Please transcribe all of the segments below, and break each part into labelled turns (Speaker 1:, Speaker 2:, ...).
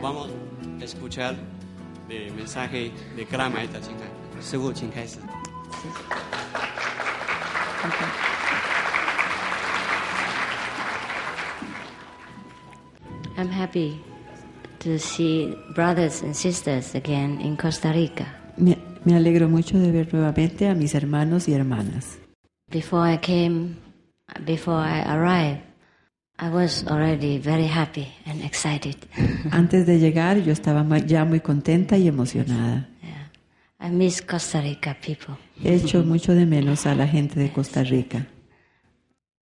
Speaker 1: vamos a escuchar el mensaje de Kramaita Chinkai. Seguro Chinkai.
Speaker 2: I'm happy to see brothers and sisters again in Costa Rica.
Speaker 3: Me, me alegro mucho de ver nuevamente a mis hermanos y hermanas.
Speaker 2: Before I came, before I arrived, I was already very happy and excited.
Speaker 3: Antes de llegar yo estaba ma- ya muy contenta y emocionada.
Speaker 2: Yeah. I miss Costa Rica people.
Speaker 3: He hecho mucho de menos a la gente de Costa Rica.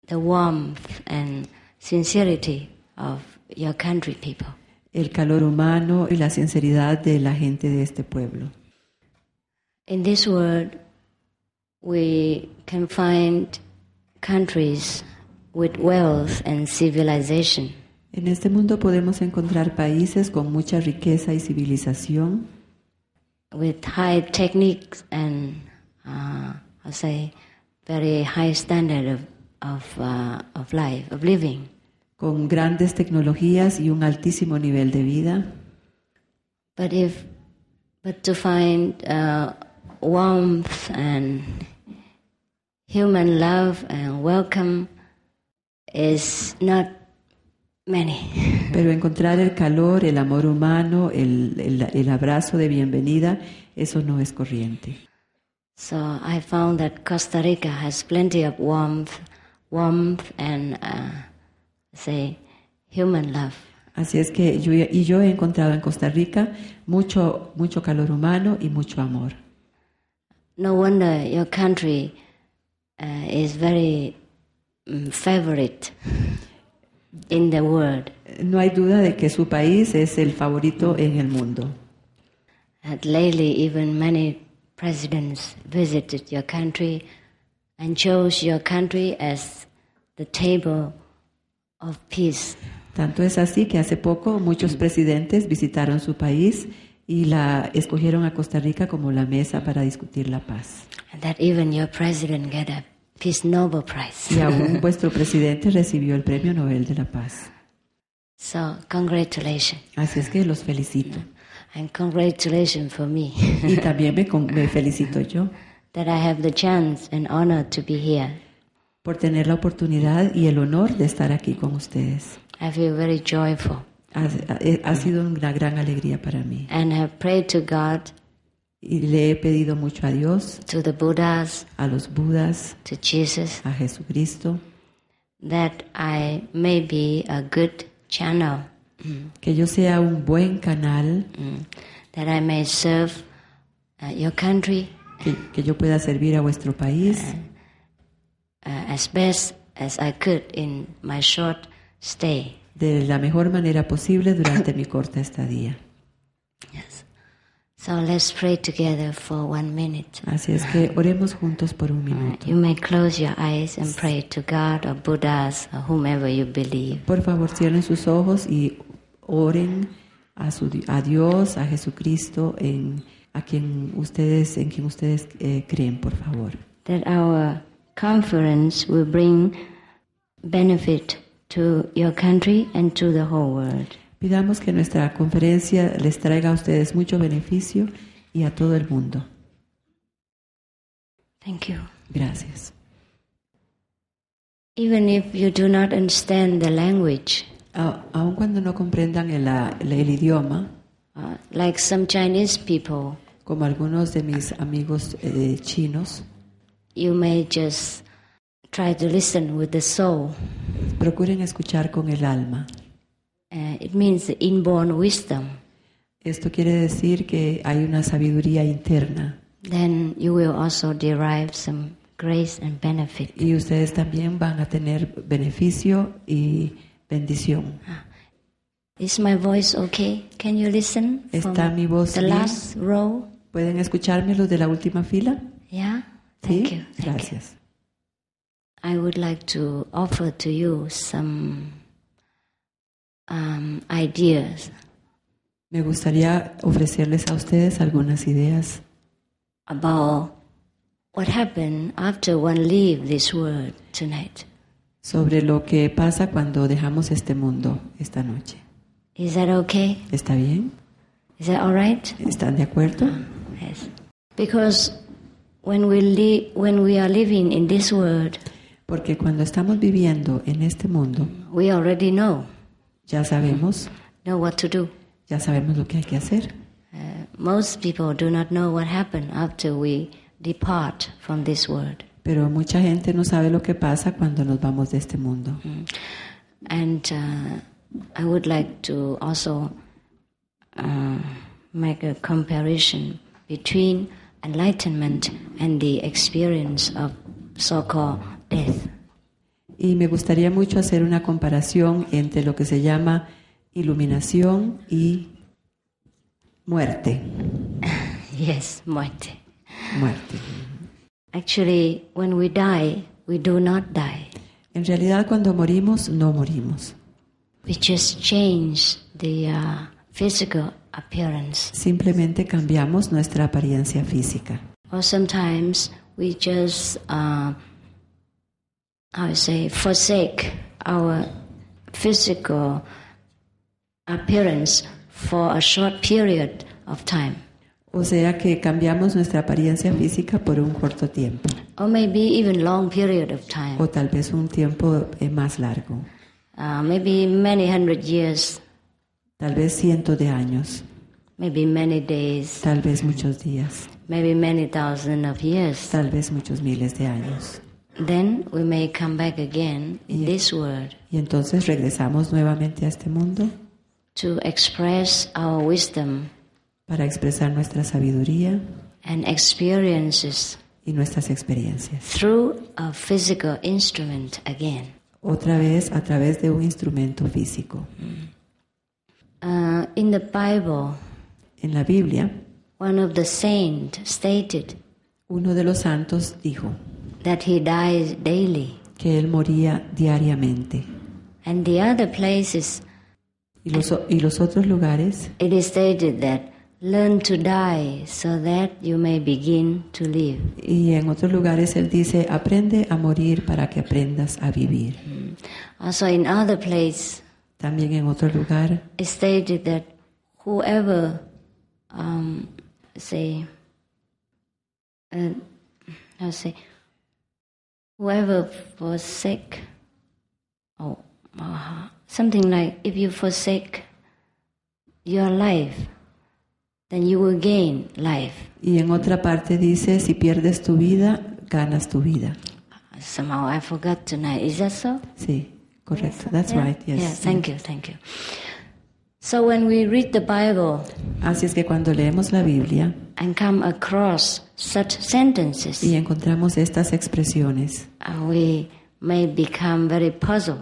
Speaker 2: The warmth and sincerity of your country people.
Speaker 3: El calor humano y la sinceridad de la gente de este pueblo.
Speaker 2: In this world, we can find countries with wealth and civilization,
Speaker 3: En este mundo podemos encontrar países con mucha riqueza y civilización,
Speaker 2: with high techniques and, uh, I'll say, very high standard of, of, uh, of life, of living.
Speaker 3: con grandes tecnologías y un altísimo nivel de vida.
Speaker 2: But if, but to find uh, warmth and human love and welcome is not many.
Speaker 3: Pero encontrar el calor, el amor humano, el, el- el abrazo de bienvenida, eso no es corriente.
Speaker 2: So I found that Costa Rica has plenty of warmth, warmth and uh, say human love.
Speaker 3: Así es que yo, y yo he encontrado en Costa Rica mucho, mucho calor humano y mucho amor.
Speaker 2: No wonder your country uh, is very mm, favorite in the world.
Speaker 3: No hay duda de que su país es el favorito en el mundo.
Speaker 2: And lately, even many presidents visited your country and chose your country as the table of peace.
Speaker 3: Tanto es así que hace poco muchos presidentes visitaron su país y la escogieron a Costa Rica como la mesa para discutir la paz.
Speaker 2: And that even your president get a Peace Nobel Prize.
Speaker 3: Y aún vuestro presidente recibió el Premio Nobel de la Paz.
Speaker 2: So congratulations
Speaker 3: Así es que los felicito.
Speaker 2: and congratulations for me
Speaker 3: Y también me, con- me felicito yo
Speaker 2: that I have the chance and honor to be here.
Speaker 3: por tener la oportunidad y el honor de estar aquí con ustedes.
Speaker 2: I feel very joyful
Speaker 3: Ha, ha- ha sido una gran alegría para mí.
Speaker 2: and have prayed to God,
Speaker 3: Y le he pedido mucho a Dios,
Speaker 2: to the Buddhas,
Speaker 3: a los Budas,
Speaker 2: to Jesus,
Speaker 3: a Jesucristo,
Speaker 2: that I may be a good channel, mm-hmm,
Speaker 3: que yo sea un buen canal,
Speaker 2: mm, that I may serve uh, your country
Speaker 3: que, que yo pueda servir a vuestro país
Speaker 2: uh, as best as I could in my short stay.
Speaker 3: de la mejor manera posible durante mi corta estadía.
Speaker 2: So let's pray together for one minute.
Speaker 3: Así es que oremos juntos por un minuto.
Speaker 2: You may close your eyes and pray to God or Buddhas or whomever you believe.
Speaker 3: Por favor, cierren sus ojos y oren a, su, di- a Dios, a Jesucristo, en, a quien ustedes, en quien ustedes eh, creen, por favor.
Speaker 2: That our conference will bring benefit to your country and to the whole world.
Speaker 3: Pidamos que nuestra conferencia les traiga a ustedes mucho beneficio y a todo el mundo.
Speaker 2: Thank you.
Speaker 3: Gracias.
Speaker 2: Even if you do not understand the language,
Speaker 3: A- aun cuando no comprendan el, la- el idioma,
Speaker 2: uh, like some Chinese people,
Speaker 3: como algunos de mis amigos eh, chinos,
Speaker 2: you may just try to listen with the soul.
Speaker 3: procuren escuchar con el alma.
Speaker 2: Uh, it means the inborn wisdom.
Speaker 3: Esto quiere decir que hay una sabiduría interna
Speaker 2: Then you will also derive some grace and benefit.
Speaker 3: y ustedes también van a tener beneficio y bendición.
Speaker 2: Is my voice okay? Can you listen? from
Speaker 3: ¿Está mi voz
Speaker 2: The
Speaker 3: bien?
Speaker 2: last row?
Speaker 3: ¿Pueden escucharme los de la última fila?
Speaker 2: Yeah?
Speaker 3: Sí,
Speaker 2: Thank you. Thank you.
Speaker 3: gracias.
Speaker 2: I would like to offer to you some um, ideas
Speaker 3: Me gustaría ofrecerles a ustedes algunas ideas
Speaker 2: about what happened after one leave this world tonight.
Speaker 3: sobre lo que pasa cuando dejamos este mundo esta noche.
Speaker 2: Is that okay?
Speaker 3: ¿Está bien?
Speaker 2: Is that all right?
Speaker 3: ¿Están de acuerdo?
Speaker 2: Yes. Because when we li- when we are living in this world,
Speaker 3: Porque cuando estamos viviendo en este mundo,
Speaker 2: we already know
Speaker 3: ya sabemos,
Speaker 2: know what to do.
Speaker 3: ya sabemos lo que hay que hacer.
Speaker 2: Uh, most people do not know what happened after we depart from this world.
Speaker 3: Pero mucha gente no sabe lo que pasa cuando nos vamos de este mundo.
Speaker 2: Mm. And uh, I would like to also uh, make a comparison between enlightenment and the experience of so called death.
Speaker 3: Y me gustaría mucho hacer una comparación entre lo que se llama iluminación y muerte.
Speaker 2: Yes, muerte.
Speaker 3: Muerte.
Speaker 2: Actually, when we die, we do not die.
Speaker 3: En realidad cuando morimos, no morimos.
Speaker 2: We just change the uh, physical appearance.
Speaker 3: Simplemente cambiamos nuestra apariencia física.
Speaker 2: Or sometimes we just, uh, how you say, forsake our physical appearance for a short period of time.
Speaker 3: O sea que cambiamos nuestra apariencia física por un corto tiempo
Speaker 2: Or maybe even long period of time.
Speaker 3: o tal vez un tiempo eh, más largo,
Speaker 2: Uh, maybe many hundred years,
Speaker 3: tal vez cientos de años,
Speaker 2: maybe many days,
Speaker 3: tal vez muchos días,
Speaker 2: maybe many thousand of years.
Speaker 3: tal vez muchos miles de años.
Speaker 2: Then we may come back again in this world
Speaker 3: Y entonces regresamos nuevamente a este mundo
Speaker 2: to express our wisdom
Speaker 3: para expresar nuestra sabiduría
Speaker 2: and experiences
Speaker 3: y nuestras experiencias,
Speaker 2: through a physical instrument again.
Speaker 3: otra vez a través de un instrumento físico.
Speaker 2: Uh, in the Bible,
Speaker 3: En la Biblia,
Speaker 2: one of the saints stated
Speaker 3: uno de los santos dijo
Speaker 2: that he dies daily,
Speaker 3: que él moría diariamente
Speaker 2: and the other places
Speaker 3: y los, o- y los otros lugares
Speaker 2: it is stated that learn to die so that you may begin to live.
Speaker 3: Y en otros lugares él dice, aprende a morir para que aprendas a vivir.
Speaker 2: Also, in other place.
Speaker 3: También en otro lugar
Speaker 2: it stated that whoever um, say uh, how to say whoever forsake or uh, something like if you forsake your life then you will gain life
Speaker 3: y en otra parte dice, si pierdes tu vida, ganas tu vida.
Speaker 2: somehow i forgot tonight is that so
Speaker 3: Sí, correcto. That's right, yes.
Speaker 2: yeah thank you thank you so when we read the bible
Speaker 3: Así es que cuando leemos la Biblia
Speaker 2: and come across such sentences,
Speaker 3: y encontramos estas expresiones,
Speaker 2: uh, we may become very puzzled.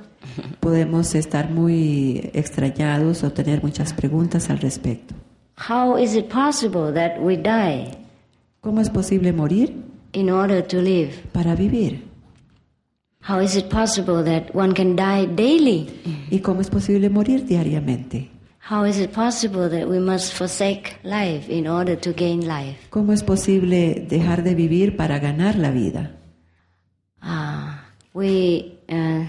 Speaker 3: podemos estar muy extrañados o tener muchas preguntas al respecto.
Speaker 2: How is it possible that we die
Speaker 3: ¿Cómo es posible morir
Speaker 2: in order to live?
Speaker 3: para vivir?
Speaker 2: How is it possible that one can die daily?
Speaker 3: ¿Y cómo es posible morir diariamente?
Speaker 2: How is it possible that we must forsake life in order to gain life?
Speaker 3: ¿Cómo es posible dejar de vivir para ganar la vida?
Speaker 2: Ah, we, uh,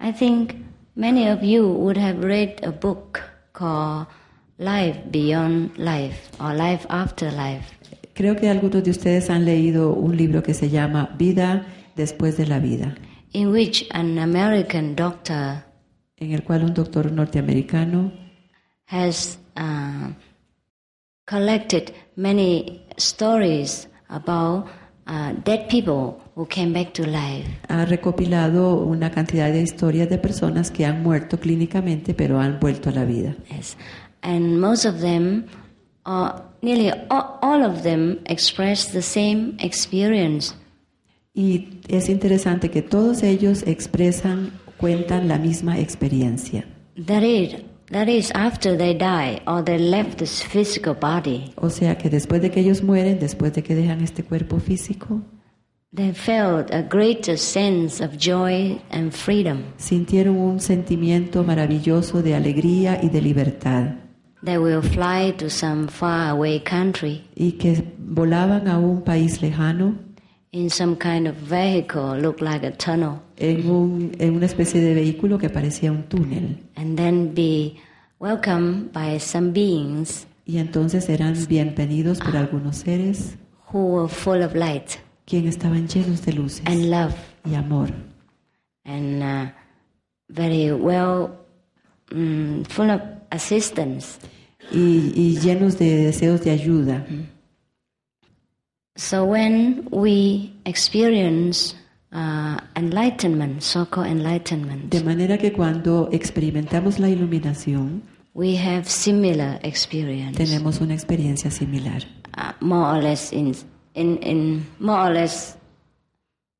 Speaker 2: I think many of you would have read a book called Life Beyond Life or Life After Life.
Speaker 3: Creo que algunos de ustedes han leído un libro que se llama Vida después de la vida,
Speaker 2: in which an American doctor
Speaker 3: en el cual un doctor norteamericano
Speaker 2: has uh, collected many stories about uh, dead people who came back to life.
Speaker 3: ha recopilado una cantidad de historias de personas que han muerto clínicamente pero han vuelto a la vida.
Speaker 2: Yes. And most of them, or nearly all, all of them, express the same experience.
Speaker 3: Y es interesante que todos ellos expresan, cuentan la misma experiencia.
Speaker 2: That is, that is after they die or they left this physical body,
Speaker 3: O sea que después de que ellos mueren, después de que dejan este cuerpo físico,
Speaker 2: they felt a greater sense of joy and freedom.
Speaker 3: sintieron un sentimiento maravilloso de alegría y de libertad.
Speaker 2: They will fly to some faraway country
Speaker 3: y que volaban a un país lejano
Speaker 2: in some kind of vehicle, look like a tunnel,
Speaker 3: en, un- en una especie de vehículo que parecía un túnel
Speaker 2: and then be welcomed by some beings
Speaker 3: Y entonces serán bienvenidos por algunos seres
Speaker 2: who were full of light
Speaker 3: quien estaban llenos de luces
Speaker 2: and love
Speaker 3: y amor
Speaker 2: and uh, very well mm, full of assistance.
Speaker 3: y, y llenos de deseos de ayuda.
Speaker 2: So when we experience uh, enlightenment, so-called enlightenment,
Speaker 3: De manera que cuando experimentamos la iluminación,
Speaker 2: we have similar experience,
Speaker 3: tenemos una experiencia similar,
Speaker 2: uh, more or less in, in, in more or less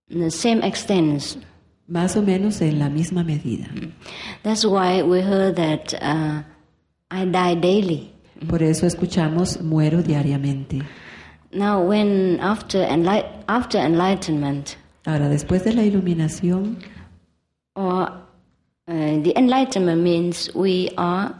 Speaker 2: in the same extent.
Speaker 3: más o menos en la misma medida.
Speaker 2: That's why we heard that uh, I die daily.
Speaker 3: Por eso escuchamos muero diariamente.
Speaker 2: Now, when after enlight- after enlightenment
Speaker 3: Ahora, después de la iluminación,
Speaker 2: or uh, the enlightenment means we are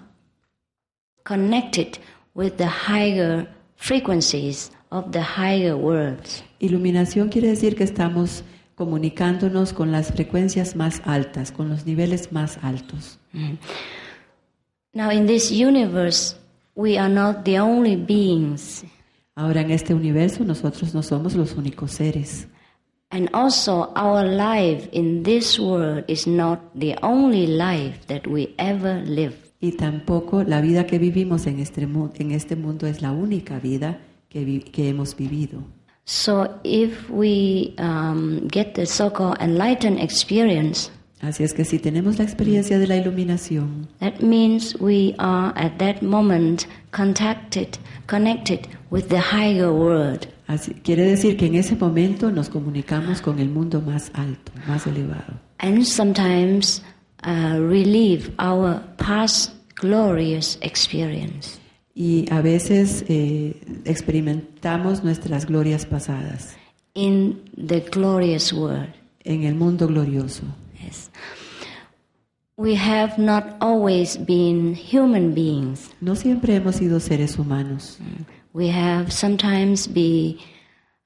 Speaker 2: connected with the higher frequencies of the higher worlds.
Speaker 3: iluminación quiere decir que estamos comunicándonos con las frecuencias más altas, con los niveles más altos.
Speaker 2: Now, in this universe, we are not the only beings,
Speaker 3: Ahora, en este universo nosotros no somos los únicos seres.
Speaker 2: and also our life in this world is not the only life that we ever live.
Speaker 3: Y tampoco la vida que vivimos en este, mu- en este mundo es la única vida que, vi- que hemos vivido.
Speaker 2: So, if we um, get the so called enlightened experience,
Speaker 3: Así es que si tenemos la experiencia de la iluminación,
Speaker 2: that means we are at that moment contacted, connected with the higher world.
Speaker 3: así- quiere decir que en ese momento nos comunicamos con el mundo más alto, más elevado.
Speaker 2: And sometimes uh, relieve our past glorious experience.
Speaker 3: Y a veces eh, experimentamos nuestras glorias pasadas
Speaker 2: in the glorious world.
Speaker 3: en el mundo glorioso.
Speaker 2: Yes. We have not always been human beings.
Speaker 3: No siempre hemos sido seres humanos.
Speaker 2: We have sometimes be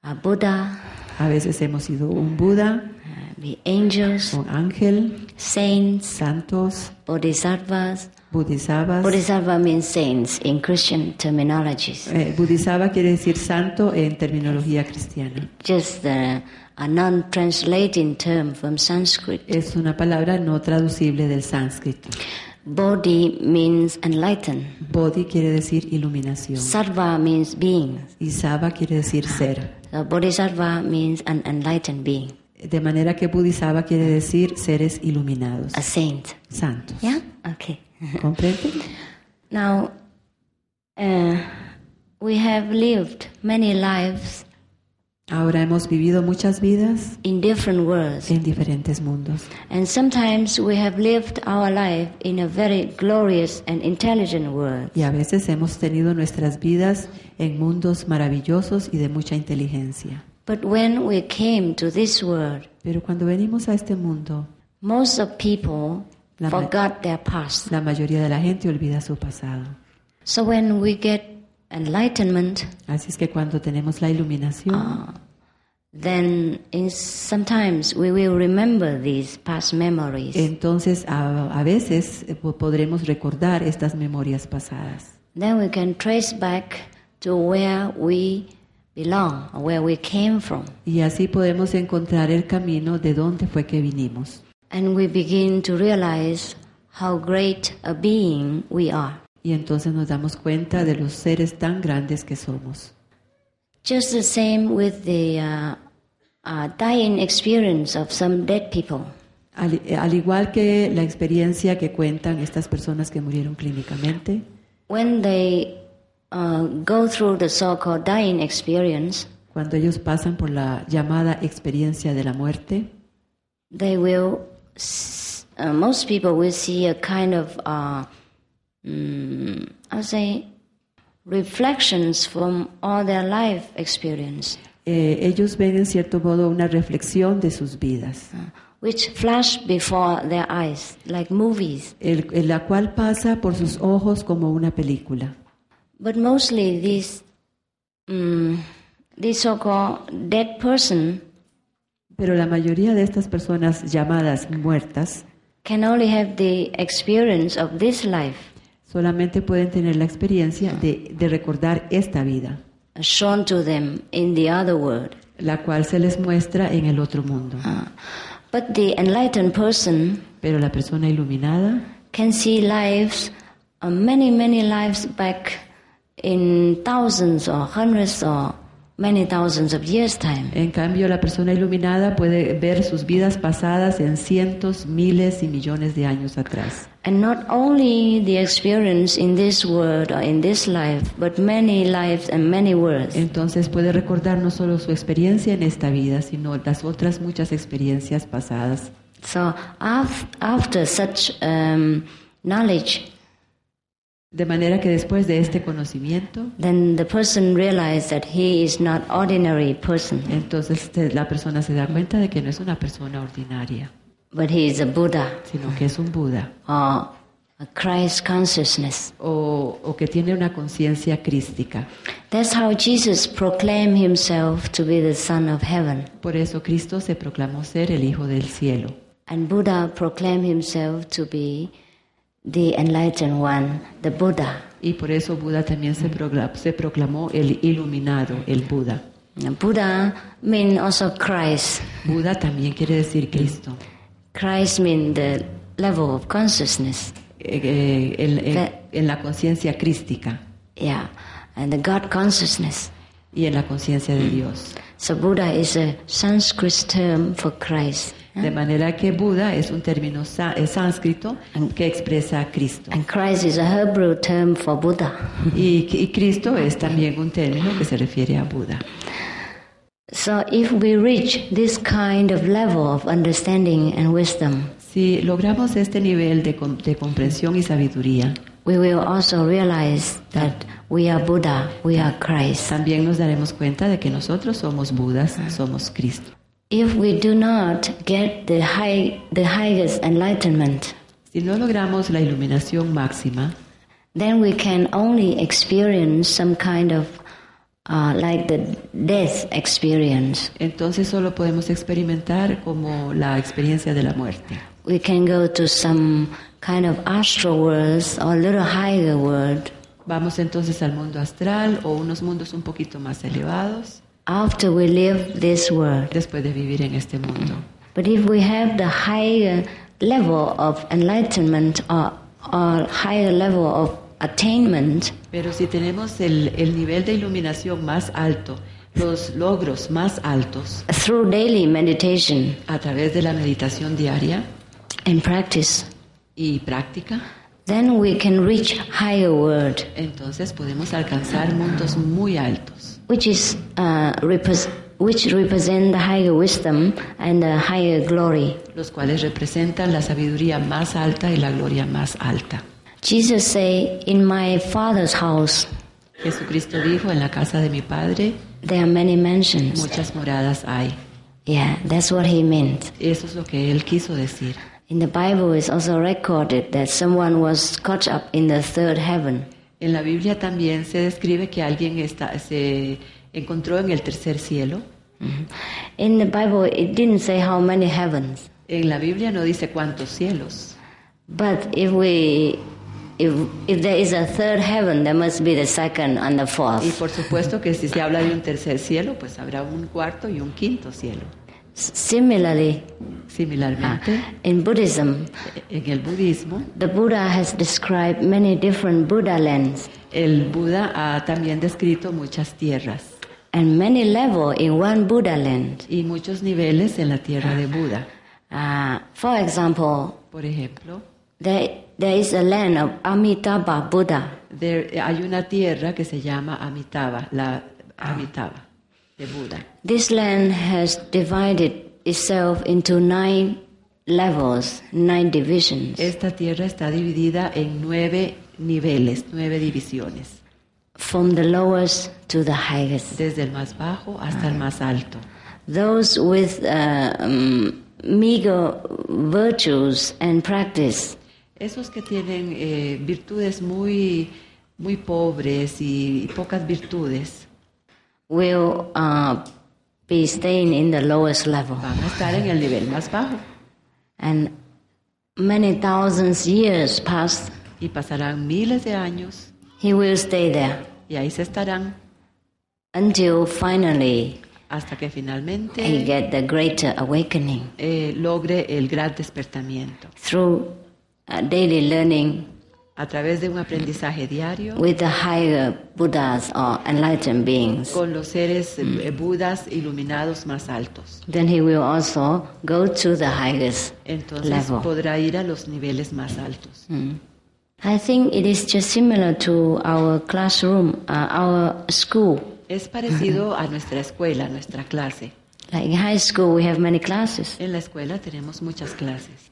Speaker 2: a Buddha,
Speaker 3: A veces hemos sido un Buda,
Speaker 2: uh, be angels,
Speaker 3: un ángel,
Speaker 2: saints,
Speaker 3: santos,
Speaker 2: bodhisattvas.
Speaker 3: bodhisattvas.
Speaker 2: Bodhisattva means saints in Christian terminologies.
Speaker 3: Eh, Bodhisattva quiere decir santo en terminología cristiana.
Speaker 2: Just uh, a non-translating term from Sanskrit.
Speaker 3: Es una palabra no traducible del sánscrito.
Speaker 2: Bodhi means enlightened.
Speaker 3: Bodhi quiere decir iluminación
Speaker 2: Sattva means being.
Speaker 3: y Sava quiere decir ser.
Speaker 2: So bodhisattva means an enlightened being.
Speaker 3: De manera que Bodhisattva quiere decir seres iluminados,
Speaker 2: a saint.
Speaker 3: santos.
Speaker 2: Yeah? Okay.
Speaker 3: ¿Comprende?
Speaker 2: Now, uh, we have lived many lives
Speaker 3: Ahora hemos vivido muchas vidas
Speaker 2: in different worlds,
Speaker 3: en diferentes mundos
Speaker 2: and sometimes we have lived our life in a very glorious and intelligent world.
Speaker 3: y a veces hemos tenido nuestras vidas en mundos maravillosos y de mucha inteligencia.
Speaker 2: But when we came to this world,
Speaker 3: Pero cuando venimos a este mundo,
Speaker 2: most of people
Speaker 3: La-
Speaker 2: forgot their past.
Speaker 3: la mayoría de la gente olvida su pasado.
Speaker 2: So when we get enlightenment, uh,
Speaker 3: Así es que cuando tenemos la iluminación,
Speaker 2: Ah, then in, sometimes we will remember these past memories.
Speaker 3: entonces a, a veces eh, po- podremos recordar estas memorias pasadas.
Speaker 2: Then we can trace back to where we belong, or where we came from.
Speaker 3: Y así podemos encontrar el camino de dónde fue que vinimos.
Speaker 2: And we begin to realize how great a being we are.
Speaker 3: Y entonces nos damos cuenta de los seres tan grandes que somos.
Speaker 2: Just the same with the uh, uh, dying experience of some dead people.
Speaker 3: Al, eh, al igual que la experiencia que cuentan estas personas que murieron clínicamente,
Speaker 2: When they uh, go through the so called dying experience,
Speaker 3: cuando ellos pasan por la llamada experiencia de la muerte,
Speaker 2: they will, s- uh, most people will see a kind of, uh, mm, I'll say, reflections from all their life experience,
Speaker 3: eh, ellos ven en cierto modo una reflexión de sus vidas.
Speaker 2: uh, which flash before their eyes, like movies.
Speaker 3: el, el- la cual pasa por sus ojos como una película.
Speaker 2: But mostly these, mm these so-called dead person
Speaker 3: Pero la mayoría de estas personas llamadas muertas
Speaker 2: can only have the experience of this life.
Speaker 3: Solamente pueden tener la experiencia de, de recordar esta vida,
Speaker 2: shown to them in the other world.
Speaker 3: la cual se les muestra en el otro mundo.
Speaker 2: Uh, but the enlightened person
Speaker 3: Pero la persona iluminada
Speaker 2: can see lives, uh, many, many lives back in thousands or hundreds or many thousands of years' time.
Speaker 3: En cambio, la persona iluminada puede ver sus vidas pasadas en cientos, miles y millones de años atrás.
Speaker 2: And not only the experience in this world or in this life, but many lives and many worlds.
Speaker 3: Entonces puede recordar no solo su experiencia en esta vida, sino las otras muchas experiencias pasadas.
Speaker 2: So af- after such um, knowledge,
Speaker 3: De manera que después de este conocimiento,
Speaker 2: then the person realizes that he is not ordinary person,
Speaker 3: entonces te- la persona se da cuenta de que no es una persona ordinaria,
Speaker 2: but he is a Buddha
Speaker 3: sino que es un Buda
Speaker 2: or a Christ consciousness.
Speaker 3: o, o que tiene una conciencia crística.
Speaker 2: That's how Jesus proclaimed himself to be the Son of Heaven,
Speaker 3: Por eso Cristo se proclamó ser el Hijo del Cielo
Speaker 2: and Buddha proclaimed himself to be the enlightened one, the Buddha.
Speaker 3: y por eso Buda también se procla- se proclamó el iluminado, el Buda.
Speaker 2: Buddha means also Christ.
Speaker 3: Buda también quiere decir Cristo.
Speaker 2: Christ means the level of consciousness.
Speaker 3: Eh, eh, en, en-
Speaker 2: Fe-
Speaker 3: en la conciencia crística
Speaker 2: Yeah, and the God consciousness.
Speaker 3: y en la conciencia de Dios.
Speaker 2: So Buddha is a Sanskrit term for Christ,
Speaker 3: De manera que Buda es un término sa- eh, sánscrito que expresa a Cristo.
Speaker 2: and Christ is a Hebrew term for Buddha.
Speaker 3: Y, y Cristo es también un término que se refiere a Buda.
Speaker 2: So if we reach this kind of level of understanding and wisdom,
Speaker 3: Si logramos este nivel de, com- de comprensión y sabiduría,
Speaker 2: we will also realize that we are Buddha, we are Christ.
Speaker 3: también nos daremos cuenta de que nosotros somos Budas, somos Cristo.
Speaker 2: If we do not get the high, the highest enlightenment,
Speaker 3: Si no logramos la iluminación máxima,
Speaker 2: then we can only experience some kind of uh, like the death experience.
Speaker 3: entonces solo podemos experimentar como la experiencia de la muerte.
Speaker 2: We can go to some kind of astral world or little higher world
Speaker 3: Vamos entonces al mundo astral o unos mundos un poquito más elevados
Speaker 2: after we leave this world.
Speaker 3: después de vivir en este mundo.
Speaker 2: But if we have the higher level of enlightenment or, or higher level of attainment,
Speaker 3: Pero si tenemos el, el nivel de iluminación más alto, los logros más altos
Speaker 2: through daily meditation
Speaker 3: a través de la meditación diaria
Speaker 2: and practice,
Speaker 3: y práctica,
Speaker 2: then we can reach higher world.
Speaker 3: entonces podemos alcanzar mundos muy altos,
Speaker 2: which is uh, repres which represent the higher wisdom and the higher glory.
Speaker 3: los cuales representan la sabiduría más alta y la gloria más alta.
Speaker 2: Jesus say, "In my Father's house
Speaker 3: Jesucristo dijo, en la casa de mi Padre
Speaker 2: there are many mansions."
Speaker 3: muchas moradas hay.
Speaker 2: Yeah, that's what he meant.
Speaker 3: Eso es lo que él quiso decir.
Speaker 2: In the Bible, it's also recorded that someone was caught up in the third heaven.
Speaker 3: En la Biblia también se describe que alguien está- se encontró en el tercer cielo.
Speaker 2: Mhm. In the Bible, it didn't say how many heavens,
Speaker 3: En la Biblia no dice cuántos cielos,
Speaker 2: but if we if, if there is a third heaven, there must be the second and the
Speaker 3: y
Speaker 2: fourth.
Speaker 3: por supuesto que si se habla de un tercer cielo, pues habrá un cuarto y un quinto cielo.
Speaker 2: S- Similarly,
Speaker 3: Similarmente,
Speaker 2: in Buddhism,
Speaker 3: en el budismo,
Speaker 2: The Buddha has described many different Buddha lands
Speaker 3: el Buda ha también descrito muchas tierras
Speaker 2: and many level in one Buddha land.
Speaker 3: y muchos niveles en la tierra de Buda.
Speaker 2: Uh, for example,
Speaker 3: Por ejemplo,
Speaker 2: there, there is a land of Amitabha Buddha.
Speaker 3: there- hay una tierra que se llama Amitabha, la Amitabha de Buda.
Speaker 2: This land has divided itself into nine levels, nine divisions.
Speaker 3: Esta tierra está dividida en nueve niveles, nueve divisiones,
Speaker 2: From the lowest to the highest.
Speaker 3: desde el más bajo hasta el más alto.
Speaker 2: Those with uh, um, meager virtues and practice
Speaker 3: Esos que tienen eh, virtudes muy, muy pobres y, y pocas virtudes
Speaker 2: will uh, be staying in the lowest level.
Speaker 3: van a estar en el nivel más bajo.
Speaker 2: And many thousands years passed
Speaker 4: y pasarán miles de años
Speaker 2: He will stay there
Speaker 4: y ahí se estarán
Speaker 2: until finally
Speaker 4: hasta que
Speaker 2: he
Speaker 4: finalmente
Speaker 2: get the greater awakening
Speaker 4: eh, logre el gran despertamiento.
Speaker 2: through uh, daily learning
Speaker 4: A través de un aprendizaje diario
Speaker 2: with the higher Buddhas or enlightened beings.
Speaker 4: con los seres eh, budas iluminados más altos.
Speaker 2: Then he will also go to the highest
Speaker 4: Entonces
Speaker 2: level.
Speaker 4: podrá ir a los niveles más altos.
Speaker 2: I think it is just similar to our classroom, uh, our school.
Speaker 4: Es parecido a nuestra escuela, a nuestra clase.
Speaker 2: Like in high school, we have many classes.
Speaker 4: En la escuela tenemos muchas clases.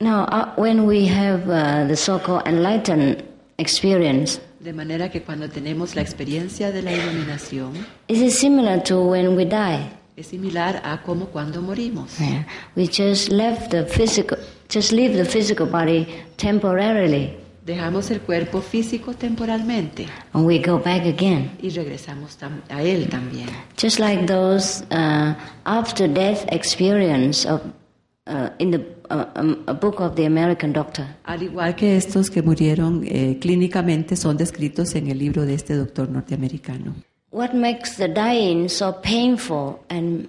Speaker 2: Now, uh, when we have uh, the so called enlightened experience,
Speaker 4: De manera que cuando tenemos la experiencia de la iluminación,
Speaker 2: it is similar to when we die.
Speaker 4: es similar a como cuando morimos.
Speaker 2: Yeah. We just left the physical, just leave the physical body temporarily,
Speaker 4: Dejamos el cuerpo físico temporalmente
Speaker 2: and we go back again.
Speaker 4: y regresamos tam- a él también.
Speaker 2: Just like those uh, after death experience of, uh, in the uh, um, a book of the American doctor.
Speaker 4: Al igual que
Speaker 3: Que estos que murieron eh, clínicamente son descritos en el libro de este doctor norteamericano.
Speaker 2: What makes the dying so painful and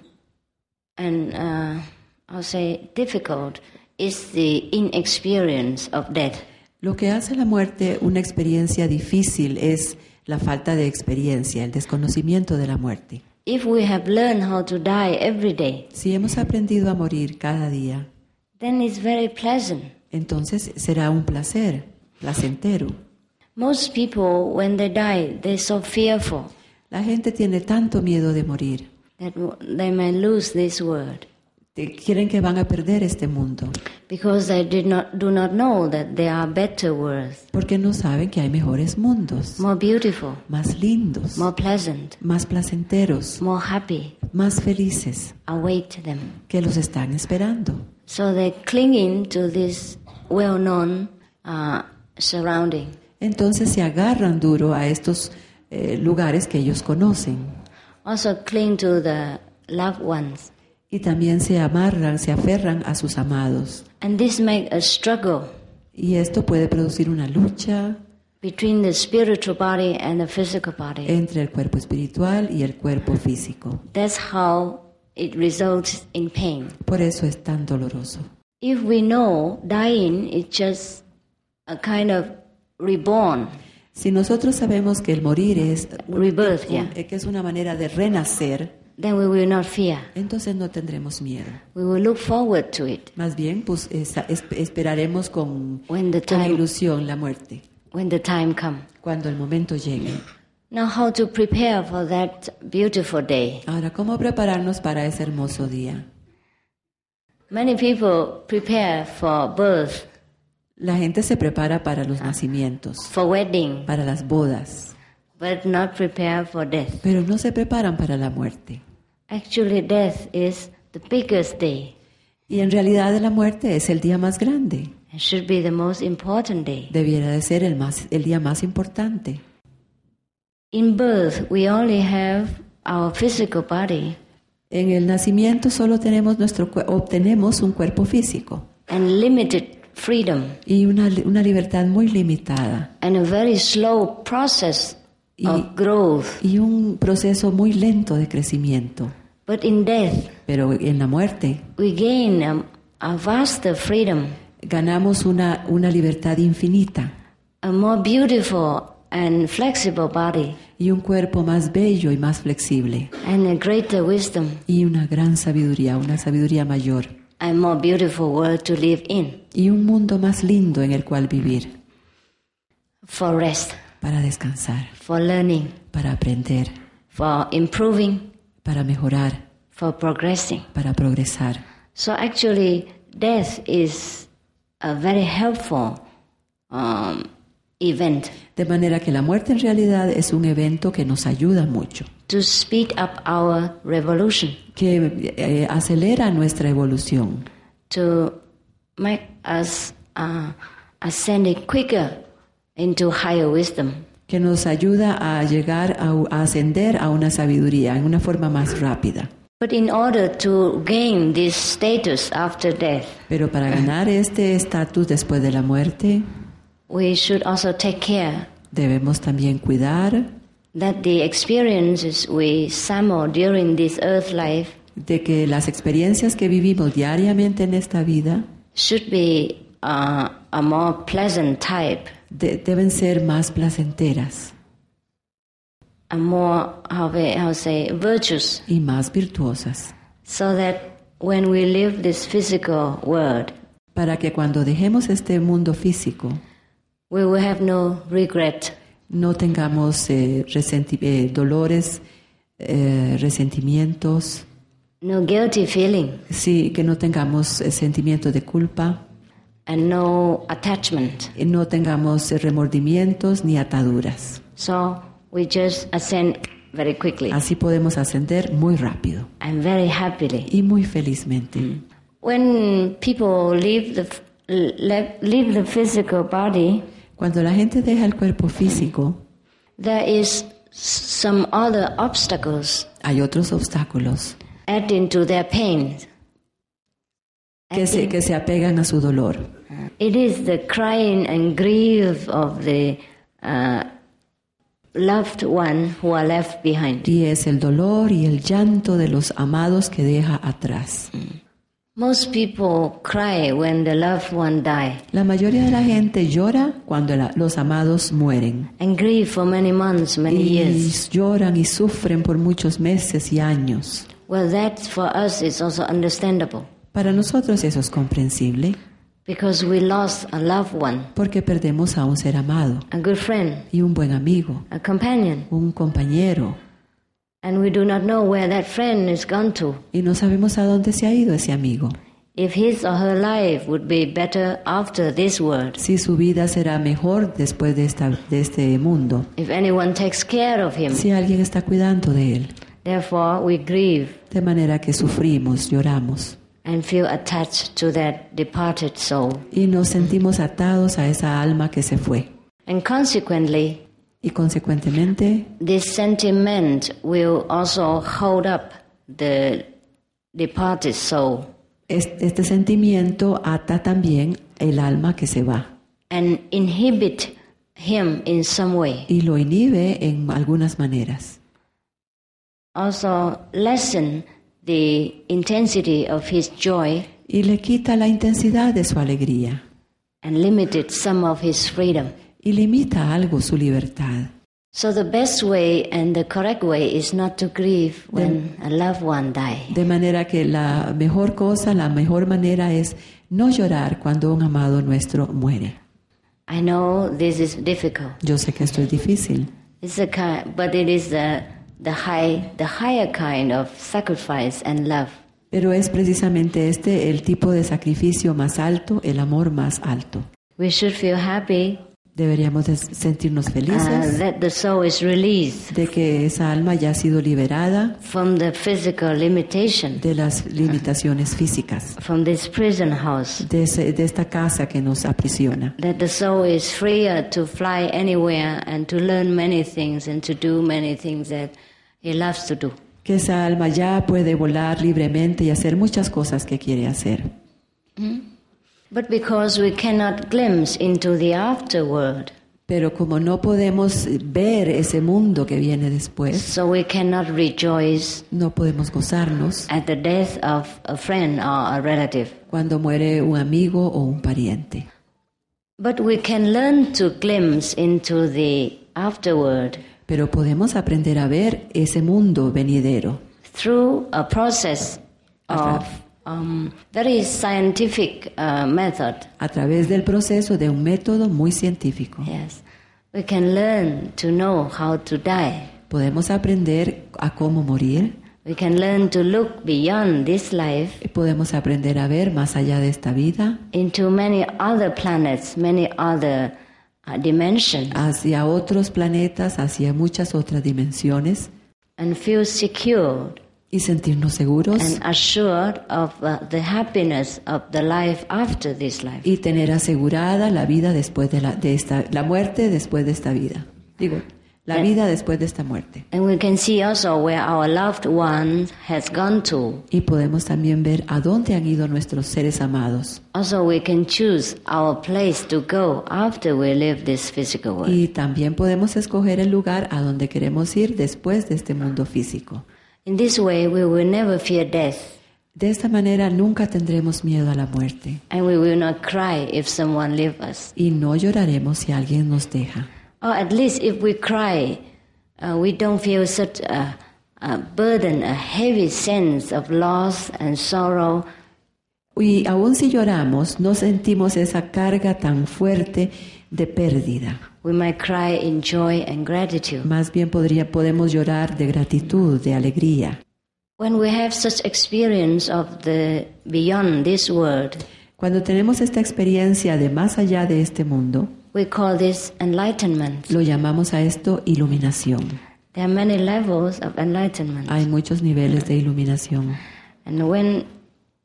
Speaker 2: and uh, I'll say difficult is the inexperience of death.
Speaker 3: Lo que hace la muerte una experiencia difícil es la falta de experiencia, el desconocimiento de la muerte.
Speaker 2: If we have learned how to die every day,
Speaker 3: Si hemos aprendido a morir cada día,
Speaker 2: then it's very pleasant.
Speaker 3: entonces será un placer, placentero.
Speaker 2: Most people, when they die, they're so fearful
Speaker 3: La gente tiene tanto miedo de morir,
Speaker 2: that w- they may lose this world.
Speaker 3: te- quieren que van a perder este mundo,
Speaker 2: because they did not do not know that there are better worlds,
Speaker 3: porque no saben que hay mejores mundos,
Speaker 2: more beautiful,
Speaker 3: más lindos,
Speaker 2: more pleasant,
Speaker 3: más placenteros,
Speaker 2: more happy
Speaker 3: más felices,
Speaker 2: await them.
Speaker 3: que los están esperando.
Speaker 2: So they clinging to this well-known uh, surrounding.
Speaker 3: Entonces se agarran duro a estos eh, lugares que ellos conocen
Speaker 2: Also cling to the loved ones,
Speaker 3: y también se amarran, se aferran a sus amados.
Speaker 2: and this make a struggle
Speaker 3: Y esto puede producir una lucha
Speaker 2: between the spiritual body and the physical body.
Speaker 3: entre el cuerpo espiritual y el cuerpo físico.
Speaker 2: That's how it results in pain.
Speaker 3: Por eso es tan doloroso.
Speaker 2: If we know dying is just a kind of reborn,
Speaker 3: Si nosotros sabemos que el morir es,
Speaker 2: rebirth, yeah.
Speaker 3: eh, que es una manera de renacer,
Speaker 2: then we will not fear.
Speaker 3: entonces no tendremos miedo.
Speaker 2: We will look forward to it
Speaker 3: Más bien, pues esa- es- esperaremos con,
Speaker 2: when the
Speaker 3: con
Speaker 2: time
Speaker 3: ilusión la muerte,
Speaker 2: when the time come.
Speaker 3: cuando el momento llegue.
Speaker 2: Now, how to prepare for that beautiful day?
Speaker 3: Ahora, ¿cómo prepararnos para ese hermoso día?
Speaker 2: Many people prepare for birth,
Speaker 3: La gente se prepara para los nacimientos,
Speaker 2: for wedding,
Speaker 3: para las bodas,
Speaker 2: but not prepare for death.
Speaker 3: pero no se preparan para la muerte.
Speaker 2: Actually, death is the biggest day
Speaker 3: Y en realidad la muerte es el día más grande,
Speaker 2: and should be the most important day.
Speaker 3: debiera de ser el, más, el día más importante.
Speaker 2: In birth, we only have our physical body
Speaker 3: En el nacimiento solo tenemos nuestro, cuer- obtenemos un cuerpo físico
Speaker 2: and limited freedom
Speaker 3: y una, li- una libertad muy limitada
Speaker 2: and a very slow process of growth.
Speaker 3: y un proceso muy lento de crecimiento.
Speaker 2: But in death,
Speaker 3: Pero en la muerte
Speaker 2: we gain a, a vaster freedom,
Speaker 3: ganamos una, una libertad infinita.
Speaker 2: a more beautiful and flexible body,
Speaker 3: y un cuerpo más bello y más flexible
Speaker 2: and a greater wisdom,
Speaker 3: y una gran sabiduría, una sabiduría mayor
Speaker 2: and more beautiful world to live in
Speaker 3: y un mundo más lindo en el cual vivir
Speaker 2: for rest,
Speaker 3: para descansar,
Speaker 2: for learning,
Speaker 3: para aprender,
Speaker 2: for improving,
Speaker 3: para mejorar,
Speaker 2: for progressing.
Speaker 3: para progresar.
Speaker 2: So actually, death is a very helpful um, event
Speaker 3: De manera que la muerte en realidad es un evento que nos ayuda mucho,
Speaker 2: to speed up our revolution,
Speaker 3: que eh, acelera nuestra evolución,
Speaker 2: to make us uh, ascending quicker into higher wisdom.
Speaker 3: que nos ayuda a llegar a, a ascender a una sabiduría en una forma más rápida.
Speaker 2: But in order to gain this status after death,
Speaker 3: Pero para ganar este estatus después de la muerte,
Speaker 2: we should also take care
Speaker 3: Debemos también cuidar
Speaker 2: that the experiences we sample during this earth life
Speaker 3: de que las experiencias que vivimos diariamente en esta vida
Speaker 2: should be uh, a more pleasant type,
Speaker 3: de- deben ser más placenteras
Speaker 2: a more, how, we, how say, virtuous,
Speaker 3: y más virtuosas,
Speaker 2: so that when we leave this physical world,
Speaker 3: para que cuando dejemos este mundo físico
Speaker 2: we will have no regret
Speaker 3: no tengamos eh, resenti- eh, dolores, eh, resentimientos,
Speaker 2: no guilty feeling
Speaker 3: sí, que no tengamos eh, sentimientos de culpa,
Speaker 2: and no attachment.
Speaker 3: y no tengamos eh, remordimientos ni ataduras.
Speaker 2: So we just ascend very quickly
Speaker 3: Así podemos ascender muy rápido
Speaker 2: and very happily.
Speaker 3: y muy felizmente.
Speaker 2: When people leave the le- leave the physical body,
Speaker 3: Cuando la gente deja el cuerpo físico,
Speaker 2: there is some other obstacles
Speaker 3: hay otros obstáculos
Speaker 2: adding to their pain.
Speaker 3: que se, que se apegan a su dolor.
Speaker 2: Uh, It is the crying and grief of the uh, loved one who are left behind.
Speaker 3: Y es el dolor y el llanto de los amados que deja atrás.
Speaker 2: Most people cry when the loved one die
Speaker 3: La mayoría de la gente llora cuando la- los amados mueren.
Speaker 2: and grieve for many months, many
Speaker 3: Y
Speaker 2: years.
Speaker 3: lloran y sufren por muchos meses y años.
Speaker 2: Well, that for us is also understandable
Speaker 3: Para nosotros eso es comprensible
Speaker 2: because we lost a loved one,
Speaker 3: porque perdemos a un ser amado
Speaker 2: a good friend,
Speaker 3: y un buen amigo,
Speaker 2: a companion,
Speaker 3: un compañero.
Speaker 2: and we do not know where that friend is gone to.
Speaker 3: Y no sabemos a dónde se ha ido ese amigo.
Speaker 2: If his or her life would be better after this world,
Speaker 3: Si su vida será mejor después de, esta- de este mundo.
Speaker 2: if anyone takes care of him.
Speaker 3: Si alguien está cuidando de él.
Speaker 2: Therefore, we grieve
Speaker 3: De manera que sufrimos, lloramos.
Speaker 2: and feel attached to that departed soul.
Speaker 3: Y nos sentimos atados a esa alma que se fue.
Speaker 2: And consequently,
Speaker 3: Y consecuentemente
Speaker 2: this sentiment will also hold up the departed soul.
Speaker 3: Este, este sentimiento ata también el alma que se va
Speaker 2: and inhibit him in some way.
Speaker 3: y lo inhibe en algunas maneras.
Speaker 2: Also, lessen the intensity of his joy
Speaker 3: Y le quita la intensidad de su alegría
Speaker 2: and limited some of his freedom.
Speaker 3: y limita algo su libertad.
Speaker 2: So, the best way and the correct way is not to grieve when a loved one dies.
Speaker 3: De manera que la mejor cosa, la mejor manera es no llorar cuando un amado nuestro muere.
Speaker 2: I know this is difficult.
Speaker 3: Yo sé que esto es difícil,
Speaker 2: It's a kind, but it is the the high, the higher kind of sacrifice and love.
Speaker 3: pero es precisamente este el tipo de sacrificio más alto, el amor más alto.
Speaker 2: We should feel happy
Speaker 3: Deberíamos de sentirnos
Speaker 2: uh,
Speaker 3: felices
Speaker 2: that the soul is released
Speaker 3: de que esa alma ya ha sido liberada
Speaker 2: from the physical limitation.
Speaker 3: de las limitaciones físicas,
Speaker 2: from this prison house
Speaker 3: de, ese- de esta casa que nos aprisiona,
Speaker 2: that the soul is freer to fly anywhere and to learn many things and to do many things that he loves to do.
Speaker 3: que esa alma ya puede volar libremente y hacer muchas cosas que quiere hacer.
Speaker 2: But because we cannot glimpse into the afterworld,
Speaker 3: Pero como no podemos ver ese mundo que viene después,
Speaker 2: so we cannot rejoice
Speaker 3: no podemos gozarnos
Speaker 2: at the death of a friend or a relative.
Speaker 3: cuando muere un amigo o un pariente.
Speaker 2: But we can learn to glimpse into the afterworld
Speaker 3: Pero podemos aprender a ver ese mundo venidero
Speaker 2: through a process of um, very scientific uh, method.
Speaker 3: a través del proceso de un método muy científico.
Speaker 2: Yes. We can learn to know how to die.
Speaker 3: Podemos aprender a cómo morir,
Speaker 2: We can learn to look beyond this life
Speaker 3: podemos aprender a ver más allá de esta vida,
Speaker 2: into many other planets, many other uh, dimensions,
Speaker 3: hacia otros planetas, hacia muchas otras dimensiones
Speaker 2: and feel secured
Speaker 3: y sentirnos seguros
Speaker 2: and assured of uh, the happiness of the life after this life.
Speaker 3: y tener asegurada la vida después de la de esta la muerte después de esta vida. Digo, la vida después de esta muerte.
Speaker 2: And we can see also where our loved one has gone to.
Speaker 3: Y podemos también ver a dónde han ido nuestros seres amados.
Speaker 2: Also, we can choose our place to go after we leave this physical world.
Speaker 3: Y también podemos escoger el lugar a donde queremos ir después de este mundo físico.
Speaker 2: In this way, we will never fear death,
Speaker 3: De esta manera nunca tendremos miedo a la muerte
Speaker 2: and we will not cry if someone leaves us.
Speaker 3: y no lloraremos si alguien nos deja.
Speaker 2: Or at least, if we cry, uh, we don't feel such a, a burden, a heavy sense of loss and sorrow
Speaker 3: Y aun si lloramos, no sentimos esa carga tan fuerte de pérdida.
Speaker 2: We might cry in joy and gratitude.
Speaker 3: Más bien podría, podemos llorar de gratitud, de alegría.
Speaker 2: When we have such experience of the beyond this world,
Speaker 3: Cuando tenemos esta experiencia de más allá de este mundo,
Speaker 2: we call this enlightenment.
Speaker 3: lo llamamos a esto iluminación.
Speaker 2: There are many levels of enlightenment.
Speaker 3: Hay muchos niveles de iluminación.
Speaker 2: And when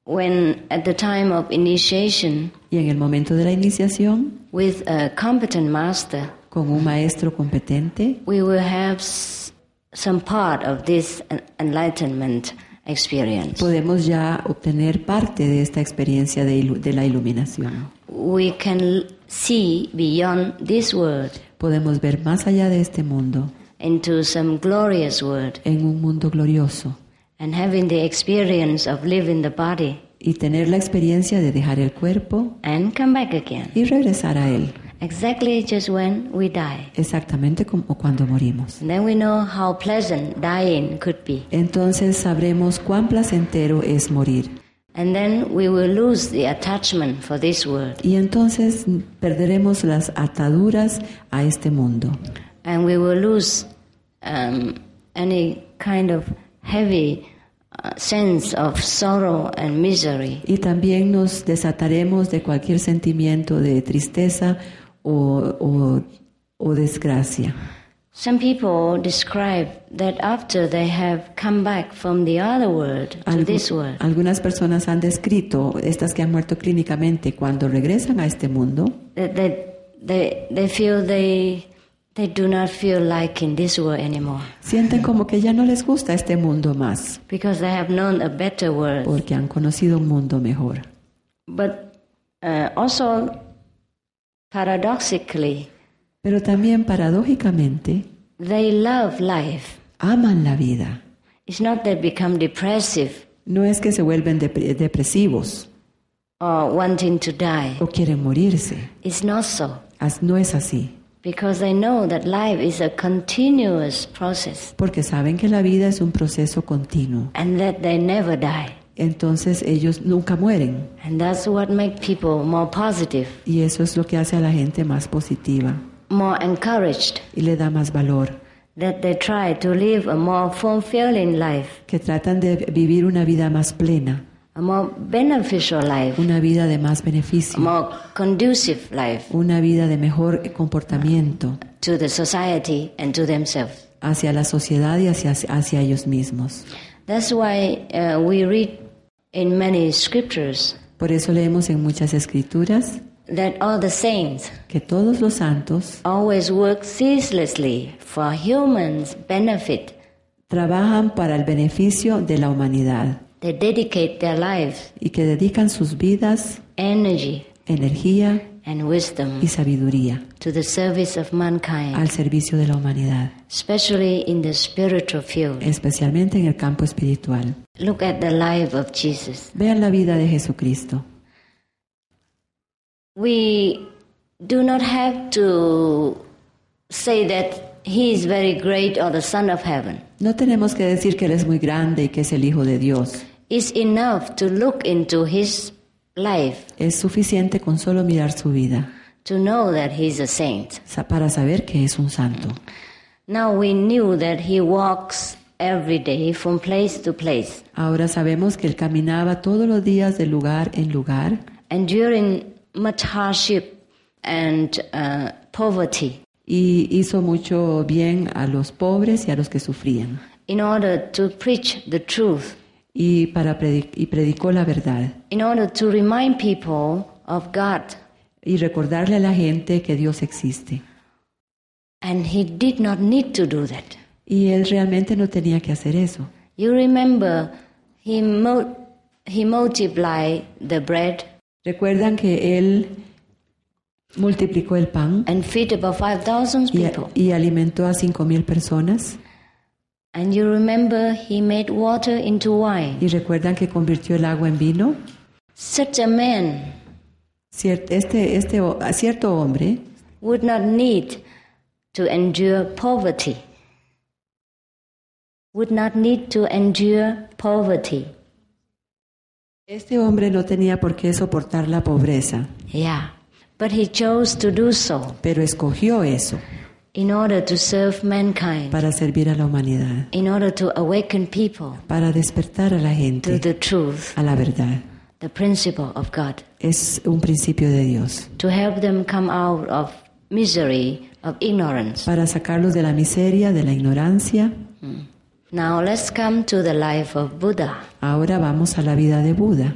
Speaker 2: when at the time of initiation
Speaker 3: Y en el momento de la iniciación,
Speaker 2: with a competent master,
Speaker 3: con un maestro competente,
Speaker 2: we will have s- some part of this en- enlightenment experience.
Speaker 3: podemos ya obtener parte de esta experiencia de, ilu- de la iluminación.
Speaker 2: We can l- see beyond this world
Speaker 3: Podemos ver más allá de este mundo,
Speaker 2: into some glorious world.
Speaker 3: en un mundo glorioso,
Speaker 2: and having the experience of leaving the body
Speaker 3: y tener la experiencia de dejar el cuerpo
Speaker 2: and come back again,
Speaker 3: y regresar a él,
Speaker 2: exactly just when we die.
Speaker 3: exactamente como cuando morimos.
Speaker 2: And then we know how pleasant dying could be.
Speaker 3: Entonces sabremos cuán placentero es morir.
Speaker 2: And then we will lose the attachment for this world
Speaker 3: Y entonces perderemos las ataduras a este mundo.
Speaker 2: and we will lose um, any kind of heavy uh, sense of sorrow and misery.
Speaker 3: Y también nos desataremos de cualquier sentimiento de tristeza o, o- o desgracia.
Speaker 2: Some people describe that after they have come back from the other world to
Speaker 3: Algu-
Speaker 2: this world,
Speaker 3: algunas personas han descrito, estas que han muerto clínicamente, cuando regresan a este mundo,
Speaker 2: that they, they, they feel they, they do not feel like in this world anymore
Speaker 3: sienten como que ya no les gusta este mundo más,
Speaker 2: because they have known a better world.
Speaker 3: porque han conocido un mundo mejor.
Speaker 2: But uh, also, paradoxically,
Speaker 3: Pero también, paradójicamente,
Speaker 2: they love life.
Speaker 3: aman la vida.
Speaker 2: It's not they become depressive
Speaker 3: No es que se vuelven depre- depresivos
Speaker 2: or wanting to die.
Speaker 3: o quieren morirse.
Speaker 2: It's not so
Speaker 3: As- No es así,
Speaker 2: because they know that life is a continuous process
Speaker 3: porque saben que la vida es un proceso continuo.
Speaker 2: and that they never die.
Speaker 3: Entonces ellos nunca mueren
Speaker 2: And that's what makes people more positive,
Speaker 3: y eso es lo que hace a la gente más positiva
Speaker 2: more encouraged.
Speaker 3: y le da más valor,
Speaker 2: that they try to live a more fulfilling life,
Speaker 3: que tratan de vivir una vida más plena,
Speaker 2: a more beneficial life,
Speaker 3: una vida de más
Speaker 2: a
Speaker 3: beneficio,
Speaker 2: more conducive life
Speaker 3: una vida de mejor comportamiento
Speaker 2: to the society and to themselves.
Speaker 3: hacia la sociedad y hacia, hacia ellos mismos.
Speaker 2: That's why uh, we read in many scriptures
Speaker 3: Por eso leemos en muchas escrituras
Speaker 2: that all the saints
Speaker 3: que todos los santos
Speaker 2: always work ceaselessly for humans' benefit.
Speaker 3: trabajan para el beneficio de la humanidad
Speaker 2: They dedicate their lives,
Speaker 3: y que dedican sus vidas,
Speaker 2: energy,
Speaker 3: energía
Speaker 2: and
Speaker 3: y
Speaker 2: wisdom
Speaker 3: sabiduría
Speaker 2: to the service of mankind,
Speaker 3: al servicio de la humanidad,
Speaker 2: especially in the spiritual field.
Speaker 3: especialmente en el campo espiritual.
Speaker 2: Look at the life of Jesus.
Speaker 3: Vean la vida de Jesucristo.
Speaker 2: we do not have to say that he is very great or the son of heaven.
Speaker 3: No tenemos que decir que Él es muy grande y que es el Hijo de Dios.
Speaker 2: It's enough to look into his life
Speaker 3: Es suficiente con solo mirar su vida
Speaker 2: to know that he is a saint.
Speaker 3: sa- para saber que es un santo.
Speaker 2: Now we knew that he walks every day from place to place.
Speaker 3: Ahora sabemos que Él caminaba todos los días de lugar en lugar
Speaker 2: And during much hardship and uh, poverty,
Speaker 3: y hizo mucho bien a los pobres y a los que sufrían.
Speaker 2: in order to preach the truth,
Speaker 3: y, para predi- y predicó la verdad
Speaker 2: in order to remind people of God
Speaker 3: y recordarle a la gente que Dios existe
Speaker 2: And he did not need to do that.
Speaker 3: Y él realmente no tenía que hacer eso.
Speaker 2: You remember, he, mo- he multiplied the bread
Speaker 3: Recuerdan que él multiplicó el pan
Speaker 2: and feed about 5,000
Speaker 3: y,
Speaker 2: people.
Speaker 3: y alimentó a cinco mil personas.
Speaker 2: And you remember, he made water into wine.
Speaker 3: Y recuerdan que convirtió el agua en vino.
Speaker 2: Such a man
Speaker 3: Cier- Este, este, ho- a cierto hombre
Speaker 2: would not need to endure poverty, would not need to endure poverty.
Speaker 3: Este hombre no tenía por qué soportar la pobreza,
Speaker 2: Yeah. But he chose to do so
Speaker 3: pero escogió eso
Speaker 2: in order to serve mankind,
Speaker 3: para servir a la humanidad,
Speaker 2: in order to awaken people
Speaker 3: para despertar a la
Speaker 2: to
Speaker 3: gente
Speaker 2: the truth,
Speaker 3: a la verdad.
Speaker 2: the principle of God,
Speaker 3: Es un principio de Dios,
Speaker 2: to help them come out of misery, of ignorance.
Speaker 3: para sacarlos de la miseria, de la ignorancia.
Speaker 2: Now let's come to the life of Buddha.
Speaker 3: Ahora vamos a la vida de Buda.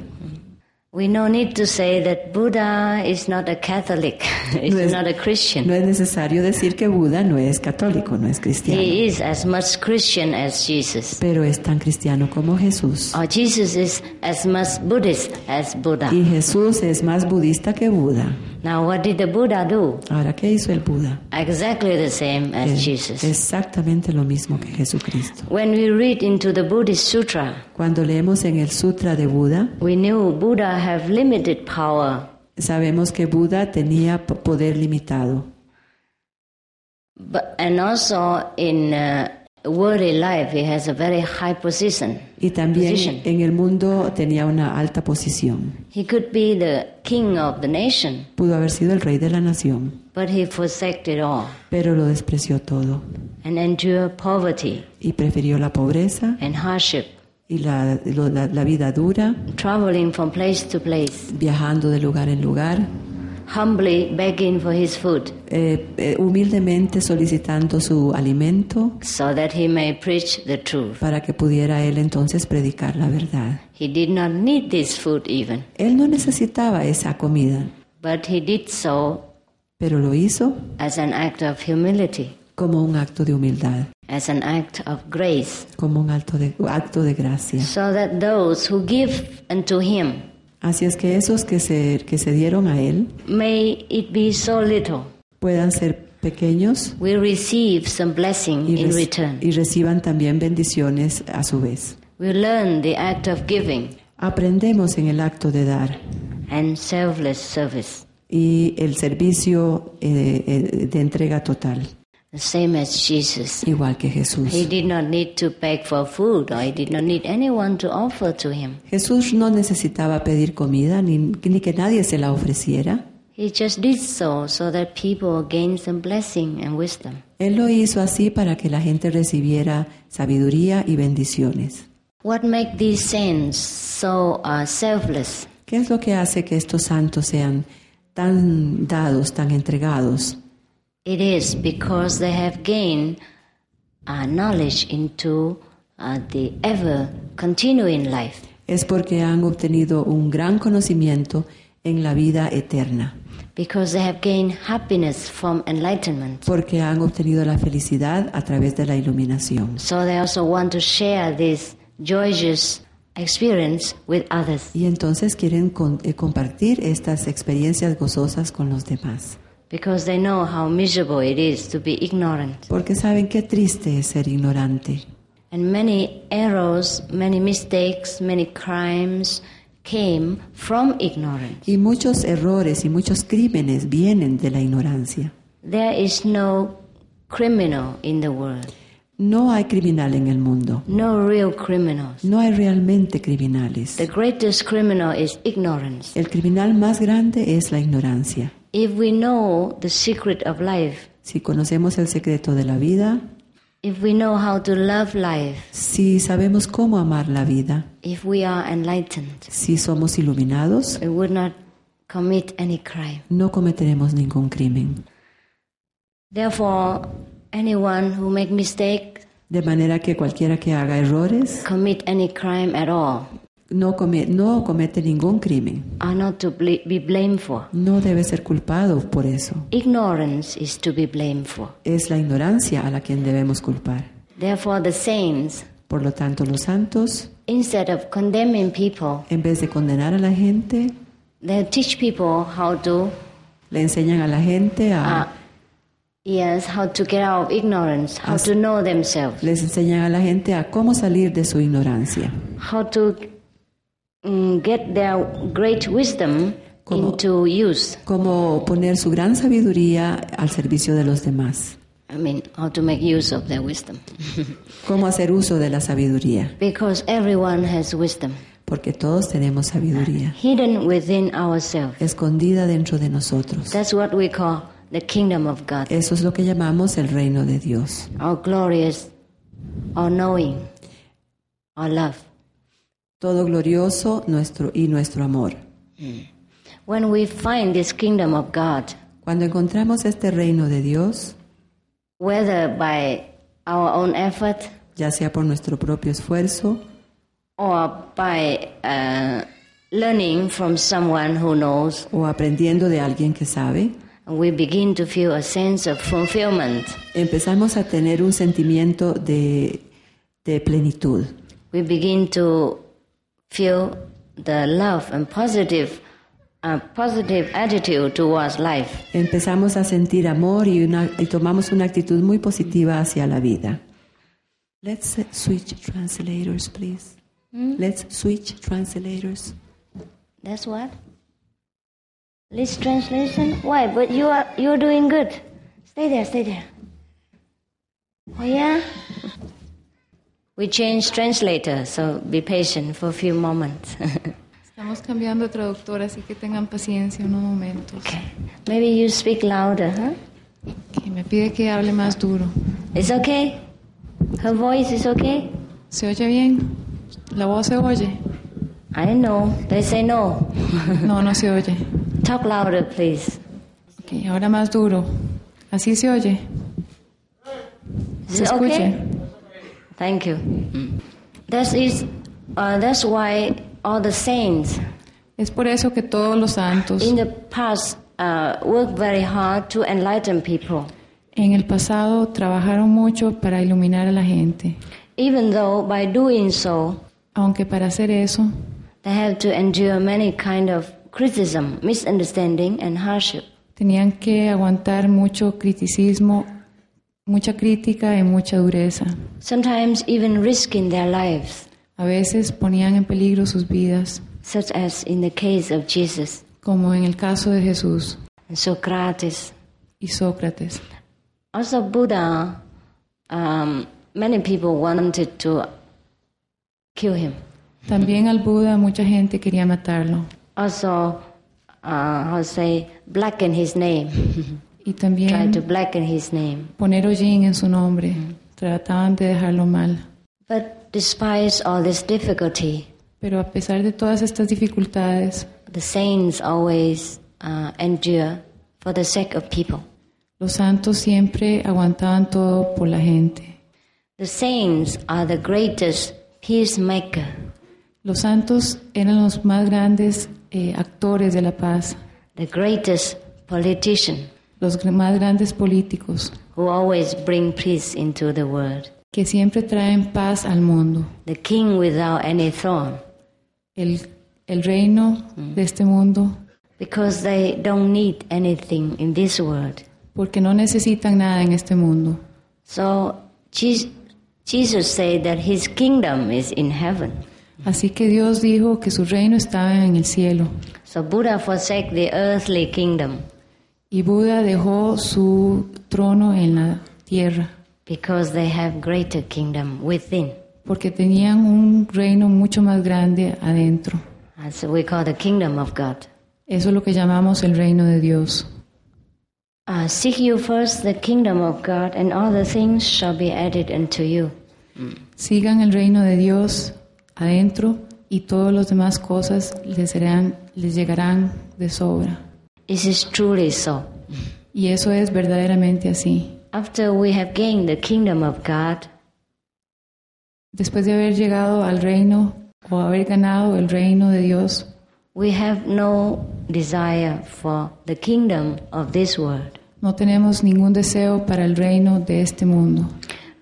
Speaker 2: We no need to say that Buddha is not a Catholic,
Speaker 3: No
Speaker 2: is
Speaker 3: es-
Speaker 2: not a Christian.
Speaker 3: No es necesario decir que Buda no es católico, no es cristiano,
Speaker 2: He is as much Christian as Jesus,
Speaker 3: pero es tan cristiano como Jesús.
Speaker 2: or Jesus is as much Buddhist as Buddha.
Speaker 3: Y Jesús es más budista que Buda.
Speaker 2: Now, what did the Buddha do?
Speaker 3: Ahora, ¿qué hizo el Buda?
Speaker 2: Exactly the same as
Speaker 3: Eh,
Speaker 2: Jesus.
Speaker 3: Exactamente lo mismo que Jesucristo.
Speaker 2: When we read into the Buddhist Sutra,
Speaker 3: Cuando leemos en el Sutra de Buda,
Speaker 2: we knew Buddha have limited power,
Speaker 3: sabemos que Buda tenía po- poder limitado.
Speaker 2: but, and also in uh, worldly life, he has a very high position.
Speaker 3: Y también
Speaker 2: Position.
Speaker 3: en el mundo tenía una alta posición.
Speaker 2: He could be the king of the nation,
Speaker 3: Pudo haber sido el rey de la nación,
Speaker 2: but he forsake it all
Speaker 3: pero lo despreció todo
Speaker 2: and endure poverty
Speaker 3: y prefirió la pobreza
Speaker 2: and hardship,
Speaker 3: y la, lo- la- la vida dura,
Speaker 2: traveling from place to place,
Speaker 3: viajando de lugar en lugar,
Speaker 2: humbly begging for his food,
Speaker 3: eh, eh, humildemente solicitando su alimento
Speaker 2: so that he may preach the truth.
Speaker 3: para que pudiera él entonces predicar la verdad.
Speaker 2: He did not need this food even,
Speaker 3: Él no necesitaba esa comida,
Speaker 2: but he did so
Speaker 3: pero lo hizo
Speaker 2: as an act of humility,
Speaker 3: como un acto de humildad,
Speaker 2: as an act of grace,
Speaker 3: como un acto de, acto de gracia.
Speaker 2: so that those who give unto him,
Speaker 3: Así es que esos que se, que se dieron a Él
Speaker 2: may it be so little,
Speaker 3: puedan ser pequeños
Speaker 2: will receive some blessing
Speaker 3: y,
Speaker 2: in
Speaker 3: reci-
Speaker 2: return.
Speaker 3: y reciban también bendiciones a su vez.
Speaker 2: We learn the act of giving
Speaker 3: Aprendemos en el acto de dar
Speaker 2: and selfless service,
Speaker 3: y el servicio eh, eh, de entrega total,
Speaker 2: the same as Jesus.
Speaker 3: igual que Jesús.
Speaker 2: He did not need to beg for food, or he did not need anyone to offer to him.
Speaker 3: Jesús no necesitaba pedir comida ni, ni que nadie se la ofreciera.
Speaker 2: He just did so so that people gain some blessing and wisdom.
Speaker 3: Él lo hizo así para que la gente recibiera sabiduría y bendiciones.
Speaker 2: What makes these saints so uh, selfless?
Speaker 3: ¿Qué es lo que hace que estos santos sean tan dados, tan entregados?
Speaker 2: It is because they have gained uh, knowledge into uh, the ever continuing life.
Speaker 3: Es porque han obtenido un gran conocimiento en la vida eterna,
Speaker 2: Because they have gained happiness from enlightenment.
Speaker 3: porque han obtenido la felicidad a través de la iluminación.
Speaker 2: So they also want to share this joyous experience with others
Speaker 3: Y entonces quieren con- eh, compartir estas experiencias gozosas con los demás,
Speaker 2: because they know how miserable it is to be ignorant.
Speaker 3: porque saben qué triste es ser ignorante.
Speaker 2: And many errors, many mistakes, many crimes came from ignorance.
Speaker 3: Y muchos errores y muchos crímenes vienen de la ignorancia.
Speaker 2: There is no criminal in the world,
Speaker 3: No hay criminal en el mundo.
Speaker 2: no real criminals.
Speaker 3: No hay realmente criminales.
Speaker 2: The greatest criminal is ignorance.
Speaker 3: El criminal más grande es la ignorancia.
Speaker 2: If we know the secret of life,
Speaker 3: Si conocemos el secreto de la vida,
Speaker 2: if we know how to love life,
Speaker 3: si sabemos cómo amar la vida,
Speaker 2: if we are enlightened,
Speaker 3: si somos iluminados,
Speaker 2: we would not commit any crime.
Speaker 3: no cometeremos ningún crimen.
Speaker 2: Therefore, anyone who make mistake,
Speaker 3: De manera que cualquiera que haga errores
Speaker 2: commit any crime at all,
Speaker 3: no, come- no comete ningún crimen.
Speaker 2: are not to bl- be blamed for.
Speaker 3: No debe ser culpado por eso.
Speaker 2: Ignorance is to be blamed for.
Speaker 3: Es la ignorancia a la quien debemos culpar.
Speaker 2: Therefore, the saints,
Speaker 3: Por lo tanto, los santos,
Speaker 2: instead of condemning people,
Speaker 3: en vez de condenar a la gente,
Speaker 2: they teach people how to,
Speaker 3: le enseñan a la gente a...
Speaker 2: uh, yes, how to get out of ignorance, how to know themselves,
Speaker 3: les enseñan a la gente a cómo salir de su ignorancia,
Speaker 2: how to mm, get their great wisdom
Speaker 3: Como-
Speaker 2: into use.
Speaker 3: cómo poner su gran sabiduría al servicio de los demás,
Speaker 2: I mean, how to make use of their wisdom.
Speaker 3: cómo hacer uso de la sabiduría,
Speaker 2: Because everyone has wisdom
Speaker 3: porque todos tenemos sabiduría
Speaker 2: hidden within ourselves.
Speaker 3: escondida dentro de nosotros.
Speaker 2: That's what we call the kingdom of God,
Speaker 3: Eso es lo que llamamos el reino de Dios,
Speaker 2: our glorious, our knowing, our love.
Speaker 3: todo glorioso nuestro y nuestro amor.
Speaker 2: When we find this kingdom of God,
Speaker 3: Cuando encontramos este reino de Dios,
Speaker 2: whether by our own effort
Speaker 3: ya sea por nuestro propio esfuerzo
Speaker 2: or by uh, learning from someone who knows,
Speaker 3: o aprendiendo de alguien que sabe,
Speaker 2: we begin to feel a sense of fulfillment.
Speaker 3: empezamos a tener un sentimiento de, de plenitud.
Speaker 2: We begin to feel the love and positive, uh, positive attitude towards life.
Speaker 3: Empezamos a sentir amor y, una- y tomamos una actitud muy positiva hacia la vida. Let's eh, switch translators, please. Let's switch translators.
Speaker 2: That's what? This translation? Why? But you are you're doing good. Stay there, stay there. Oh yeah? We changed translator, so be patient for a few moments.
Speaker 5: Estamos cambiando de traductor, así que tengan paciencia unos momentos.
Speaker 2: okay. Maybe you speak louder, huh?
Speaker 5: Que me pide que hable más duro.
Speaker 2: It's okay? Her voice is okay?
Speaker 5: ¿Se oye bien? ¿La voz se oye?
Speaker 2: I don't know. They say no.
Speaker 5: No, no se oye.
Speaker 2: Talk louder, please.
Speaker 5: Ok, ahora más duro. ¿Así se oye?
Speaker 2: Is
Speaker 5: ¿Se
Speaker 2: it
Speaker 5: escucha?
Speaker 2: okay? Thank you. That is, uh, that's why all the saints
Speaker 5: Es por eso que todos los santos
Speaker 2: in the past uh, worked very hard to enlighten people,
Speaker 5: en el pasado trabajaron mucho para iluminar a la gente,
Speaker 2: even though by doing so
Speaker 5: aunque para hacer eso
Speaker 2: they have to endure many kind of criticism, misunderstanding, and hardship.
Speaker 5: tenían que aguantar mucho criticismo, mucha crítica y mucha dureza.
Speaker 2: Sometimes even risking their lives,
Speaker 5: A veces ponían en peligro sus vidas,
Speaker 2: such as in the case of Jesus
Speaker 5: como en el caso de Jesús
Speaker 2: and Socrates.
Speaker 5: y Sócrates.
Speaker 2: Also, Buddha, um, many people wanted to kill him.
Speaker 5: También al Buda mucha gente quería matarlo
Speaker 2: Also, uh, how to say, blacken his name, try
Speaker 5: y
Speaker 2: to
Speaker 5: también
Speaker 2: blacken his name.
Speaker 5: poner hollín en su nombre. Trataban de dejarlo mal.
Speaker 2: But despite all this difficulty,
Speaker 5: Pero a pesar de todas estas dificultades,
Speaker 2: the saints always uh, endure for the sake of people.
Speaker 5: los santos siempre aguantaban todo por la gente.
Speaker 2: The saints are the greatest peacemaker.
Speaker 5: Los santos eran los más grandes eh, actores de la paz,
Speaker 2: The greatest politician
Speaker 5: los gr- más grandes políticos,
Speaker 2: who always bring peace into the world.
Speaker 5: que siempre traen paz al mundo.
Speaker 2: The king without any throne.
Speaker 5: El, el reino de este mundo,
Speaker 2: Because they don't need anything in this world.
Speaker 5: porque no necesitan nada en este mundo.
Speaker 2: So Je- Jesus said that his kingdom is in heaven.
Speaker 5: Así que Dios dijo que su reino estaba en el cielo.
Speaker 2: So Buddha forsake the earthly kingdom.
Speaker 5: Y Buda dejó su trono en la tierra,
Speaker 2: because they have greater kingdom within.
Speaker 5: porque tenían un reino mucho más grande adentro.
Speaker 2: That's what we call the kingdom of God.
Speaker 5: Eso es lo que llamamos el reino de Dios.
Speaker 2: Uh, seek you first the kingdom of God, and all the things shall be added unto you.
Speaker 5: Sigan el reino de Dios adentro y todas las demás cosas les, serán, les llegarán de sobra.
Speaker 2: This is truly so.
Speaker 5: Y eso es verdaderamente así.
Speaker 2: After we have gained the kingdom of God,
Speaker 5: Después de haber llegado al reino, o haber ganado el reino de Dios.
Speaker 2: We have no desire for the kingdom of this world.
Speaker 5: No tenemos ningún deseo para el reino de este mundo.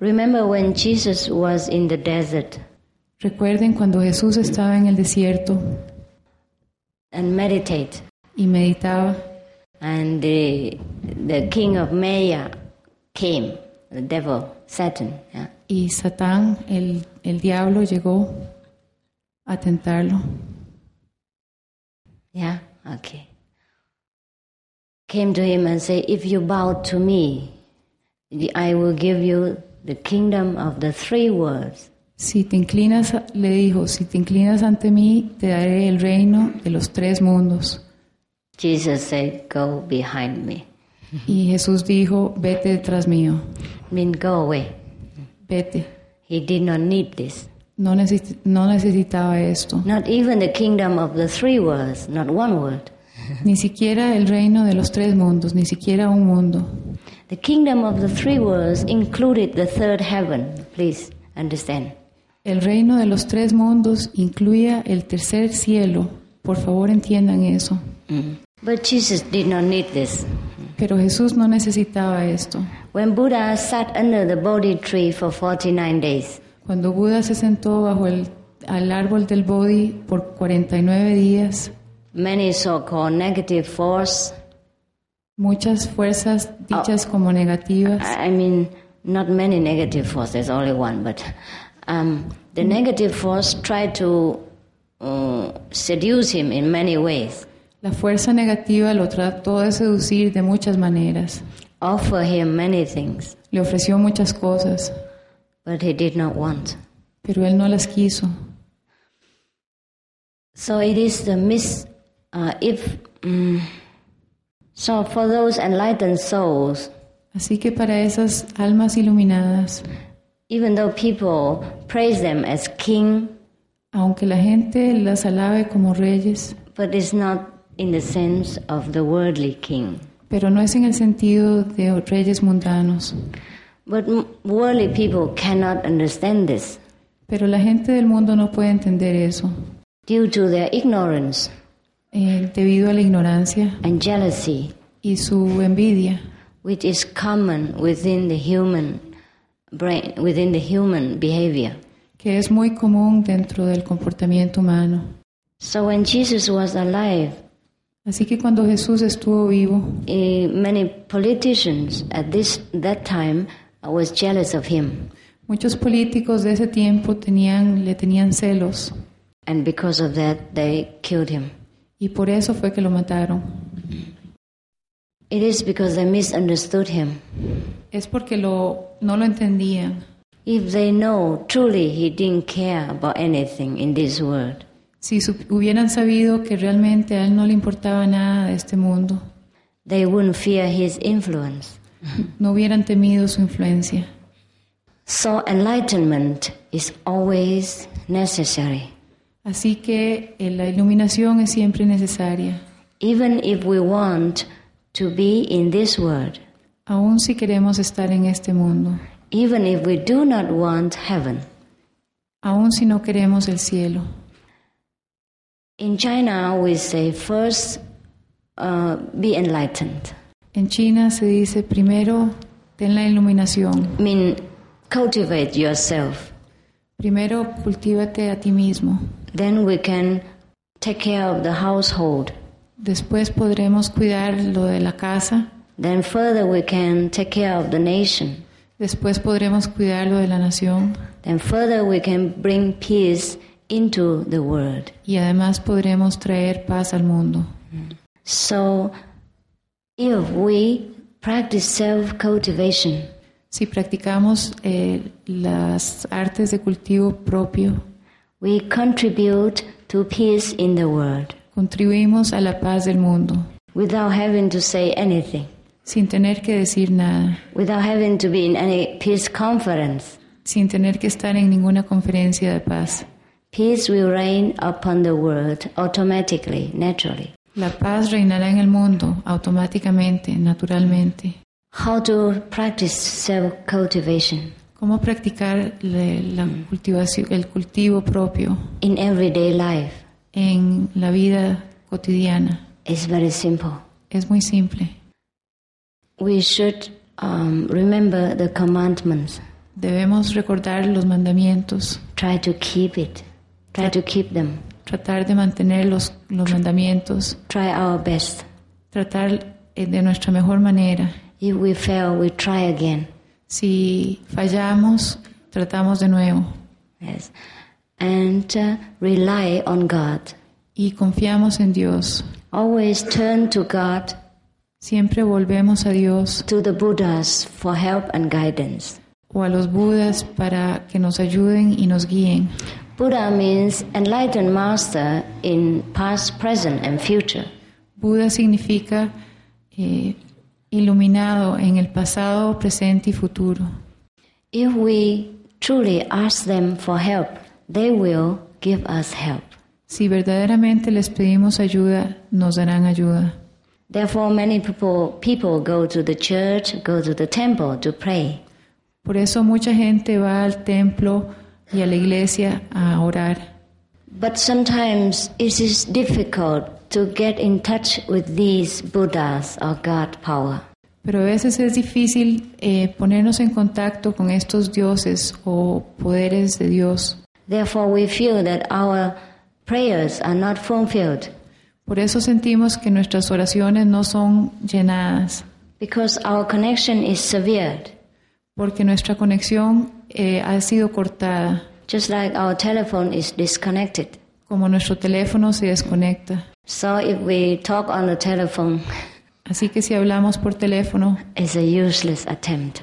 Speaker 2: Remember when Jesus was in the desert
Speaker 5: Recuerden cuando Jesús estaba en el desierto
Speaker 2: and meditate,
Speaker 5: y meditaba
Speaker 2: and the, the king of Maya came, the devil, Satan. yeah.
Speaker 5: y Satán, el, el diablo, llegó a tentarlo.
Speaker 2: Yeah, okay. Came to him and said, If you bow to me, I will give you the kingdom of the three worlds.
Speaker 5: Si te inclinas, a- le dijo, si te inclinas ante mí, te daré el reino de los tres mundos.
Speaker 2: Jesus said, Go behind me.
Speaker 5: Y Jesús dijo, vete detrás mío,
Speaker 2: Mean go away.
Speaker 5: vete.
Speaker 2: He did not need this.
Speaker 5: No, necesit- no necesitaba esto,
Speaker 2: Not even the kingdom of the three worlds, not one world.
Speaker 5: ni siquiera el reino de los tres mundos, ni siquiera un mundo.
Speaker 2: The kingdom of the three worlds included the third heaven. Please understand.
Speaker 5: El reino de los tres mundos incluía el tercer cielo. Por favor entiendan eso.
Speaker 2: Mm. But Jesus did not need this.
Speaker 5: Pero Jesús no necesitaba esto.
Speaker 2: When Buddha sat under the Bodhi tree for 49 days,
Speaker 5: Cuando Buda se sentó bajo el al árbol del Bodhi por 49 días,
Speaker 2: many so called negative force,
Speaker 5: muchas fuerzas dichas como negativas,
Speaker 2: I I mean, not many negative force, there's only one, but um, the negative force tried to uh, seduce him in many ways,
Speaker 5: la fuerza negativa lo trató de seducir de muchas maneras.
Speaker 2: offer him many things,
Speaker 5: Le ofreció muchas cosas,
Speaker 2: but he did not want.
Speaker 5: pero él no las quiso.
Speaker 2: So it is the mis. Uh, if mm, so, for those enlightened souls,
Speaker 5: Así que para esas almas iluminadas,
Speaker 2: even though people praise them as king,
Speaker 5: aunque la gente las alabe como reyes,
Speaker 2: but it's not in the sense of the worldly king.
Speaker 5: pero no es en el sentido de reyes mundanos.
Speaker 2: But m- worldly people cannot understand this
Speaker 5: Pero la gente del mundo no puede entender eso,
Speaker 2: due to their ignorance
Speaker 5: eh, debido a la ignorancia
Speaker 2: and jealousy,
Speaker 5: y su envidia,
Speaker 2: which is common within the human brain, within the human behavior.
Speaker 5: que es muy común dentro del comportamiento humano.
Speaker 2: So when Jesus was alive,
Speaker 5: Así que cuando Jesús estuvo vivo,
Speaker 2: Eh, many politicians at this that time was jealous of him
Speaker 5: muchos políticos de ese tiempo tenían, le tenían celos
Speaker 2: and because of that they killed him
Speaker 5: y por eso fue que lo mataron.
Speaker 2: it is because they misunderstood him
Speaker 5: Es porque lo, no lo entendían.
Speaker 2: if they know truly he didn't care about anything in this world
Speaker 5: Si sup- hubieran sabido que realmente a él no le importaba nada de este mundo,
Speaker 2: they wouldn't fear his influence
Speaker 5: no hubieran temido su influencia.
Speaker 2: so enlightenment is always necessary
Speaker 5: Así que eh, la iluminación es siempre necesaria,
Speaker 2: even if we want to be in this world
Speaker 5: aun si queremos estar en este mundo,
Speaker 2: even if we do not want heaven
Speaker 5: aun si no queremos el cielo.
Speaker 2: In China, we say first uh, be enlightened.
Speaker 5: En China se dice primero ten la iluminación,
Speaker 2: I mean, cultivate yourself.
Speaker 5: primero cultívate a ti mismo,
Speaker 2: Then we can take care of the household.
Speaker 5: después podremos cuidar lo de la casa,
Speaker 2: Then further, we can take care of the nation.
Speaker 5: después podremos cuidar lo de la nación
Speaker 2: Then further, we can bring peace into the world.
Speaker 5: y además podremos traer paz al mundo.
Speaker 2: So, if we practice self cultivation,
Speaker 5: Si practicamos eh, las artes de cultivo propio,
Speaker 2: we contribute to peace in the world
Speaker 5: contribuimos a la paz del mundo.
Speaker 2: without having to say anything.
Speaker 5: sin tener que decir nada,
Speaker 2: without having to be in any peace conference.
Speaker 5: sin tener que estar en ninguna conferencia de paz.
Speaker 2: Peace will reign upon the world automatically, naturally.
Speaker 5: La paz reinará en el mundo automáticamente, naturalmente.
Speaker 2: How to practice self cultivation?
Speaker 5: ¿Cómo practicar le- la cultivación, el cultivo propio
Speaker 2: in everyday life
Speaker 5: en la vida cotidiana?
Speaker 2: is very simple.
Speaker 5: Es muy simple.
Speaker 2: We should um, remember the commandments,
Speaker 5: Debemos recordar los mandamientos,
Speaker 2: try to keep it, try to keep them,
Speaker 5: tratar de mantener los, los mandamientos,
Speaker 2: try our best.
Speaker 5: tratar eh, de nuestra mejor manera.
Speaker 2: If we fail, we try again.
Speaker 5: Si fallamos, tratamos de nuevo
Speaker 2: Yes. And uh, rely on God.
Speaker 5: y confiamos en Dios.
Speaker 2: Always turn to God,
Speaker 5: Siempre volvemos a Dios
Speaker 2: to the Buddhas for help and guidance.
Speaker 5: o a los Budas para que nos ayuden y nos guíen.
Speaker 2: Buddha means enlightened master in past, present, and future.
Speaker 5: Buda significa eh, iluminado en el pasado, presente y futuro.
Speaker 2: If we truly ask them for help, they will give us help.
Speaker 5: Si verdaderamente les pedimos ayuda, nos darán ayuda.
Speaker 2: Therefore, many people, people go to the church, go to the temple to pray.
Speaker 5: Por eso mucha gente va al templo y a la iglesia a orar.
Speaker 2: But sometimes it is difficult to get in touch with these Buddhas or God power.
Speaker 5: Pero a veces es difícil eh, ponernos en contacto con estos dioses o poderes de Dios.
Speaker 2: Therefore, we feel that our prayers are not fulfilled
Speaker 5: Por eso sentimos que nuestras oraciones no son llenadas,
Speaker 2: because our connection is severed,
Speaker 5: porque nuestra conexión eh, ha sido cortada,
Speaker 2: just like our telephone is disconnected.
Speaker 5: como nuestro teléfono se desconecta.
Speaker 2: So, if we talk on the telephone,
Speaker 5: Así que si hablamos por teléfono
Speaker 2: it's a useless attempt.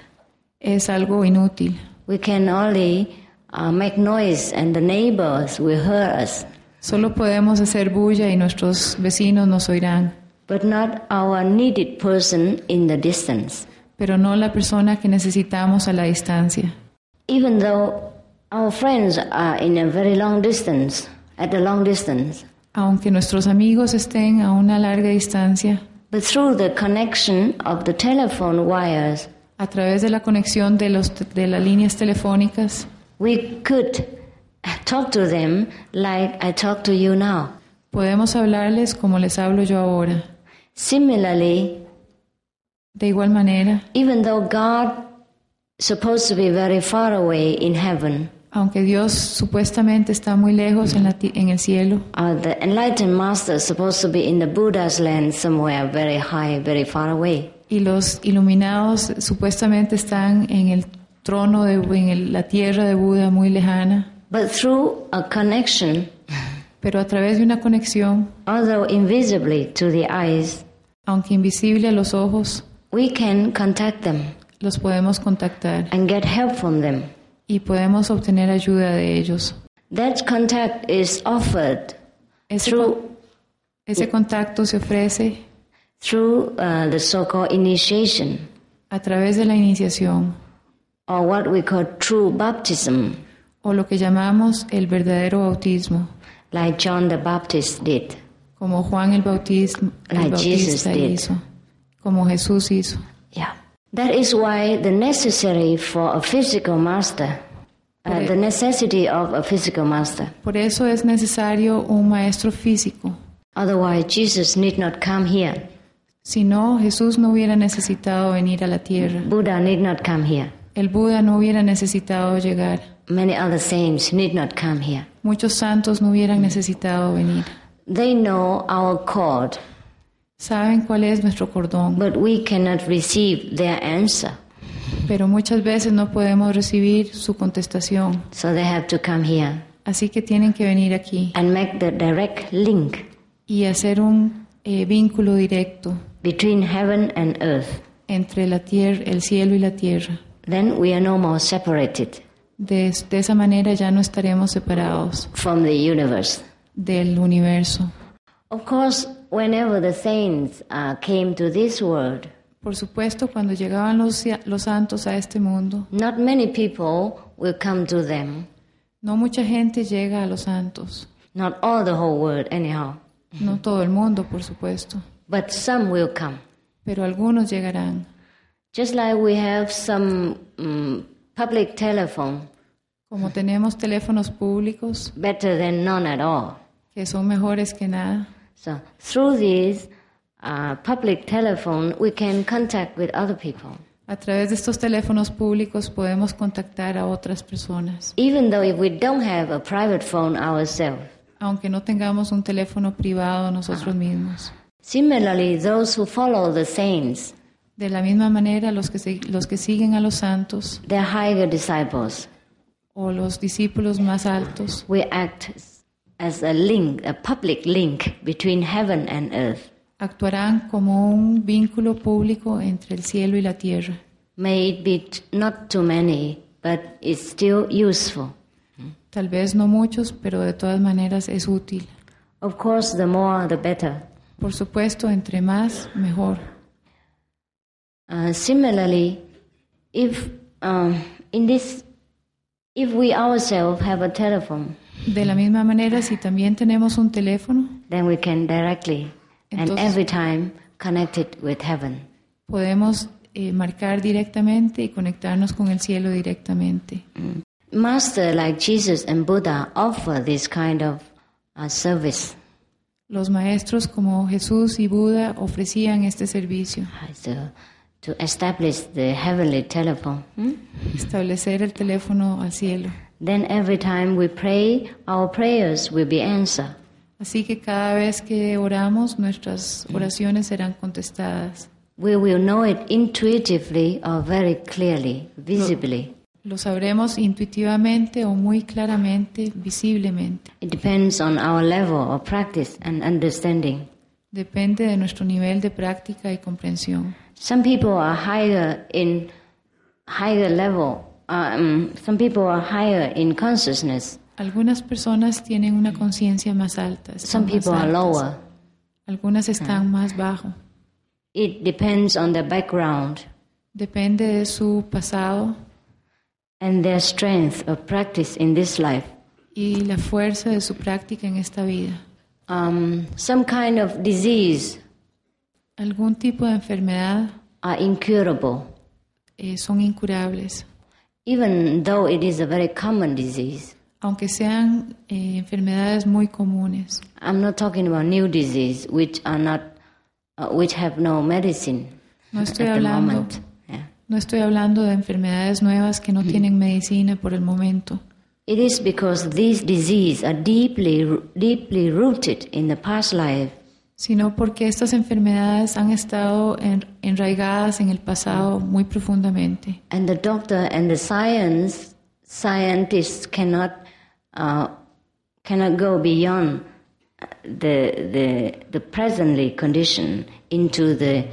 Speaker 5: es algo inútil.
Speaker 2: We can only uh, make noise, and the neighbors will hear us,
Speaker 5: Solo podemos hacer bulla y nuestros vecinos nos oirán,
Speaker 2: but not our needed person in the distance.
Speaker 5: pero no la persona que necesitamos a la distancia.
Speaker 2: Even though our friends are in a very long distance, at a long distance,
Speaker 5: Aunque nuestros amigos estén a una larga distancia,
Speaker 2: but through the connection of the telephone wires,
Speaker 5: a través de la conexión de, los, de las líneas telefónicas,
Speaker 2: we could talk to them like I talk to you now.
Speaker 5: podemos hablarles como les hablo yo ahora.
Speaker 2: Similarly,
Speaker 5: De igual manera,
Speaker 2: even though God supposed to be very far away in heaven,
Speaker 5: aunque Dios supuestamente está muy lejos en, la ti- en el cielo,
Speaker 2: Uh, the enlightened master is supposed to be in the Buddha's land somewhere very high, very far away.
Speaker 5: y los iluminados supuestamente están en el trono, de, en el- la tierra de Buda muy lejana,
Speaker 2: But through a connection,
Speaker 5: pero a través de una conexión,
Speaker 2: although invisibly to the eyes,
Speaker 5: aunque invisible a los ojos,
Speaker 2: we can contact them
Speaker 5: los podemos contactar
Speaker 2: and get help from them.
Speaker 5: y podemos obtener ayuda de ellos.
Speaker 2: That contact is offered
Speaker 5: Ese, con-
Speaker 2: through,
Speaker 5: ese contacto se ofrece
Speaker 2: through uh, the so called initiation,
Speaker 5: a través de la iniciación
Speaker 2: or what we call true baptism,
Speaker 5: o lo que llamamos el verdadero bautismo,
Speaker 2: like John the Baptist did,
Speaker 5: como Juan el, bautismo, el
Speaker 2: Like Ah, Jesus
Speaker 5: Bautista
Speaker 2: did.
Speaker 5: hizo, como Jesús hizo.
Speaker 2: Yeah. That is why the necessary for a physical master, uh, the necessity of a physical master.
Speaker 5: Por eso es necesario un maestro físico,
Speaker 2: Otherwise, Jesus need not come here.
Speaker 5: si no Jesús no hubiera necesitado venir a la tierra,
Speaker 2: Buddha need not come here.
Speaker 5: el Buda no hubiera necesitado llegar,
Speaker 2: Many other saints need not come here.
Speaker 5: muchos santos no hubieran necesitado venir.
Speaker 2: They know our cord,
Speaker 5: Saben cuál es nuestro cordón,
Speaker 2: but we cannot receive their answer.
Speaker 5: pero muchas veces no podemos recibir su contestación,
Speaker 2: So they have to come here
Speaker 5: así que tienen que venir aquí
Speaker 2: and make the direct link
Speaker 5: y hacer un eh, vínculo directo
Speaker 2: between heaven and earth.
Speaker 5: entre la tierra, el cielo y la tierra.
Speaker 2: Then we are no more separated
Speaker 5: De, de esa manera ya no estaremos separados
Speaker 2: from the universe.
Speaker 5: del universo.
Speaker 2: Of course, whenever the saints uh, came to this world,
Speaker 5: Por supuesto, cuando llegaban los, los santos a este mundo,
Speaker 2: not many people will come to them.
Speaker 5: no mucha gente llega a los santos,
Speaker 2: Not all the whole world, anyhow.
Speaker 5: no todo el mundo, por supuesto,
Speaker 2: But some will come.
Speaker 5: pero algunos llegarán.
Speaker 2: Just like we have some mm public telephone
Speaker 5: Como tenemos teléfonos públicos
Speaker 2: better than none at all.
Speaker 5: que son mejores que nada,
Speaker 2: So through these uh, public telephone, we can contact with other people.
Speaker 5: a través de estos teléfonos públicos podemos contactar a otras personas,
Speaker 2: Even though if we don't have a private phone ourselves.
Speaker 5: aunque no tengamos un teléfono privado nosotros mismos.
Speaker 2: Similarly, those who follow the saints,
Speaker 5: De la misma manera, los que, se- los que siguen a los santos
Speaker 2: the higher disciples,
Speaker 5: o los discípulos más altos,
Speaker 2: we act as a link, a public link between heaven and earth,
Speaker 5: actuarán como un vínculo público entre el cielo y la tierra.
Speaker 2: may it be t- not too many, but it's still useful.
Speaker 5: Tal vez no muchos, pero de todas maneras es útil.
Speaker 2: Of course, the more the better.
Speaker 5: Por supuesto, entre más, mejor.
Speaker 2: Uh, similarly, if um, in this, if we ourselves have a telephone,
Speaker 5: De la misma manera, si también tenemos un teléfono,
Speaker 2: then we can directly and
Speaker 5: Entonces-
Speaker 2: every time connect it with heaven.
Speaker 5: podemos eh, marcar directamente y conectarnos con el cielo directamente.
Speaker 2: Master like Jesus and Buddha offer this kind of uh, service.
Speaker 5: Los maestros como Jesús y Buda ofrecían este servicio,
Speaker 2: So, to establish the heavenly telephone. Hmm?
Speaker 5: establecer el teléfono al cielo.
Speaker 2: Then every time we pray, our prayers will be answered.
Speaker 5: Así que cada vez que oramos, nuestras oraciones serán contestadas.
Speaker 2: We will know it intuitively or very clearly, visibly.
Speaker 5: Lo sabremos intuitivamente o muy claramente, visiblemente.
Speaker 2: It depends on our level of practice and understanding.
Speaker 5: Depende de nuestro nivel de práctica y comprensión.
Speaker 2: Some people are higher in higher level. uh, um, some people are higher in consciousness.
Speaker 5: Algunas personas tienen una conciencia más alta. están
Speaker 2: Some
Speaker 5: más
Speaker 2: people are
Speaker 5: altas.
Speaker 2: lower.
Speaker 5: Algunas están más bajo.
Speaker 2: It depends on their background
Speaker 5: Depende de su pasado
Speaker 2: and their strength of practice in this life.
Speaker 5: y la fuerza de su práctica en esta vida.
Speaker 2: Um, some kind of disease
Speaker 5: Algún tipo de enfermedad
Speaker 2: are incurable,
Speaker 5: eh, son incurables,
Speaker 2: even though it is a very common disease.
Speaker 5: aunque sean eh, enfermedades muy comunes.
Speaker 2: I'm not talking about new disease, which are not, uh, which have no medicine
Speaker 5: No estoy
Speaker 2: at the
Speaker 5: hablando,
Speaker 2: moment. Yeah.
Speaker 5: no estoy hablando de enfermedades nuevas que no tienen medicina por el momento.
Speaker 2: It is because these diseases are deeply, deeply rooted in the past life,
Speaker 5: sino porque estas enfermedades han estado en- enraigadas en el pasado muy profundamente.
Speaker 2: and the doctor and the science scientists cannot uh, cannot go beyond the the the presently condition into the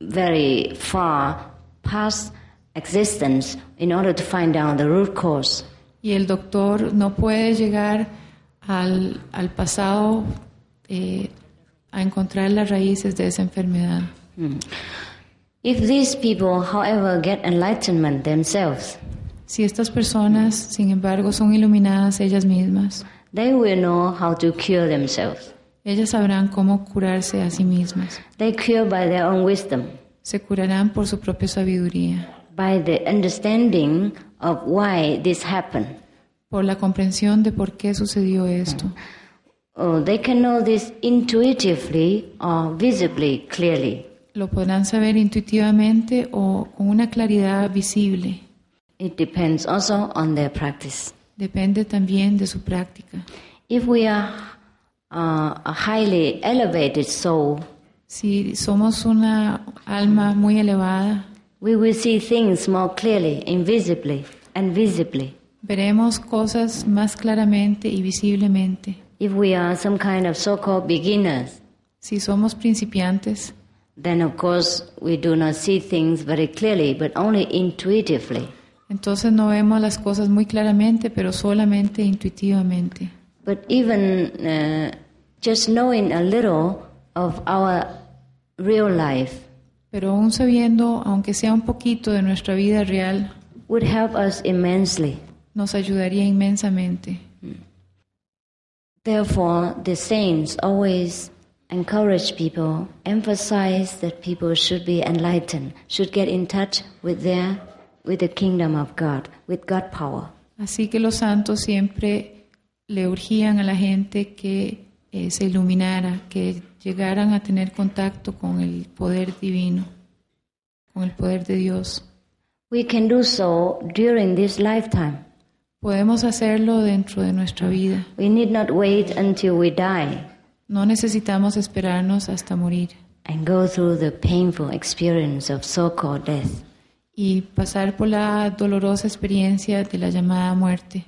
Speaker 2: very far past existence in order to find out the root cause.
Speaker 5: Y el doctor no puede llegar al, al pasado eh, a encontrar las raíces de esa enfermedad.
Speaker 2: If these people, however, get enlightenment themselves.
Speaker 5: Si estas personas, sin embargo, son iluminadas ellas mismas,
Speaker 2: They will know how to cure themselves.
Speaker 5: ellas sabrán cómo curarse a sí mismas.
Speaker 2: They cure by their own wisdom,
Speaker 5: Se curarán por su propia sabiduría,
Speaker 2: by the understanding of why this happened.
Speaker 5: por la comprensión de por qué sucedió esto.
Speaker 2: Oh, they can know this intuitively or visibly clearly.
Speaker 5: Lo podrán saber intuitivamente o con una claridad visible.
Speaker 2: It depends also on their practice.
Speaker 5: Depende también de su práctica.
Speaker 2: If we are uh, a highly elevated soul,
Speaker 5: Si somos una alma muy elevada,
Speaker 2: we will see things more clearly, invisibly, and visibly.
Speaker 5: veremos cosas más claramente y visiblemente.
Speaker 2: If we are some kind of so called beginners,
Speaker 5: Si somos principiantes,
Speaker 2: then of course we do not see things very clearly, but only intuitively.
Speaker 5: entonces no vemos las cosas muy claramente, pero solamente intuitivamente.
Speaker 2: But even uh, just knowing a little of our real life
Speaker 5: Pero aún sabiendo, aunque sea un poquito de nuestra vida real,
Speaker 2: would help us immensely.
Speaker 5: nos ayudaría inmensamente.
Speaker 2: Therefore, the saints always encourage people, emphasize that people should be enlightened, should get in touch with their with the kingdom of God, with God power.
Speaker 5: Así que los santos siempre le urgían a la gente que eh, se iluminara, que llegaran a tener contacto con el poder divino, con el poder de Dios.
Speaker 2: We can do so during this lifetime.
Speaker 5: Podemos hacerlo dentro de nuestra vida.
Speaker 2: We need not wait until we die
Speaker 5: No necesitamos esperarnos hasta morir
Speaker 2: and go through the painful experience of so called death.
Speaker 5: y pasar por la dolorosa experiencia de la llamada muerte.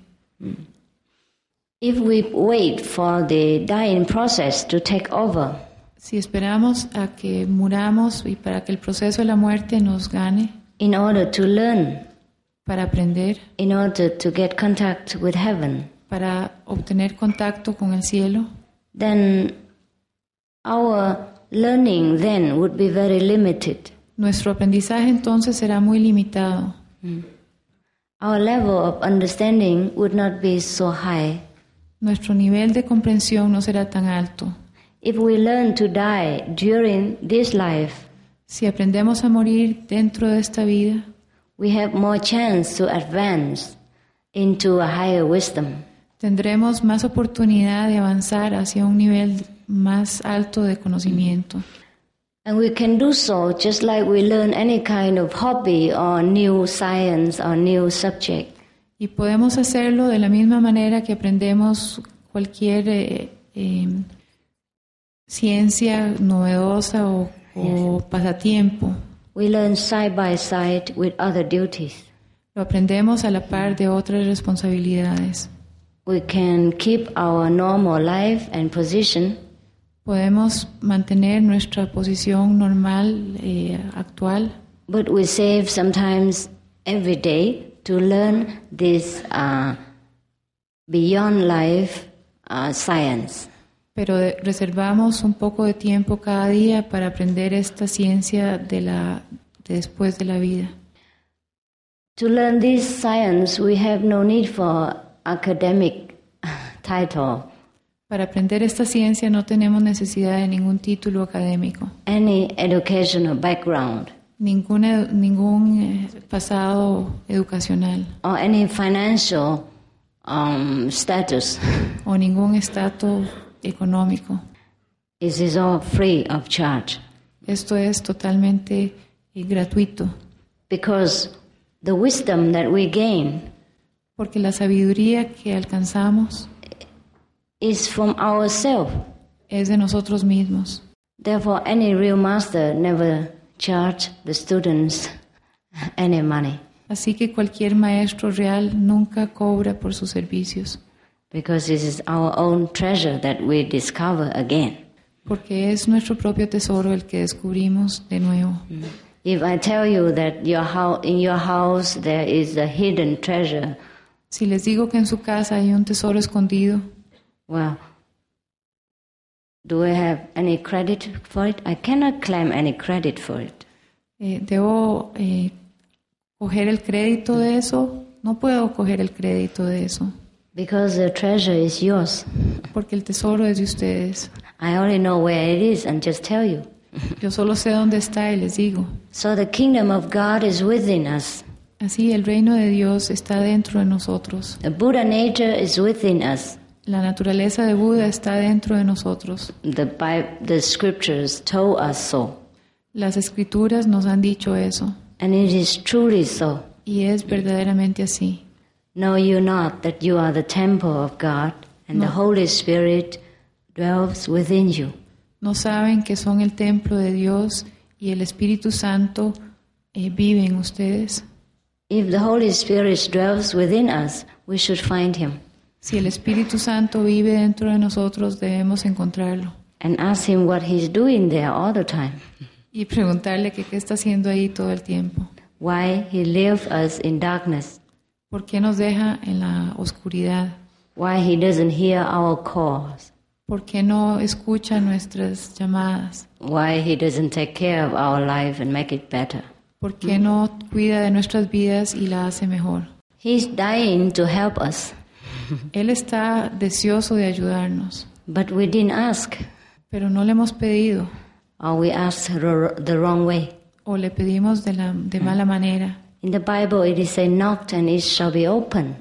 Speaker 2: If we wait for the dying process to take over,
Speaker 5: Si esperamos a que muramos y para que el proceso de la muerte nos gane,
Speaker 2: in order to learn,
Speaker 5: para aprender,
Speaker 2: in order to get contact with heaven,
Speaker 5: para obtener contacto con el cielo,
Speaker 2: then our learning then would be very limited.
Speaker 5: nuestro aprendizaje entonces será muy limitado.
Speaker 2: Our level of understanding would not be so high.
Speaker 5: Nuestro nivel de comprensión no será tan alto.
Speaker 2: If we learn to die during this life,
Speaker 5: Si aprendemos a morir dentro de esta vida,
Speaker 2: we have more chance to advance into a higher wisdom.
Speaker 5: tendremos más oportunidad de avanzar hacia un nivel más alto de conocimiento.
Speaker 2: And we can do so just like we learn any kind of hobby or new science or new subject.
Speaker 5: Y podemos hacerlo de la misma manera que aprendemos cualquier eh, eh, ciencia novedosa o, o pasatiempo.
Speaker 2: We learn side by side with other duties.
Speaker 5: Lo aprendemos a la par de otras responsabilidades.
Speaker 2: We can keep our normal life and position
Speaker 5: Podemos mantener nuestra posición normal, eh, actual,
Speaker 2: But we save sometimes every day to learn this uh, beyond life uh, science.
Speaker 5: pero de- reservamos un poco de tiempo cada día para aprender esta ciencia de la, de después de la vida.
Speaker 2: To learn this science, we have no need for academic title,
Speaker 5: Para aprender esta ciencia no tenemos necesidad de ningún título académico,
Speaker 2: any educational background,
Speaker 5: ninguna, ningún eh, pasado educacional
Speaker 2: or any financial um, status.
Speaker 5: o ningún estatus económico.
Speaker 2: This is all free of charge
Speaker 5: Esto es totalmente eh, gratuito,
Speaker 2: because the wisdom that we gain
Speaker 5: porque la sabiduría que alcanzamos
Speaker 2: is from ourselves.
Speaker 5: es de nosotros mismos.
Speaker 2: Therefore, any real master never charge the students any money
Speaker 5: Así que cualquier maestro real nunca cobra por sus servicios,
Speaker 2: because this is our own treasure that we discover again.
Speaker 5: porque es nuestro propio tesoro el que descubrimos de nuevo.
Speaker 2: If I tell you that your hou- in your house there is a hidden treasure,
Speaker 5: Si les digo que en su casa hay un tesoro escondido,
Speaker 2: well, do I have any credit for it? I cannot claim any credit for it.
Speaker 5: eh, ¿debo eh, coger el crédito de eso? No puedo coger el crédito de eso,
Speaker 2: Because the treasure is yours.
Speaker 5: porque el tesoro es de ustedes.
Speaker 2: I only know where it is and just tell you.
Speaker 5: Yo solo sé dónde está y les digo.
Speaker 2: So the kingdom of God is within us.
Speaker 5: Así el reino de Dios está dentro de nosotros.
Speaker 2: The Buddha nature is within us.
Speaker 5: La naturaleza de Buda está dentro de nosotros.
Speaker 2: The, Bi- the scriptures told us so,
Speaker 5: Las escrituras nos han dicho eso.
Speaker 2: and it is truly so.
Speaker 5: Y es verdaderamente así.
Speaker 2: Know you not that you are the temple of God, and the Holy Spirit dwells within you.
Speaker 5: No saben que son el templo de Dios y el Espíritu Santo eh, vive en ustedes.
Speaker 2: If the Holy Spirit dwells within us, we should find him
Speaker 5: Si el Espíritu Santo vive dentro de nosotros, debemos encontrarlo
Speaker 2: and ask him what he's doing there all the time,
Speaker 5: y preguntarle que qué está haciendo ahí todo el tiempo.
Speaker 2: why he leaves us in darkness,
Speaker 5: ¿Por qué nos deja en la oscuridad?
Speaker 2: why he doesn't hear our calls,
Speaker 5: ¿Por qué no escucha nuestras llamadas?
Speaker 2: why he doesn't take care of our life and make it better.
Speaker 5: ¿Por qué no cuida de nuestras vidas y la hace mejor?
Speaker 2: He's dying to help us,
Speaker 5: Él está deseoso de ayudarnos,
Speaker 2: but we didn't ask.
Speaker 5: pero no le hemos pedido
Speaker 2: or we ask the the wrong way.
Speaker 5: o le pedimos de, la, de mala manera.
Speaker 2: In the Bible, it is said, knock and it shall be open.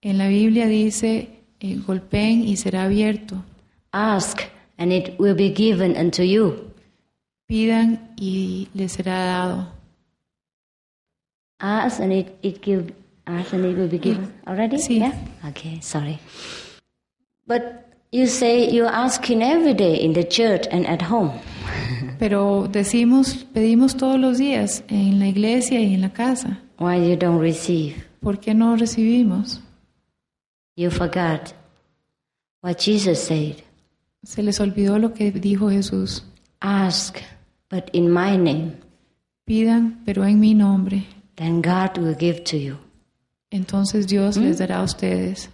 Speaker 5: En la Biblia dice, eh, golpeen y será abierto.
Speaker 2: Ask and it will be given unto you.
Speaker 5: Pidan y les será dado.
Speaker 2: Ask and it, it give, ask and it will be given. Already?
Speaker 5: Sí.
Speaker 2: Yeah? Okay, sorry. But you say you're asking every day in the church and at home.
Speaker 5: Pero decimos, pedimos todos los días en la iglesia y en la casa.
Speaker 2: Why you don't receive?
Speaker 5: ¿Por qué no recibimos?
Speaker 2: You forgot what Jesus said.
Speaker 5: Se les olvidó lo que dijo Jesús.
Speaker 2: Ask, but in my name,
Speaker 5: Pidan, pero en mi nombre.
Speaker 2: then God will give to you.
Speaker 5: Entonces Dios les dará a ustedes.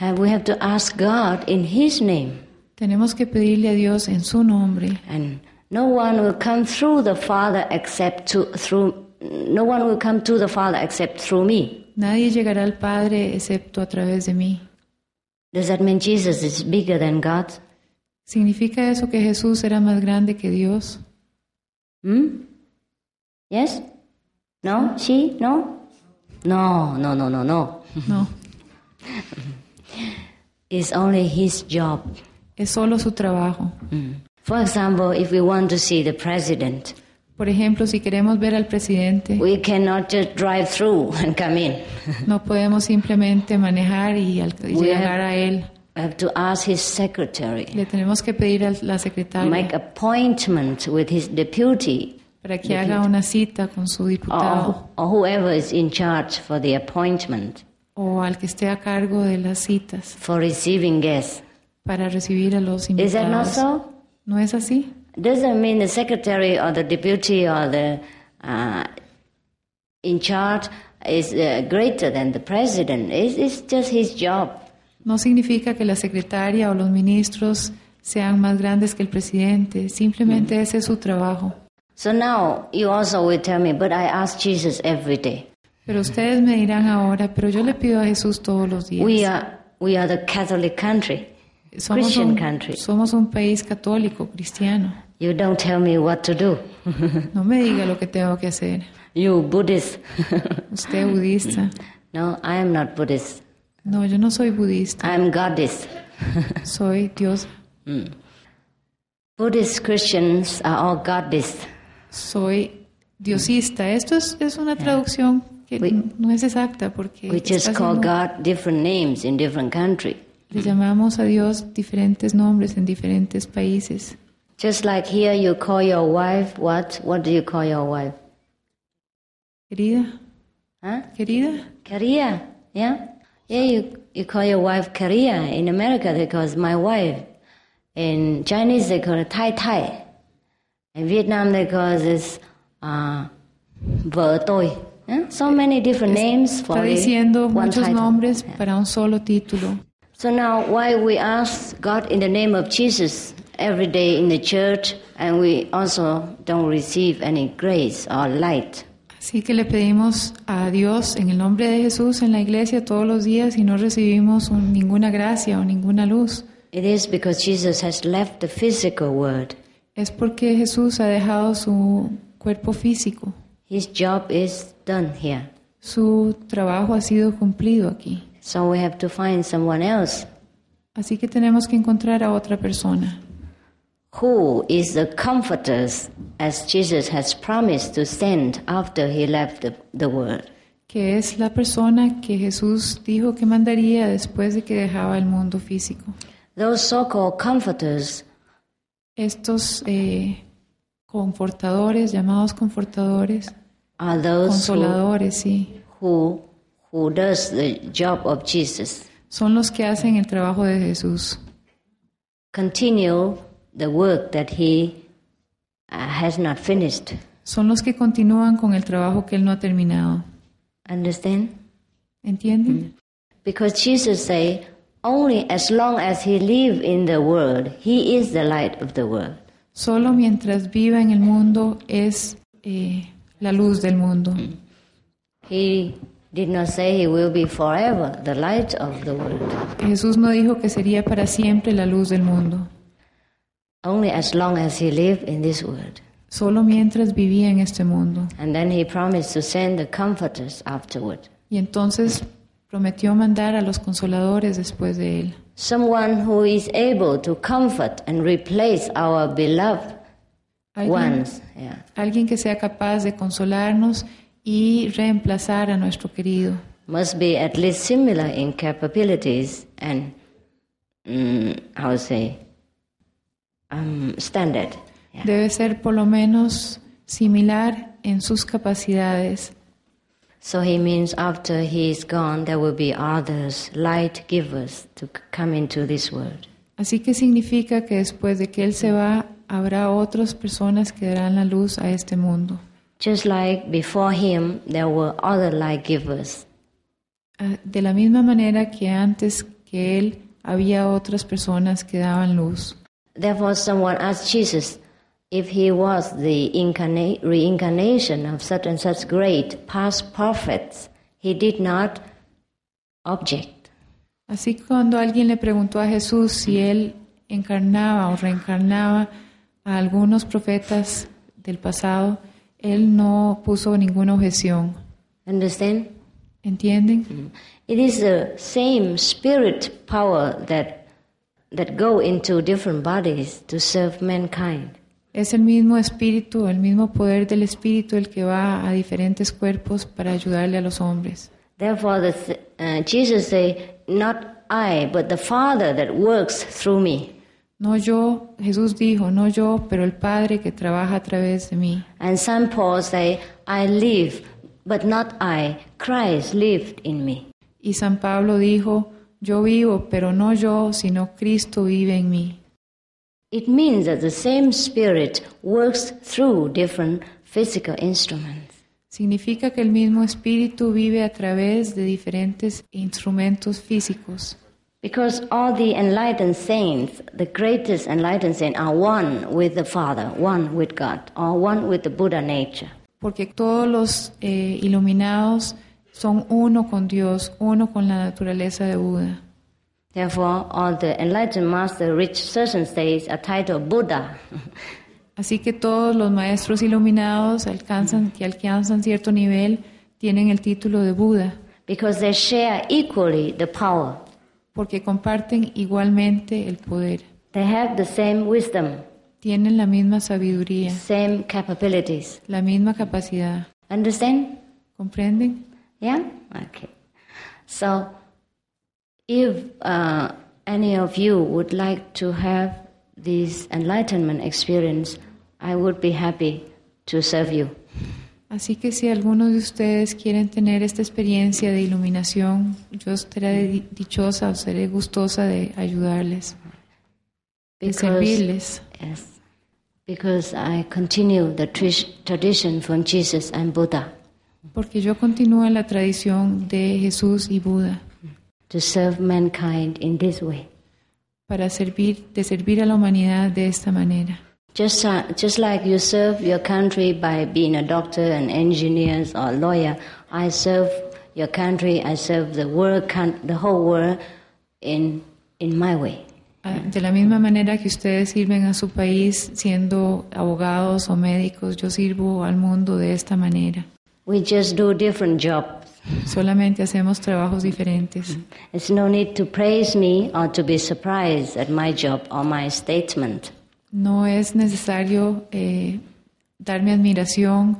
Speaker 2: And we have to ask God in His name.
Speaker 5: Tenemos que pedirle a Dios en su nombre.
Speaker 2: And no one will come through the Father except to, through no one will come to the Father except through me.
Speaker 5: Nadie llegará al Padre excepto a través de mí.
Speaker 2: Does that mean Jesus is bigger than God?
Speaker 5: ¿Significa eso que Jesús era más grande que Dios?
Speaker 2: Hmm? Yes? No? She? No? No, no, no, no, no.
Speaker 5: No,
Speaker 2: It's only his job.
Speaker 5: es solo su trabajo.
Speaker 2: For example, if we want to see the president,
Speaker 5: Por ejemplo, si queremos ver al presidente,
Speaker 2: we cannot just drive through and come in.
Speaker 5: no podemos simplemente manejar y, al- y
Speaker 2: Muy bien.
Speaker 5: llegar a él.
Speaker 2: We have to ask his secretary,
Speaker 5: Le tenemos que pedir a la
Speaker 2: make
Speaker 5: secretaria
Speaker 2: appointment with his deputy
Speaker 5: para que haga una cita con su diputado
Speaker 2: or, or whoever is in charge for the appointment
Speaker 5: o al que esté a cargo de las citas
Speaker 2: for receiving guests.
Speaker 5: para recibir a los
Speaker 2: Is that not
Speaker 5: invitados.
Speaker 2: so?
Speaker 5: ¿No es así?
Speaker 2: Doesn't mean the secretary or the deputy or the uh, in charge is uh, greater than the president. It's, it's just his job.
Speaker 5: No significa que la secretaria o los ministros sean más grandes que el presidente,
Speaker 2: Mm.
Speaker 5: simplemente ese es su trabajo.
Speaker 2: So now you also will tell me, but I ask Jesus every day.
Speaker 5: Pero ustedes me dirán ahora, pero yo le pido a Jesús todos los días.
Speaker 2: We are we are the Catholic country.
Speaker 5: somos,
Speaker 2: Christian
Speaker 5: un,
Speaker 2: country.
Speaker 5: somos un país católico, cristiano.
Speaker 2: You don't tell me what to do.
Speaker 5: No me diga lo que tengo que hacer.
Speaker 2: you Buddhist?
Speaker 5: Usted budista.
Speaker 2: no, I am not Buddhist.
Speaker 5: No, yo no soy budista,
Speaker 2: I am goddess.
Speaker 5: soy Dios,
Speaker 2: Buddhist Christians are all goddess.
Speaker 5: soy diosista. Esto es, es una traducción que
Speaker 2: We-
Speaker 5: no es exacta porque
Speaker 2: We
Speaker 5: está
Speaker 2: just call
Speaker 5: haciendo-
Speaker 2: God different names in different country.
Speaker 5: le llamamos a Dios diferentes nombres en diferentes países.
Speaker 2: Just like here, you call your wife what? What do you call your wife?
Speaker 5: Querida,
Speaker 2: Huh?
Speaker 5: querida,
Speaker 2: Korea, yeah? Yeah, you, you call your wife Korea. In America, they call it my wife. In Chinese, they call it Tai Tai. In Vietnam, they call this uh, Vợ tôi. Yeah? So many different names for
Speaker 5: está
Speaker 2: the
Speaker 5: diciendo
Speaker 2: one
Speaker 5: muchos
Speaker 2: title.
Speaker 5: nombres para un solo título.
Speaker 2: So now, why we ask God in the name of Jesus every day in the church, and we also don't receive any grace or light?
Speaker 5: Así que le pedimos a Dios en el nombre de Jesús en la iglesia todos los días y no recibimos un- ninguna gracia o ninguna luz.
Speaker 2: It is because Jesus has left the physical world.
Speaker 5: Es porque Jesús ha dejado su cuerpo físico.
Speaker 2: His job is done here.
Speaker 5: Su trabajo ha sido cumplido aquí.
Speaker 2: So we have to find someone else
Speaker 5: Así que tenemos que encontrar a otra persona
Speaker 2: who is the comforters as Jesus has promised to send after he left the, the world.
Speaker 5: que es la persona que Jesús dijo que mandaría después de que dejaba el mundo físico.
Speaker 2: Those so called comforters
Speaker 5: Estos eh, confortadores, llamados confortadores,
Speaker 2: are those who,
Speaker 5: consoladores, sí,
Speaker 2: who, who does the job of Jesus,
Speaker 5: son los que hacen el trabajo de Jesús,
Speaker 2: continue the work that he uh, has not finished.
Speaker 5: son los que continúan con el trabajo que Él no ha terminado.
Speaker 2: Understand?
Speaker 5: ¿Entienden?
Speaker 2: Because Jesus say, only as long as he live in the world, he is the light of the world.
Speaker 5: Solo mientras viva en el mundo es eh, la luz del mundo.
Speaker 2: He did not say he will be forever the light of the world.
Speaker 5: Jesús no dijo que sería para siempre la luz del mundo,
Speaker 2: Only as long as he live in this world.
Speaker 5: solo mientras vivía en este mundo.
Speaker 2: And then he promised to send the comforters afterward.
Speaker 5: Y entonces prometió mandar a los consoladores después de él.
Speaker 2: Someone who is able to comfort and replace our beloved
Speaker 5: Alguien,
Speaker 2: ones. Yeah.
Speaker 5: alguien que sea capaz de consolarnos y reemplazar a nuestro querido.
Speaker 2: Must be at least similar in capabilities and, mm, how to say, um, standard. Yeah.
Speaker 5: Debe ser por lo menos similar en sus capacidades.
Speaker 2: So he means after he is gone, there will be others, light givers, to c- come into this world.
Speaker 5: Así que significa que después de que él se va, habrá otras personas que darán la luz a este mundo.
Speaker 2: Just like before him, there were other light givers.
Speaker 5: Ah, De la misma manera que antes que él había otras personas que daban luz.
Speaker 2: Therefore, someone asked Jesus if he was the incarna- reincarnation of such and such great past prophets. He did not object.
Speaker 5: Así que cuando alguien le preguntó a Jesús si él encarnaba o reencarnaba a algunos profetas del pasado, él no puso ninguna objeción.
Speaker 2: Understand? Mm.
Speaker 5: ¿Entienden?
Speaker 2: It is the same spirit power that that go into different bodies to serve mankind.
Speaker 5: Es el mismo espíritu, el mismo poder del espíritu el que va a diferentes cuerpos para ayudarle a los hombres.
Speaker 2: Therefore, the th- uh, Jesus say, "Not I, but the Father that works through me."
Speaker 5: No yo, Jesús dijo, no yo, pero el Padre que trabaja a través de mí.
Speaker 2: And Saint Paul say, "I live, but not I. Christ lived in me."
Speaker 5: Y San Pablo dijo, yo vivo, pero no yo, sino Cristo vive en mí.
Speaker 2: It means that the same Spirit works through different physical instruments.
Speaker 5: Significa que el mismo espíritu vive a través de diferentes instrumentos físicos,
Speaker 2: Because all the enlightened saints, the greatest enlightened saints, are one with the Father, one with God, or one with the Buddha nature.
Speaker 5: porque todos los eh, iluminados son uno con Dios, uno con la naturaleza de Buda.
Speaker 2: Therefore, all the enlightened masters reach certain states are titled Buddha.
Speaker 5: Así que todos los maestros iluminados alcanzan, que alcanzan cierto nivel tienen el título de Buda,
Speaker 2: because they share equally the power.
Speaker 5: porque comparten igualmente el poder,
Speaker 2: They have the same wisdom,
Speaker 5: tienen la misma sabiduría,
Speaker 2: same capabilities.
Speaker 5: la misma capacidad.
Speaker 2: Understand?
Speaker 5: ¿Comprenden?
Speaker 2: Yeah? Okay. So, if uh, any of you would like to have this enlightenment experience, I would be happy to serve you.
Speaker 5: Así que si algunos de ustedes quieren tener esta experiencia de iluminación, yo estaré di- dichosa o seré gustosa de ayudarles, de servirles,
Speaker 2: yes, because I continue the trish- tradition from Jesus and Buddha
Speaker 5: porque yo continúo en la tradición de Jesús y Buda
Speaker 2: to serve mankind in this way.
Speaker 5: para servir, de servir a la humanidad de esta manera.
Speaker 2: Just, uh, just like you serve your country by being a doctor, an engineer, or a lawyer, I serve your country, I serve the world, coun- the whole world in, in my way.
Speaker 5: Ah, De la misma manera que ustedes sirven a su país siendo abogados o médicos, yo sirvo al mundo de esta manera.
Speaker 2: We just do different jobs.
Speaker 5: Solamente hacemos trabajos diferentes.
Speaker 2: There's no need to praise me or to be surprised at my job or my statement.
Speaker 5: No es necesario eh, darme admiración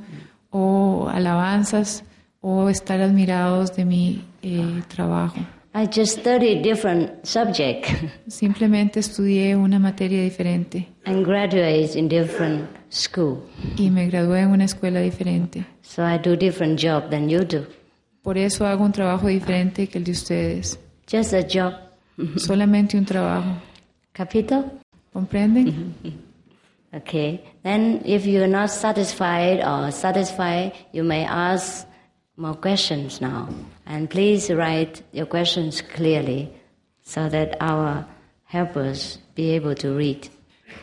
Speaker 5: o alabanzas o estar admirados de mi eh, trabajo.
Speaker 2: I just study different subject
Speaker 5: Simplemente estudié una materia diferente
Speaker 2: and graduate in different school.
Speaker 5: y me gradué en una escuela diferente.
Speaker 2: So I do different job than you do.
Speaker 5: Por eso hago un trabajo diferente que el de ustedes.
Speaker 2: Just a job. Hmm.
Speaker 5: Solamente un trabajo.
Speaker 2: Capito?
Speaker 5: ¿Comprenden?
Speaker 2: Okay. Then, if you're not satisfied or satisfied, you may ask more questions now. And please write your questions clearly so that our helpers be able to read.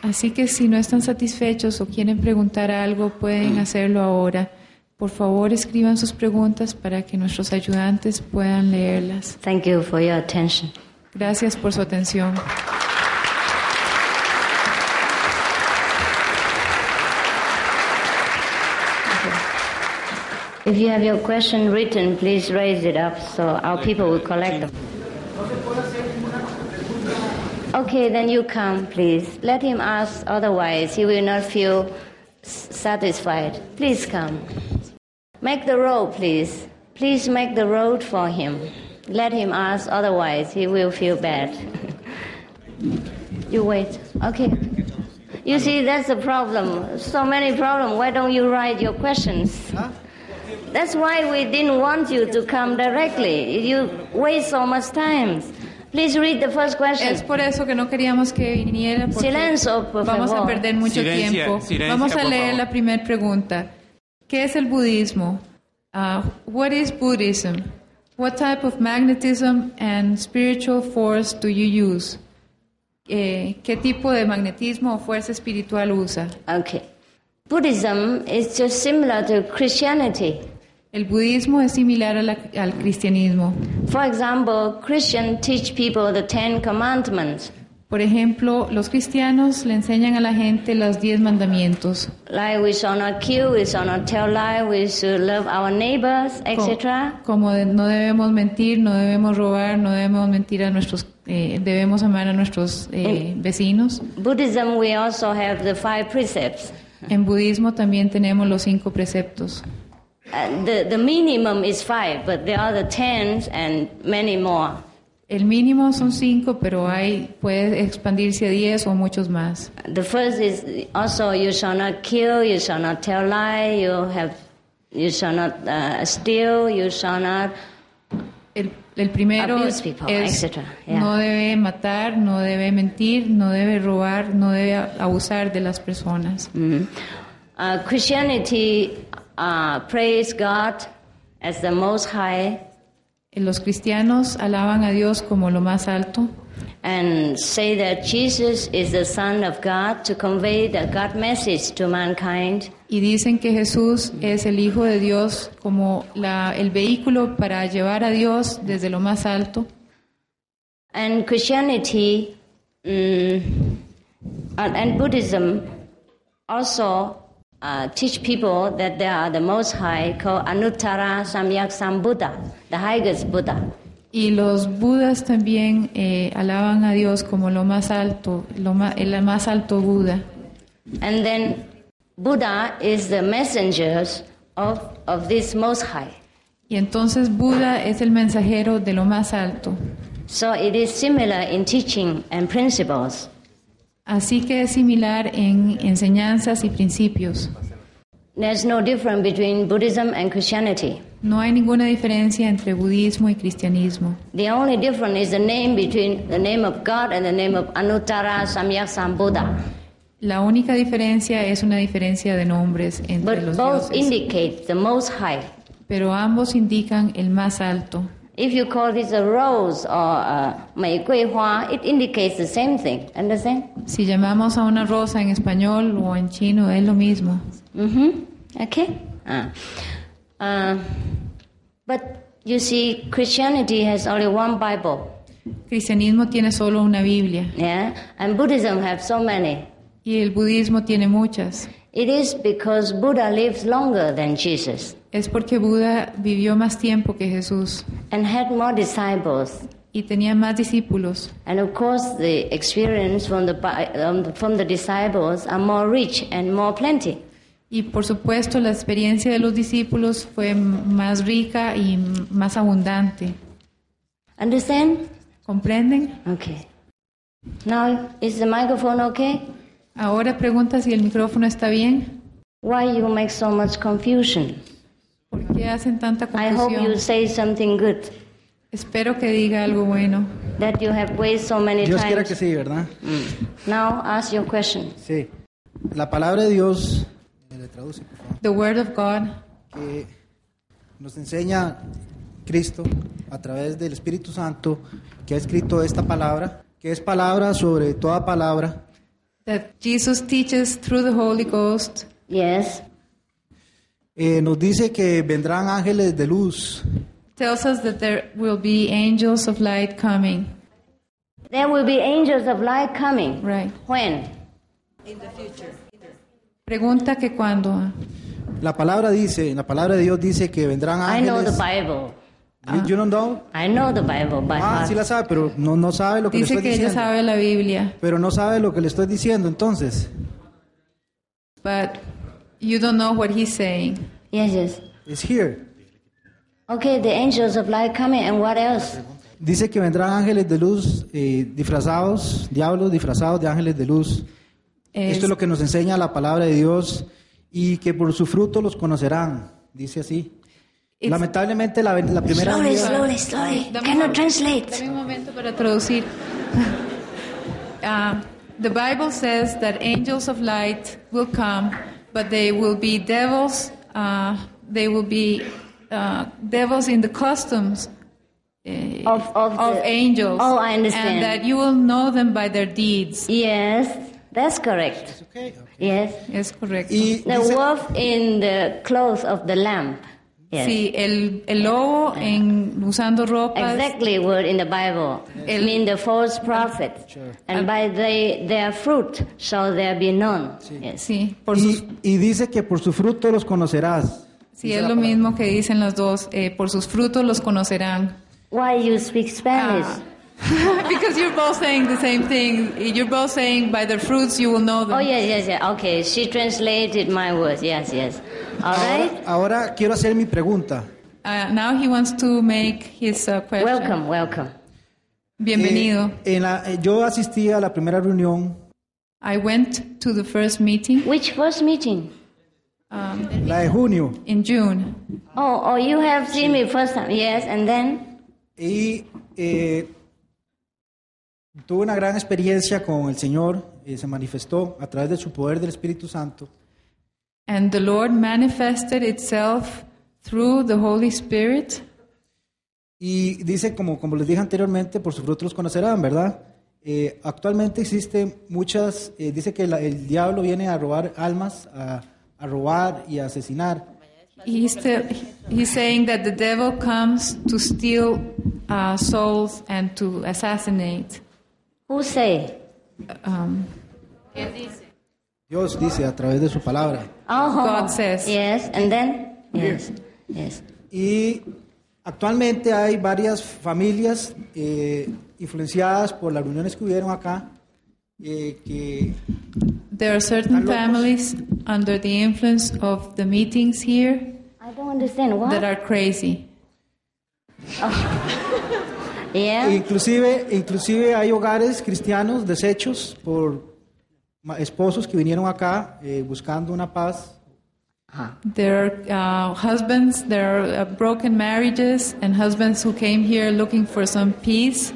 Speaker 5: Así que si no están satisfechos o quieren preguntar algo, pueden hacerlo ahora. Por favor, escriban sus preguntas para que nuestros ayudantes puedan leerlas.
Speaker 2: Thank you for your attention.
Speaker 5: Gracias por su atención.
Speaker 2: If you have your question written, please raise it up so our people will collect them. Okay, then you come, please. Let him ask, otherwise, he will not feel s- satisfied. Please come. Make the road, please. Please make the road for him. Let him ask, otherwise, he will feel bad. you wait. Okay. You see, that's the problem. So many problems. Why don't you write your questions? That's why we didn't want you to come directly. You waste so much time. Please read the first question.
Speaker 5: Es por eso que no queríamos que viniera. porque
Speaker 2: Silencio, por
Speaker 5: Vamos a
Speaker 2: favor.
Speaker 5: perder mucho
Speaker 1: Silencio,
Speaker 5: tiempo.
Speaker 1: silencio,
Speaker 5: vamos a
Speaker 1: por
Speaker 5: leer
Speaker 1: favor.
Speaker 5: la primera pregunta. ¿Qué es el budismo? Ah, what is Buddhism? What type of magnetism and spiritual force do you use? Eh, ¿Qué tipo de magnetismo o fuerza espiritual usa?
Speaker 2: Okay. Buddhism is just similar to Christianity.
Speaker 5: El budismo es similar a la- al cristianismo.
Speaker 2: For example, Christians teach people the Ten Commandments,
Speaker 5: Por ejemplo, los cristianos le enseñan a la gente los diez mandamientos.
Speaker 2: like we shall not kill, we shall not tell lie, we should love our neighbors, etc.
Speaker 5: Como, como de- no debemos mentir, no debemos robar, no debemos mentir a nuestros, eh, debemos amar a nuestros eh, vecinos.
Speaker 2: Buddhism, we also have the five precepts.
Speaker 5: En budismo también tenemos los cinco preceptos.
Speaker 2: Uh, the, the minimum is five, but there are the tens and many more.
Speaker 5: El mínimo son cinco, pero hay puede expandirse a diez o muchos más.
Speaker 2: The first is also you shall not kill, you shall not tell lie, you have, you shall not uh, steal, you shall not.
Speaker 5: El, el primero
Speaker 2: Abuse people,
Speaker 5: es
Speaker 2: etc., yeah.
Speaker 5: no debe matar, no debe mentir, no debe robar, no debe abusar de las personas.
Speaker 2: Mm. Uh, Christianity uh, praise God as the Most High
Speaker 5: Los cristianos alaban a Dios como lo más alto.
Speaker 2: and say that Jesus is the Son of God to convey the God message to mankind.
Speaker 5: y dicen que Jesús es el Hijo de Dios como la- el vehículo para llevar a Dios desde lo más alto.
Speaker 2: And Christianity mm, and, and Buddhism also uh, teach people that they are the Most High, called Anuttara Samyak Sambuddha, the highest Buddha.
Speaker 5: Y los budas también eh, alaban a Dios como lo más alto, lo ma- el más alto Buda.
Speaker 2: And then Buddha is the messengers of, of this Most High.
Speaker 5: Y entonces Buda es el mensajero de lo más alto.
Speaker 2: So it is similar in teaching and principles.
Speaker 5: Así que es similar en enseñanzas y principios.
Speaker 2: There's no difference between Buddhism and Christianity.
Speaker 5: No hay ninguna diferencia entre budismo y cristianismo.
Speaker 2: The only difference is the name between the name of God and the name of Anuttara Samyak Sambuddha.
Speaker 5: La única diferencia es una diferencia de nombres entre
Speaker 2: But
Speaker 5: los
Speaker 2: both
Speaker 5: dioses.
Speaker 2: indicate the Most High.
Speaker 5: pero ambos indican el más alto.
Speaker 2: If you call this a rose or uh, a 玫瑰花, it indicates the same thing. Understand?
Speaker 5: Si llamamos a una rosa en español o en chino es lo mismo.
Speaker 2: Mm-hmm. Okay. Ah. Uh, but you see, Christianity has only one Bible,
Speaker 5: Cristianismo tiene solo una Biblia
Speaker 2: yeah, and Buddhism have so many.
Speaker 5: y el budismo tiene muchas.
Speaker 2: It is because Buddha lived longer than Jesus
Speaker 5: Es porque Buda vivió más tiempo que Jesús
Speaker 2: and had more disciples,
Speaker 5: y tenía más discípulos
Speaker 2: and of course, the experience from the Bi- um, from the disciples are more rich and more plenty.
Speaker 5: y por supuesto la experiencia de los discípulos fue m- más rica y m- más abundante.
Speaker 2: Understand?
Speaker 5: ¿Comprenden?
Speaker 2: Okay. Now is the microphone okay?
Speaker 5: Ahora pregunta si el micrófono está bien.
Speaker 2: Why you make so much confusion?
Speaker 5: ¿Por qué hacen tanta
Speaker 2: I hope you
Speaker 5: confusión?
Speaker 2: say something good.
Speaker 5: Espero que diga algo bueno.
Speaker 2: that you have wasted so many
Speaker 6: Dios quiera
Speaker 2: times. Mm.
Speaker 6: que sí, ¿verdad?
Speaker 2: Now ask your question.
Speaker 6: Sí. La palabra de Dios, me le traduce, por favor,
Speaker 5: The Word of God
Speaker 6: que nos enseña Cristo a través del Espíritu Santo que ha escrito esta palabra, que es palabra sobre toda palabra,
Speaker 5: that Jesus teaches through the Holy Ghost.
Speaker 2: Yes.
Speaker 6: eh, nos dice que vendrán ángeles de luz,
Speaker 5: tells us that there will be angels of light coming.
Speaker 2: There will be angels of light coming.
Speaker 5: Right.
Speaker 2: When?
Speaker 5: Pregunta que cuando
Speaker 6: La palabra dice, la palabra de Dios dice que vendrán
Speaker 2: I know the
Speaker 6: Ah, ángeles.
Speaker 2: Bible.
Speaker 6: You- you don't know?
Speaker 2: I know the Bible by
Speaker 6: Ah,
Speaker 2: heart.
Speaker 6: sí la sabe, pero no, no sabe lo que le
Speaker 5: Dice
Speaker 6: estoy
Speaker 5: que ella
Speaker 6: diciendo.
Speaker 5: sabe la Biblia,
Speaker 6: Pero no sabe lo que le estoy diciendo, entonces.
Speaker 5: but you don't know what he's saying.
Speaker 2: Yes, yes.
Speaker 6: It's here.
Speaker 2: Okay, the angels of light coming, and what else?
Speaker 6: Dice que vendrán ángeles de luz eh, disfrazados, diablos disfrazados de ángeles de luz.
Speaker 5: Es-
Speaker 6: Esto es lo que nos enseña la palabra de Dios y que por su fruto los conocerán, dice así.
Speaker 5: It's-
Speaker 6: Lamentablemente la, la primera
Speaker 2: Slowly,
Speaker 6: venida-
Speaker 2: slowly, slowly.
Speaker 5: Dame un
Speaker 2: Cannot
Speaker 5: momento.
Speaker 2: translate.
Speaker 5: Dame un momento para traducir. Ah, the Bible says that angels of light will come, but they will be devils. ah, they will be ah, devils in the customs eh,
Speaker 2: Of- of the-
Speaker 5: angels.
Speaker 2: Oh, I understand.
Speaker 5: And that you will know them by their deeds.
Speaker 2: Yes, that's correct. Yes.
Speaker 5: Es correcto.
Speaker 6: y
Speaker 2: The
Speaker 6: dice-
Speaker 2: wolf in the clothes of the lamb. Yes.
Speaker 5: Sí, el, el lobo en, usando ropas.
Speaker 2: Exactly word in the Bible. I mean the false prophets. And by they, their fruit shall there be known. Yes.
Speaker 5: Sí, por sus
Speaker 6: y, y dice que por su fruto los conocerás.
Speaker 5: Sí, es lo mismo que dicen las dos. eh, por sus frutos los conocerán.
Speaker 2: Why you speak Spanish?
Speaker 5: Ah. Because you're both saying the same thing. You're both saying by their fruits you will know them.
Speaker 2: Oh yes, yes, yes. Okay, she translated my words. Yes, yes. All right.
Speaker 6: Ahora, ahora quiero hacer mi pregunta.
Speaker 5: Uh, now he wants to make his uh, question.
Speaker 2: Welcome, welcome.
Speaker 5: Bienvenido.
Speaker 6: Eh, en la- eh, yo asistí a la primera reunión,
Speaker 5: I went to the first meeting
Speaker 2: Which first meeting?
Speaker 5: um,
Speaker 6: la de junio,
Speaker 5: in June.
Speaker 2: Oh, oh, you have seen me first time. Yes, and then
Speaker 6: y eh, tuve una gran experiencia con el Señor, eh, se manifestó a través de su poder del Espíritu Santo.
Speaker 5: And the Lord manifested itself through the Holy Spirit.
Speaker 6: Y dice, como, como les dije anteriormente, por sus frutos los conocerán, ¿verdad? Eh, actualmente existen muchas, eh, dice que la- el diablo viene a robar almas, a, a robar y a asesinar.
Speaker 5: He's, still, he's saying that the devil comes to steal uh, souls and to assassinate.
Speaker 2: who say?
Speaker 5: Um,
Speaker 6: Dios dice a través de su palabra.
Speaker 2: Oh,
Speaker 5: God says.
Speaker 2: Yes, and then yes, yes.
Speaker 6: Y actualmente hay varias familias eh, influenciadas por las reuniones que hubieron acá, eh, que
Speaker 5: there are certain
Speaker 6: Algo-
Speaker 5: families under the influence of the meetings here
Speaker 2: I don't understand
Speaker 5: that
Speaker 2: why.
Speaker 5: are crazy.
Speaker 2: Yeah.
Speaker 6: E inclusive, inclusive hay hogares cristianos deshechos por ma- esposos que vinieron acá eh, buscando una paz.
Speaker 5: There are uh, husbands, there are uh, broken marriages, and husbands who came here looking for some peace.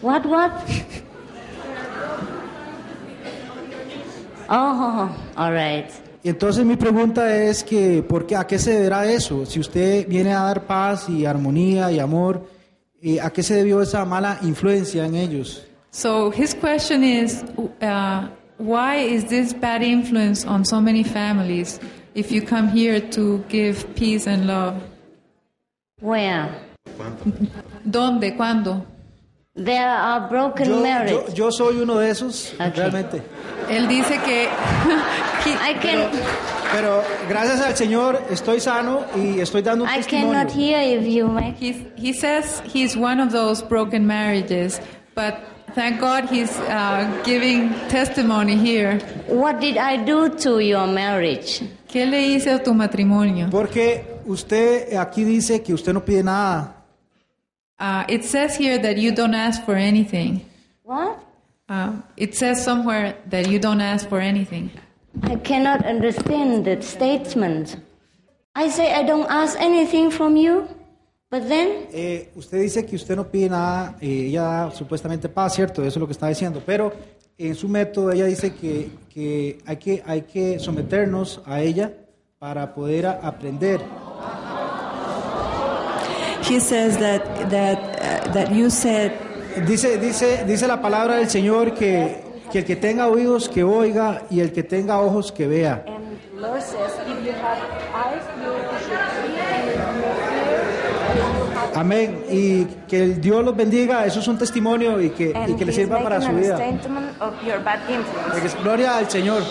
Speaker 2: What what? Oh, all right.
Speaker 6: Y Entonces mi pregunta es que, ¿por qué, ¿a qué se deberá eso? Si usted viene a dar paz y armonía y amor, eh, ¿a qué se debió esa mala influencia en ellos?
Speaker 5: So his question is uh, why is this bad influence on so many families if you come here to give peace and love?
Speaker 2: Where
Speaker 5: ¿Dónde? ¿Cuándo?
Speaker 2: there are broken
Speaker 6: Yo,
Speaker 2: marriage.
Speaker 6: yo- yo soy uno de esos,
Speaker 2: Ok.
Speaker 6: realmente.
Speaker 5: Él dice que.
Speaker 2: I can
Speaker 6: Pero gracias al Señor estoy sano y estoy dando un
Speaker 2: I
Speaker 6: testimonio.
Speaker 2: cannot hear if you make.
Speaker 5: He's, he says he's one of those broken marriages, but thank God he's uh, giving testimony here.
Speaker 2: What did I do to your marriage?
Speaker 5: ¿Qué le hice a tu matrimonio?
Speaker 6: Porque usted aquí dice que usted no pide nada.
Speaker 5: Uh, it says here that you don't ask for anything.
Speaker 2: What?
Speaker 5: Uh, it says somewhere that you don't ask for anything.
Speaker 2: I cannot understand that statement. I say I don't ask anything from you, but then
Speaker 6: Eh, usted dice que usted no pide nada, eh, ella da supuestamente paz, ¿cierto? Eso es lo que está diciendo. Pero en su método ella dice que, que hay, que hay que someternos a ella para poder a- aprender.
Speaker 3: He says that that uh, that you said
Speaker 6: Dice, dice, dice la palabra del Señor que, que el que tenga oídos que oiga y el que tenga ojos que vea. Amén. Y que el Dios los bendiga. Eso es un testimonio y que, y que les sirva para su vida. Gloria al Señor.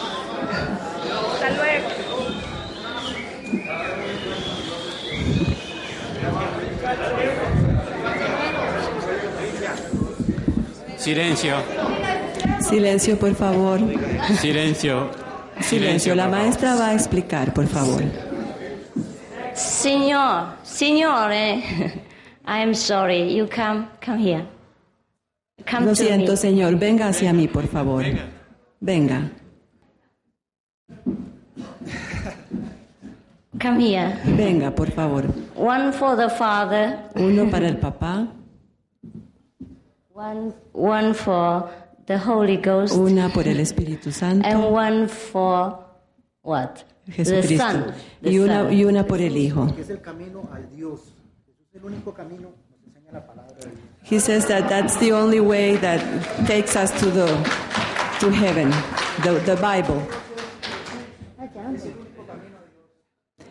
Speaker 1: Silencio,
Speaker 3: Silencio, por favor.
Speaker 1: silencio.
Speaker 3: Silencio. La
Speaker 1: por favor.
Speaker 3: maestra va a explicar, por favor.
Speaker 2: Signor, signore, I am sorry. You come, come here. Come
Speaker 3: Lo
Speaker 2: to
Speaker 3: siento,
Speaker 2: me.
Speaker 3: señor. Venga hacia mí, por favor. Venga.
Speaker 2: Come here.
Speaker 3: Venga, por favor.
Speaker 2: One for the father,
Speaker 3: Uno para el papá,
Speaker 2: one one for the Holy Ghost,
Speaker 3: una por el Espíritu Santo,
Speaker 2: and one for what? The
Speaker 3: Jesucristo,
Speaker 2: son. The
Speaker 3: y una,
Speaker 2: son.
Speaker 3: y una por el Hijo.
Speaker 7: Es el camino al Dios. Jesús es el único camino. Nos enseña la palabra de Dios.
Speaker 3: He says that that's the only way that takes us to the to heaven, the, the Bible.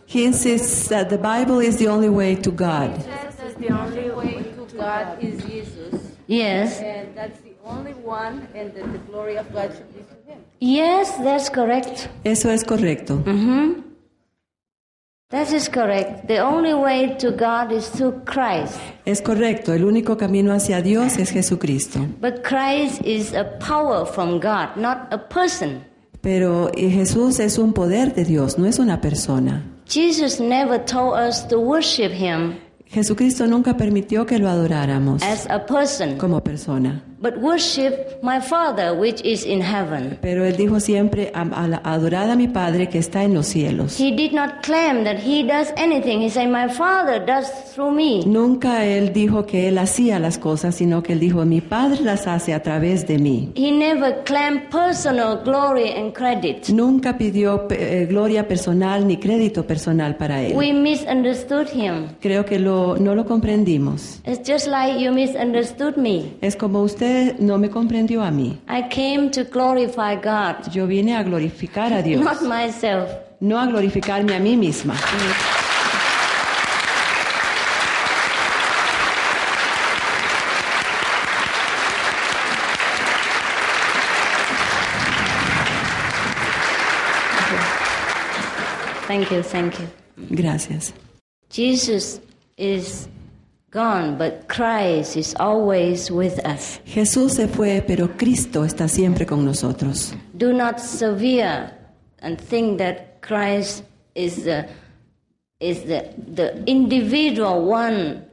Speaker 3: He insists that the Bible is the only way to God.
Speaker 8: That's the only way to God is Jesus,
Speaker 2: Yes,
Speaker 8: and that's the only one, and that the glory of God should be to Him.
Speaker 2: yes, that's correct.
Speaker 3: Eso es correcto.
Speaker 2: hmm That is correct. The only way to God is through Christ.
Speaker 3: Es correcto. El único camino hacia Dios es Jesucristo.
Speaker 2: But Christ is a power from God, not a person.
Speaker 3: Pero eh, Jesús es un poder de Dios, no es una persona.
Speaker 2: Jesus never told us to worship him
Speaker 3: Jesucristo nunca permitió que lo adoráramos
Speaker 2: as a person,
Speaker 3: como persona.
Speaker 2: but worship my Father which is in heaven.
Speaker 3: Pero él dijo siempre, "Am- ala- adorad a mi Padre que está en los cielos.
Speaker 2: He did not claim that he does anything. He said, My Father does through me.
Speaker 3: Nunca él dijo que él hacía las cosas, sino que él dijo, mi Padre las hace a través de mí.
Speaker 2: He never claimed personal glory and credit.
Speaker 3: Nunca pidió pe- eh, gloria personal ni crédito personal para él.
Speaker 2: We misunderstood him.
Speaker 3: Creo que lo, no lo comprendimos.
Speaker 2: It's just like you misunderstood me.
Speaker 3: Es como usted no me comprendió a mí.
Speaker 2: I came to glorify God,
Speaker 3: Yo vine a glorificar a Dios,
Speaker 2: not myself.
Speaker 3: no a glorificarme a mí misma.
Speaker 2: Thank you, thank you.
Speaker 3: Gracias.
Speaker 2: Jesus is gone, but Christ is always with us.
Speaker 3: Jesús se fue, pero Cristo está siempre con nosotros.
Speaker 2: Do not severe and think that Christ is the is the the individual one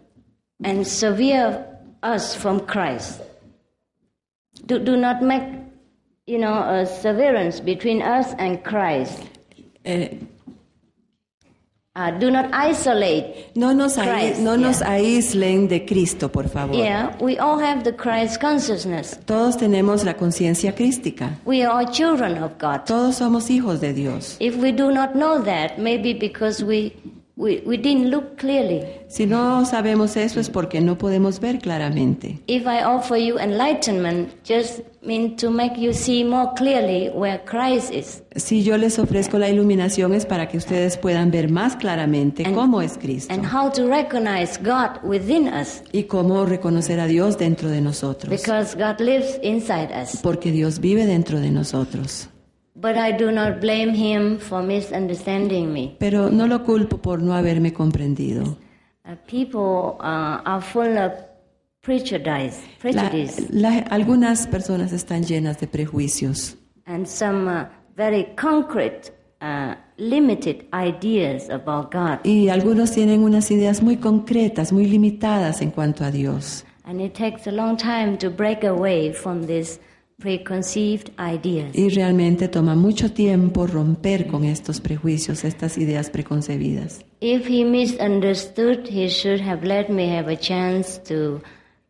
Speaker 2: and severe us from Christ. Do, do not make you know a severance between us and Christ.
Speaker 3: Eh,
Speaker 2: Uh, do not isolate.
Speaker 3: no nos, aí-
Speaker 2: Christ,
Speaker 3: no
Speaker 2: yeah.
Speaker 3: nos aíslen de Cristo, por favor.
Speaker 2: Yeah, we all have the Christ consciousness.
Speaker 3: Todos tenemos la conciencia crística.
Speaker 2: We are children of God.
Speaker 3: Todos somos hijos de Dios.
Speaker 2: If we do not know that, maybe because we, we, we didn't look clearly.
Speaker 3: Si no sabemos eso es porque no podemos ver claramente.
Speaker 2: If I offer you enlightenment, just mean to make you see more clearly where Christ is.
Speaker 3: Si yo les ofrezco la iluminación es para que ustedes puedan ver más claramente
Speaker 2: And-
Speaker 3: cómo es Cristo
Speaker 2: And how to recognize God within us,
Speaker 3: y cómo reconocer a Dios dentro de nosotros.
Speaker 2: because God lives inside us.
Speaker 3: Porque Dios vive dentro de nosotros.
Speaker 2: But I do not blame him for misunderstanding me.
Speaker 3: Pero no lo culpo por no haberme comprendido.
Speaker 2: Uh, people uh, are full of prejudice,
Speaker 3: La-
Speaker 2: prejudice
Speaker 3: la- algunas personas están llenas de prejuicios
Speaker 2: and some uh, very concrete, uh, limited ideas about God.
Speaker 3: y algunos tienen unas ideas muy concretas, muy limitadas en cuanto a Dios.
Speaker 2: And it takes a long time to break away from these preconceived ideas.
Speaker 3: Y realmente toma mucho tiempo romper con estos prejuicios, estas ideas preconcebidas.
Speaker 2: If he misunderstood, he should have let me have a chance to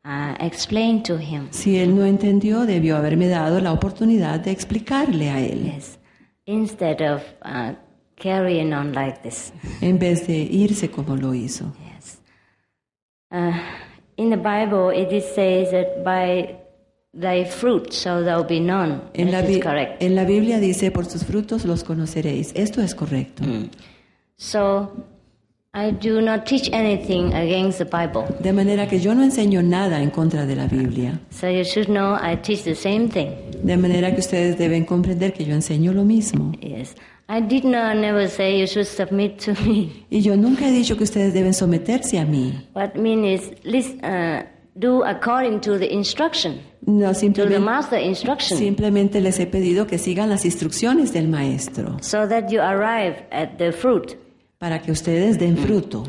Speaker 2: uh, explain to him.
Speaker 3: Si él no entendió, debió haberme dado la oportunidad de explicarle a él,
Speaker 2: Yes. Instead of uh, carrying on like this.
Speaker 3: en vez de irse como lo hizo.
Speaker 2: Uh, in the Bible, it is says that by thy fruit shall thou be known.
Speaker 3: En la,
Speaker 2: That is
Speaker 3: Bi-
Speaker 2: correct.
Speaker 3: en la Biblia dice, por sus frutos los conoceréis. Esto es correcto.
Speaker 2: So I do not teach anything against the Bible.
Speaker 3: De manera que yo no enseño nada en contra de la Biblia.
Speaker 2: So you should know I teach the same thing.
Speaker 3: De manera que ustedes deben comprender que yo enseño lo mismo.
Speaker 2: Yes. I did not never say you should submit to me.
Speaker 3: Y yo nunca he dicho que ustedes deben someterse a mí.
Speaker 2: What mean is listen, uh, do according to the instruction, to
Speaker 3: No,
Speaker 2: the
Speaker 3: simplemente,
Speaker 2: master instruction,
Speaker 3: simplemente les he pedido que sigan las instrucciones del maestro
Speaker 2: so that you arrive at the fruit.
Speaker 3: para que ustedes den fruto.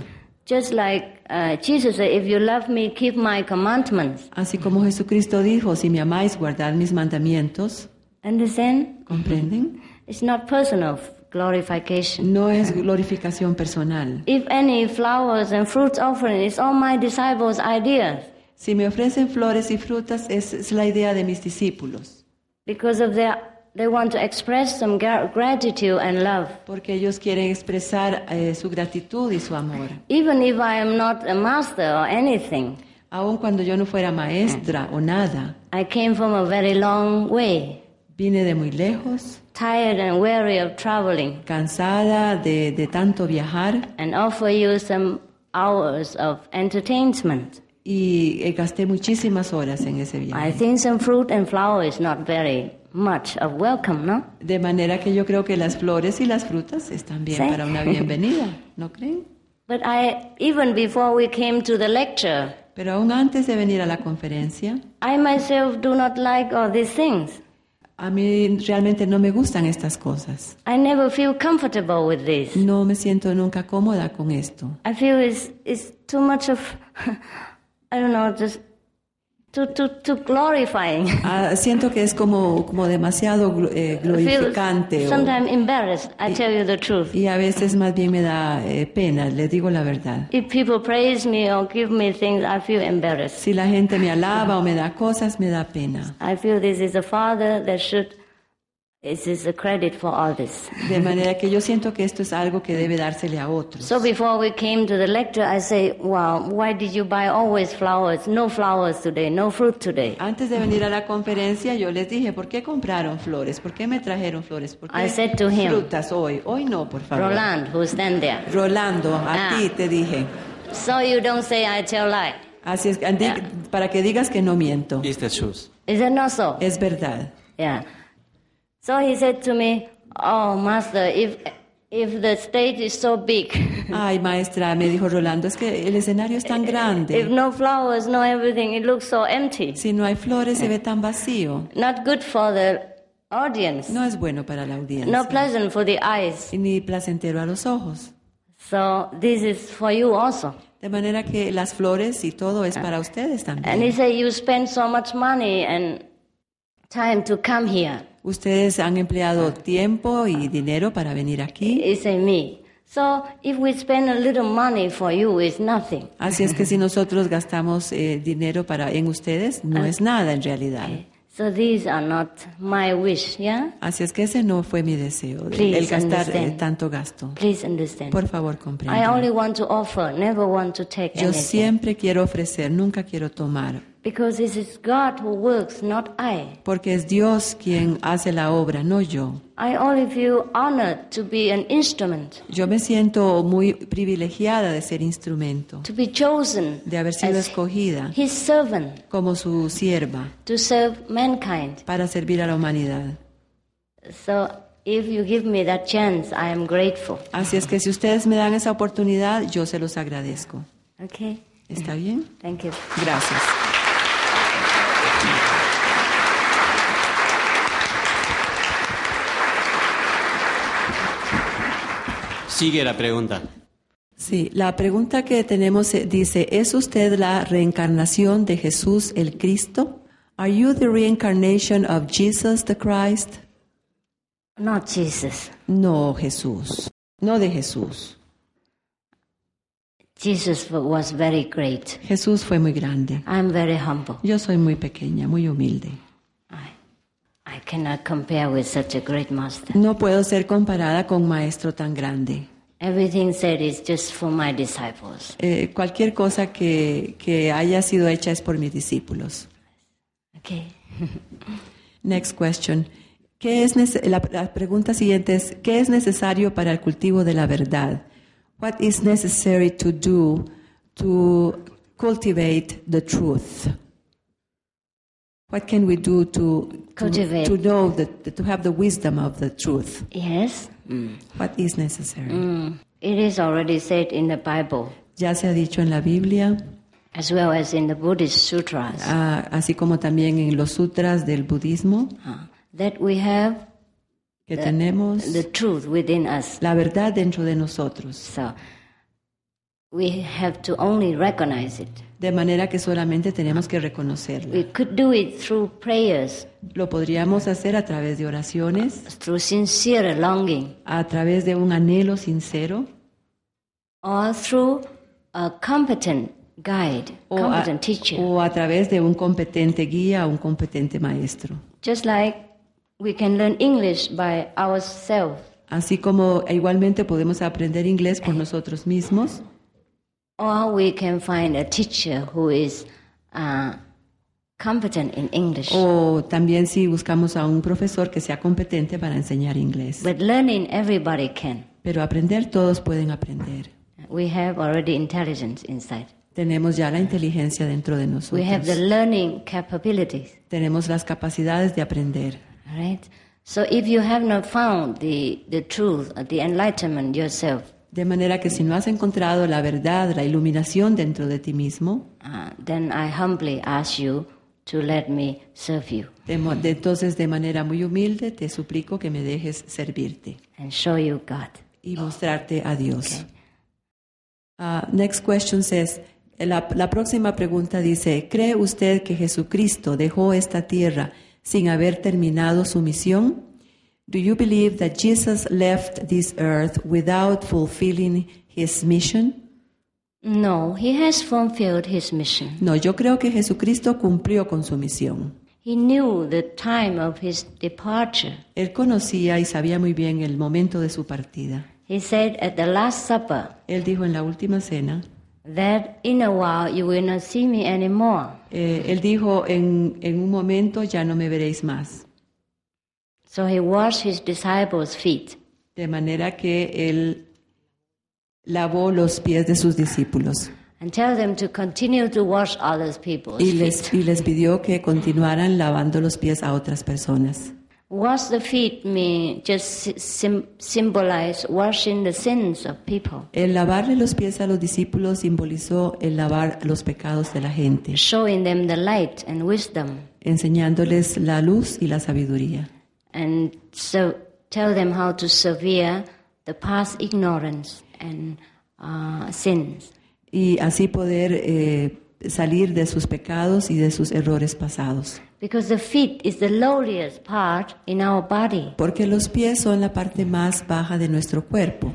Speaker 2: Just like uh, Jesus said, if you love me, keep my commandments.
Speaker 3: Así como Jesucristo dijo, si me amáis, guardad mis mandamientos.
Speaker 2: Understand?
Speaker 3: ¿Comprenden?
Speaker 2: It's not personal glorification.
Speaker 3: No es glorificación personal.
Speaker 2: If any flowers and fruits offering is all my disciples' ideas
Speaker 3: Si me ofrecen flores y frutas, es, es la idea de mis discípulos,
Speaker 2: because of their they want to express some gra- gratitude and love.
Speaker 3: porque ellos quieren expresar eh, su gratitud y su amor.
Speaker 2: Even if I am not a master or anything,
Speaker 3: Aun cuando yo no fuera maestra o nada,
Speaker 2: I came from a very long way,
Speaker 3: vine de muy lejos,
Speaker 2: tired and weary of traveling,
Speaker 3: cansada de, de tanto viajar
Speaker 2: and offer you some hours of entertainment.
Speaker 3: y eh, gasté muchísimas horas en ese viaje.
Speaker 2: I think some fruit and flower is not very much of welcome, no?
Speaker 3: De manera que yo creo que las flores y las frutas están bien
Speaker 2: Sí.
Speaker 3: para una bienvenida, ¿no creen?
Speaker 2: But I, even before we came to the lecture,
Speaker 3: Pero aún antes de venir a la conferencia,
Speaker 2: I myself do not like all these things.
Speaker 3: a mí realmente no me gustan estas cosas.
Speaker 2: I never feel comfortable with this.
Speaker 3: No me siento nunca cómoda con esto.
Speaker 2: I feel it's, it's too much of, I don't know, just too, too, too glorifying.
Speaker 3: Ah, siento que es como, como demasiado glu- eh,
Speaker 2: I feel
Speaker 3: glorificante o-
Speaker 2: sometimes embarrassed, I tell you the truth.
Speaker 3: y a veces más bien me da eh, pena, les digo la verdad.
Speaker 2: If people praise me or give me things, I feel embarrassed.
Speaker 3: Si la gente me alaba o me da cosas, me da pena.
Speaker 2: I feel this is a father that should, this is a credit for all this.
Speaker 3: De manera que yo siento que esto es algo que debe dársele a otros.
Speaker 2: So before we came to the lecture, I say, wow, why did you buy always flowers? No flowers today, no fruit today.
Speaker 3: Antes de venir a la conferencia, yo les dije, ¿por qué compraron flores? ¿Por qué me trajeron flores? ¿Por qué
Speaker 2: I said to him,
Speaker 3: frutas hoy? Hoy no, por favor.
Speaker 2: Roland, who stand there.
Speaker 3: Rolando, a
Speaker 2: Ah.
Speaker 3: ti te dije.
Speaker 2: So you don't say I tell lie.
Speaker 3: Así es, di-
Speaker 2: Yeah.
Speaker 3: para que digas que no miento.
Speaker 1: It's the truth.
Speaker 2: Is that not so?
Speaker 3: Es verdad.
Speaker 2: Yeah. So he said to me, Oh, master, if if the stage is so big,
Speaker 3: Ay, maestra, me dijo Rolando, es que el escenario es
Speaker 2: Eh,
Speaker 3: tan
Speaker 2: if
Speaker 3: grande.
Speaker 2: no flowers, no everything, it looks so empty.
Speaker 3: Si no hay flores,
Speaker 2: eh.
Speaker 3: se ve tan vacío.
Speaker 2: Not good for the audience.
Speaker 3: No es bueno para la
Speaker 2: No
Speaker 3: audiencia.
Speaker 2: pleasant for the eyes.
Speaker 3: y Ni placentero a los ojos.
Speaker 2: So this is for you also.
Speaker 3: De manera que las flores y todo es para ustedes
Speaker 2: And he
Speaker 3: también.
Speaker 2: said, You spend so much money and time to come here.
Speaker 3: Ustedes han empleado tiempo y dinero para venir aquí.
Speaker 2: He said, Me. So if we spend a little money for you, it's nothing.
Speaker 3: Así es que si nosotros gastamos eh, dinero para en ustedes, no es nada en realidad.
Speaker 2: So these are not my wish, yeah?
Speaker 3: Así es que ese no fue mi deseo, el,
Speaker 2: Please
Speaker 3: el gastar eh,
Speaker 2: understand.
Speaker 3: tanto gasto.
Speaker 2: Please understand.
Speaker 3: Por favor,
Speaker 2: I
Speaker 3: comprendan.
Speaker 2: only want to offer, never want to take
Speaker 3: Yo
Speaker 2: anything.
Speaker 3: siempre quiero ofrecer, nunca quiero tomar,
Speaker 2: Because it is God who works, not I.
Speaker 3: porque es Dios quien hace la obra, no yo.
Speaker 2: I only feel honored to be an instrument,
Speaker 3: Yo me siento muy privilegiada de ser instrumento,
Speaker 2: to be chosen
Speaker 3: de haber sido
Speaker 2: as
Speaker 3: escogida
Speaker 2: His servant
Speaker 3: como su sierva
Speaker 2: to serve mankind.
Speaker 3: para servir a la humanidad.
Speaker 2: So if you give me that chance, I am grateful.
Speaker 3: Así es que si ustedes me dan esa oportunidad, yo se los agradezco.
Speaker 2: Okay?
Speaker 3: ¿Está bien?
Speaker 2: Thank you.
Speaker 3: Gracias.
Speaker 1: Sigue la pregunta.
Speaker 3: Sí, la pregunta que tenemos eh, dice, ¿es usted la reencarnación de Jesús el Cristo? Are you the reincarnation of Jesus the Christ?
Speaker 2: Not Jesus.
Speaker 3: No, Jesús. No de Jesús.
Speaker 2: Jesus was very great.
Speaker 3: Jesús fue muy grande.
Speaker 2: I'm very humble.
Speaker 3: Yo soy muy pequeña, muy humilde.
Speaker 2: I, I cannot compare with such a great master.
Speaker 3: No puedo ser comparada con un maestro tan grande.
Speaker 2: Everything said is just for my disciples.
Speaker 3: Eh, cualquier cosa que, que haya sido hecha es por mis discípulos.
Speaker 2: Okay.
Speaker 3: Next question. ¿Qué es nece- la, la pregunta siguiente es, ¿qué es necesario para el cultivo de la verdad? What is necessary to do to cultivate the truth? What can we do to, to,
Speaker 2: Cultivate.
Speaker 3: to know, the, to have the wisdom of the truth?
Speaker 2: Yes. Hmm.
Speaker 3: What is necessary?
Speaker 2: Mm. It is already said in the Bible.
Speaker 3: Ya se ha dicho en la Biblia,
Speaker 2: as well as in the Buddhist sutras,
Speaker 3: ah, así como también en los sutras del budismo,
Speaker 2: uh, that we have
Speaker 3: que tenemos
Speaker 2: the truth within us.
Speaker 3: la verdad dentro de nosotros.
Speaker 2: So we have to only recognize it.
Speaker 3: De manera que solamente tenemos que reconocerla.
Speaker 2: We could do it through prayers,
Speaker 3: Lo podríamos hacer a través de oraciones,
Speaker 2: through sincere longing,
Speaker 3: a través de un anhelo sincero
Speaker 2: or through a competent guide,
Speaker 3: o a,
Speaker 2: competent teacher.
Speaker 3: o a través de un competente guía o un competente maestro.
Speaker 2: Just like we can learn English by ourselves,
Speaker 3: Así como e igualmente podemos aprender inglés por nosotros mismos
Speaker 2: or we can find a teacher who is uh, competent in English.
Speaker 3: o también si buscamos a un profesor que sea competente para enseñar inglés.
Speaker 2: But learning, everybody can.
Speaker 3: Pero aprender todos pueden aprender.
Speaker 2: We have already intelligence inside.
Speaker 3: Tenemos ya la inteligencia dentro de
Speaker 2: We have the
Speaker 3: nosotros.
Speaker 2: learning capabilities.
Speaker 3: Tenemos las capacidades de aprender.
Speaker 2: All right. So if you have not found the, the truth, or the enlightenment yourself,
Speaker 3: De manera que si no has encontrado la verdad, la iluminación dentro de ti mismo,
Speaker 2: uh, then I humbly ask you to let me serve you
Speaker 3: de mo- de- entonces de manera muy humilde te suplico que me dejes servirte
Speaker 2: and show you God.
Speaker 3: y mostrarte a Dios. Ah, next question says, la, la próxima pregunta dice, ¿cree usted que Jesucristo dejó esta tierra sin haber terminado su misión? Do you believe that Jesus left this earth without fulfilling his mission?
Speaker 2: No, he has fulfilled his mission.
Speaker 3: No, yo creo que Jesucristo cumplió con su misión.
Speaker 2: He knew the time of his departure.
Speaker 3: Él conocía y sabía muy bien el momento de su partida.
Speaker 2: He said at the Last Supper
Speaker 3: Él dijo en la última cena,
Speaker 2: that in a while you will not see me anymore.
Speaker 3: eh, él dijo, en, en un momento ya no me veréis más.
Speaker 2: So he washed his disciples' feet.
Speaker 3: De manera que él lavó los pies de sus discípulos
Speaker 2: and tell them to continue to wash others people's
Speaker 3: y
Speaker 2: feet.
Speaker 3: les, y les pidió que continuaran lavando los pies a otras personas.
Speaker 2: Wash the feet me just sim- symbolize washing the sins of people,
Speaker 3: El lavarle los pies a los discípulos simbolizó el lavar los pecados de la gente,
Speaker 2: showing them the light and wisdom,
Speaker 3: enseñándoles la luz y la sabiduría.
Speaker 2: and so tell them how to severe the past ignorance and uh, sins.
Speaker 3: y así poder eh, salir de sus pecados y de sus errores pasados.
Speaker 2: Because the feet is the lowliest part in our body.
Speaker 3: Porque los pies son la parte más baja de nuestro cuerpo.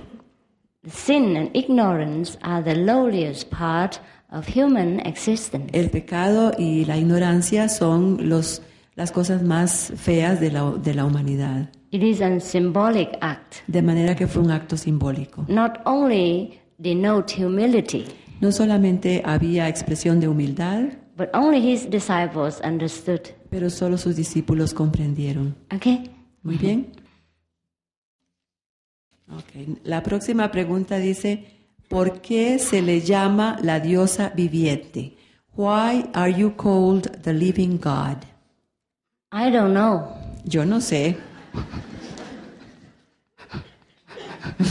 Speaker 2: Sin and ignorance are the lowliest part of human existence.
Speaker 3: El pecado y la ignorancia son los, las cosas más feas de la, de la humanidad.
Speaker 2: It is a symbolic act.
Speaker 3: De manera que fue un acto simbólico.
Speaker 2: not only denote humility,
Speaker 3: No solamente había expresión de humildad,
Speaker 2: but only his disciples understood.
Speaker 3: pero solo sus discípulos comprendieron.
Speaker 2: Okay?
Speaker 3: Muy bien. Ok, La próxima pregunta dice, ¿por qué se le llama la diosa viviente? Why are you called the living God?
Speaker 2: I don't know.
Speaker 3: Yo no sé.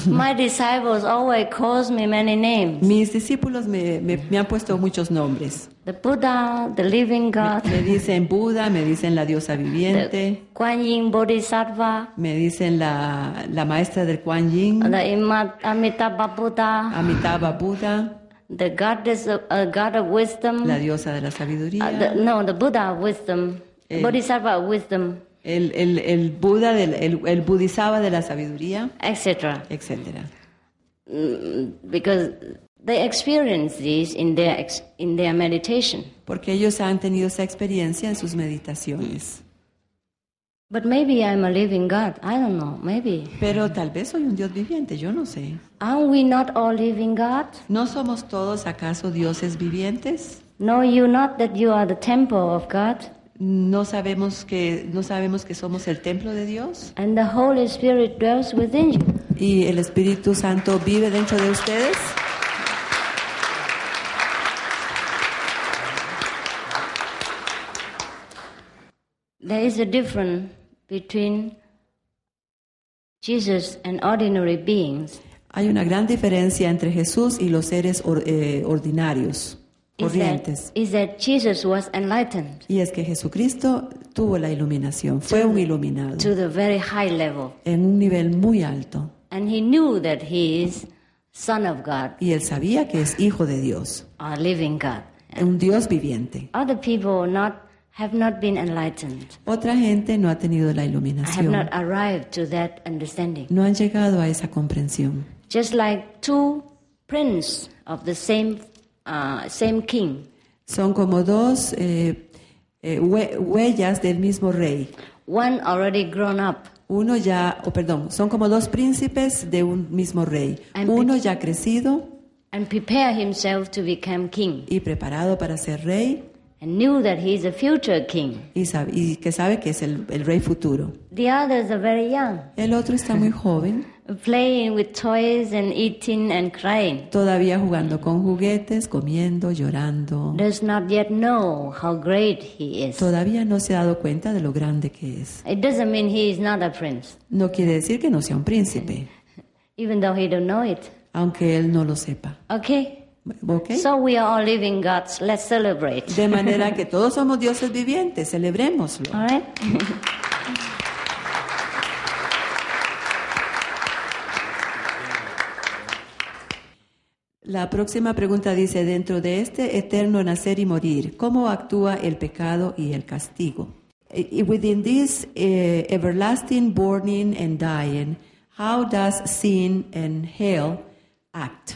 Speaker 2: My disciples always calls me many names.
Speaker 3: Mis discípulos me, me- me han puesto muchos nombres.
Speaker 2: The Buddha, the living God,
Speaker 3: Me dicen Buda, me dicen la diosa
Speaker 2: the
Speaker 3: viviente,
Speaker 2: Kuan Yin Bodhisattva,
Speaker 3: me dicen la, la maestra del Kuan Yin,
Speaker 2: the Ima- Amitabha Buddha,
Speaker 3: Amitabha Buda,
Speaker 2: the goddess of, uh, God of wisdom.
Speaker 3: la diosa de la
Speaker 2: uh, the-
Speaker 3: sabiduría,
Speaker 2: no, the Buddha of wisdom, Bodhisattva of wisdom,
Speaker 3: el, el, el Buda, del, el, el Bodhisattva de la sabiduría.
Speaker 2: etc.
Speaker 3: etcétera.
Speaker 2: Because they experience these in their, ex- in their meditation.
Speaker 3: Porque ellos han tenido esa experiencia en sus meditaciones.
Speaker 2: But maybe I'm a living God. I don't know. Maybe.
Speaker 3: Pero tal vez soy un Dios viviente, yo no sé.
Speaker 2: Are we not all living God?
Speaker 3: ¿No somos todos acaso dioses vivientes?
Speaker 2: Know you not that you are the temple of God?
Speaker 3: ¿No sabemos que, no sabemos que somos el templo de Dios?
Speaker 2: And the Holy Spirit dwells within you.
Speaker 3: ¿Y el Espíritu Santo vive dentro de ustedes?
Speaker 2: There is a difference between Jesus and ordinary beings.
Speaker 3: Hay una gran diferencia entre Jesús y los seres or- eh, ordinarios.
Speaker 2: is that,
Speaker 3: corrientes.
Speaker 2: is that Jesus was enlightened
Speaker 3: Y es que Jesucristo tuvo la iluminación, fue un iluminado
Speaker 2: to the very high level.
Speaker 3: en un nivel muy alto.
Speaker 2: And he knew that he is Son of God
Speaker 3: Y él sabía que es hijo de Dios,
Speaker 2: or living God.
Speaker 3: un Dios viviente.
Speaker 2: Other people not, have not been enlightened,
Speaker 3: Otra gente no ha tenido la
Speaker 2: have
Speaker 3: iluminación,
Speaker 2: not arrived to that understanding.
Speaker 3: no han llegado a esa comprensión.
Speaker 2: Just like two princes of the same, uh, same king.
Speaker 3: Son como dos eh, eh, hue- huellas del mismo rey.
Speaker 2: One already grown up
Speaker 3: Uno ya, o perdón, son como dos príncipes de un mismo rey.
Speaker 2: And
Speaker 3: Uno ya crecido
Speaker 2: and prepare himself to become king
Speaker 3: y preparado para ser rey
Speaker 2: and knew that he is a future king.
Speaker 3: y, sabe- y que sabe que es el, el rey futuro.
Speaker 2: The others are very young,
Speaker 3: El otro está muy joven,
Speaker 2: playing with toys and eating and crying.
Speaker 3: todavía jugando con juguetes, comiendo, llorando.
Speaker 2: Does not yet know how great he is.
Speaker 3: Todavía no se ha dado cuenta de lo grande que es.
Speaker 2: It doesn't mean he is not a prince,
Speaker 3: No quiere decir que no sea un príncipe,
Speaker 2: even though he don't know it.
Speaker 3: aunque él no lo sepa.
Speaker 2: Okay?
Speaker 3: ¿Ok?
Speaker 2: So we are all living gods. Let's celebrate.
Speaker 3: De manera que todos somos dioses vivientes, celebrémoslo.
Speaker 2: all right?
Speaker 3: La próxima pregunta dice, dentro de este eterno nacer y morir, ¿cómo actúa el pecado y el castigo? Eh, Within this eh, everlasting born and dying, how does sin and hell act?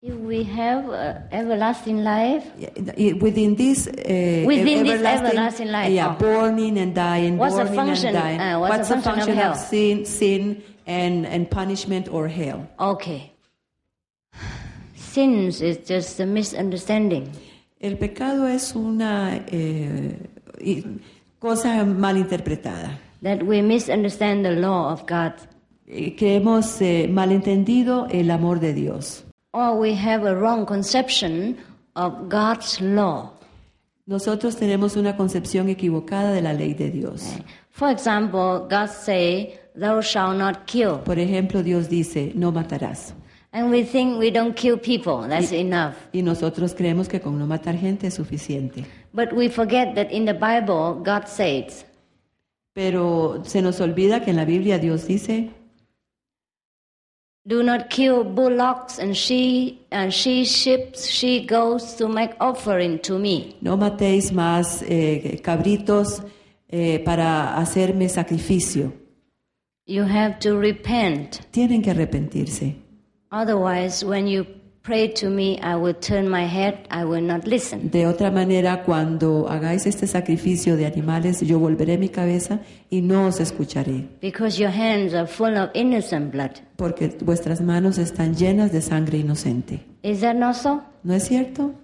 Speaker 2: If we have uh, everlasting life,
Speaker 3: Eh, eh, Within this, eh,
Speaker 2: Within this everlasting life,
Speaker 3: yeah,
Speaker 2: oh.
Speaker 3: burning and dying,
Speaker 2: What's the
Speaker 3: born in
Speaker 2: function,
Speaker 3: and dying.
Speaker 2: uh, what's the function of hell?
Speaker 3: sin, sin and, and punishment or hell?
Speaker 2: okay. Sins is just a misunderstanding.
Speaker 3: El pecado es una eh, y- cosa mal interpretada,
Speaker 2: that we misunderstand the law of God,
Speaker 3: eh, que hemos eh, malentendido el amor de Dios.
Speaker 2: or we have a wrong conception of God's law.
Speaker 3: Nosotros tenemos una concepción equivocada de la ley de Dios.
Speaker 2: For example, God say, "Thou shalt not kill,"
Speaker 3: Por ejemplo, Dios dice, no matarás.
Speaker 2: and we think we don't kill people. That's enough.
Speaker 3: Y nosotros creemos que con no matar gente es suficiente.
Speaker 2: But we forget that in the Bible, God says,
Speaker 3: Pero se nos olvida que en la Biblia Dios dice,
Speaker 2: "Do not kill bullocks and she and she sheep, she goats to make offering to me."
Speaker 3: no matéis más eh, cabritos eh, para hacerme sacrificio.
Speaker 2: You have to repent.
Speaker 3: Tienen que arrepentirse.
Speaker 2: Otherwise, when you pray to me, I will turn my head. I will not listen.
Speaker 3: De otra manera, cuando hagáis este sacrificio de animales, yo volveré mi cabeza y no os escucharé,
Speaker 2: Because your hands are full of innocent blood.
Speaker 3: porque vuestras manos están llenas de sangre inocente.
Speaker 2: Is that not so?
Speaker 3: ¿No es cierto?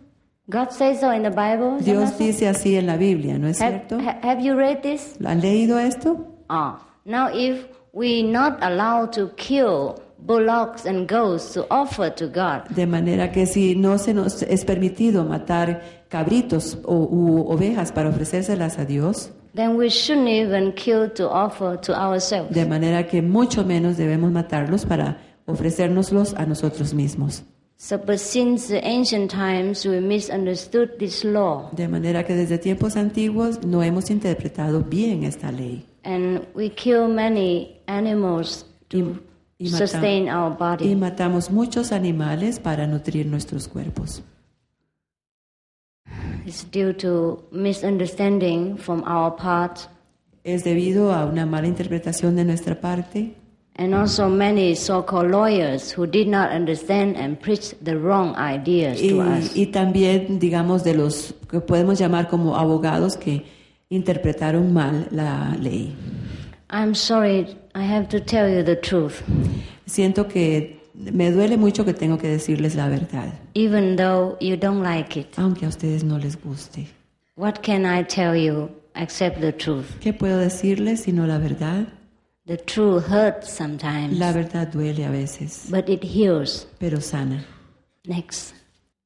Speaker 2: God says so in the Bible. Is that
Speaker 3: Dios
Speaker 2: not so?
Speaker 3: dice así en la Biblia, ¿no es
Speaker 2: Have,
Speaker 3: cierto?
Speaker 2: ha- have you read this?
Speaker 3: ¿Han leído esto?
Speaker 2: Ah. Now, if we not allowed to kill bullocks and goats to offer to God,
Speaker 3: De manera que si no se nos es permitido matar cabritos o u ovejas para ofrecérselas a Dios,
Speaker 2: then we shouldn't even kill to offer to ourselves.
Speaker 3: de manera que mucho menos debemos matarlos para ofrecérnoslos a nosotros mismos.
Speaker 2: So, but since the ancient times, we misunderstood this law.
Speaker 3: De manera que desde tiempos antiguos no hemos interpretado bien esta ley
Speaker 2: And we kill many animals to
Speaker 3: y, mata-
Speaker 2: sustain our
Speaker 3: y
Speaker 2: body.
Speaker 3: matamos muchos animales para nutrir nuestros cuerpos.
Speaker 2: It's due to misunderstanding from our part.
Speaker 3: Es debido a una mala interpretación de nuestra parte
Speaker 2: And also many so-called lawyers who did not understand and preached the wrong ideas
Speaker 3: y,
Speaker 2: to us.
Speaker 3: y también, digamos, de los que podemos llamar como abogados que interpretaron mal la ley.
Speaker 2: I'm sorry, I have to tell you the truth.
Speaker 3: Siento que me duele mucho que tengo que decirles la verdad,
Speaker 2: Even though you don't like it,
Speaker 3: aunque a ustedes no les guste.
Speaker 2: what can I tell you except the truth?
Speaker 3: ¿Qué puedo decirles sino la verdad?
Speaker 2: The truth hurts sometimes,
Speaker 3: La verdad duele a veces,
Speaker 2: but it heals.
Speaker 3: pero sana.
Speaker 2: Next.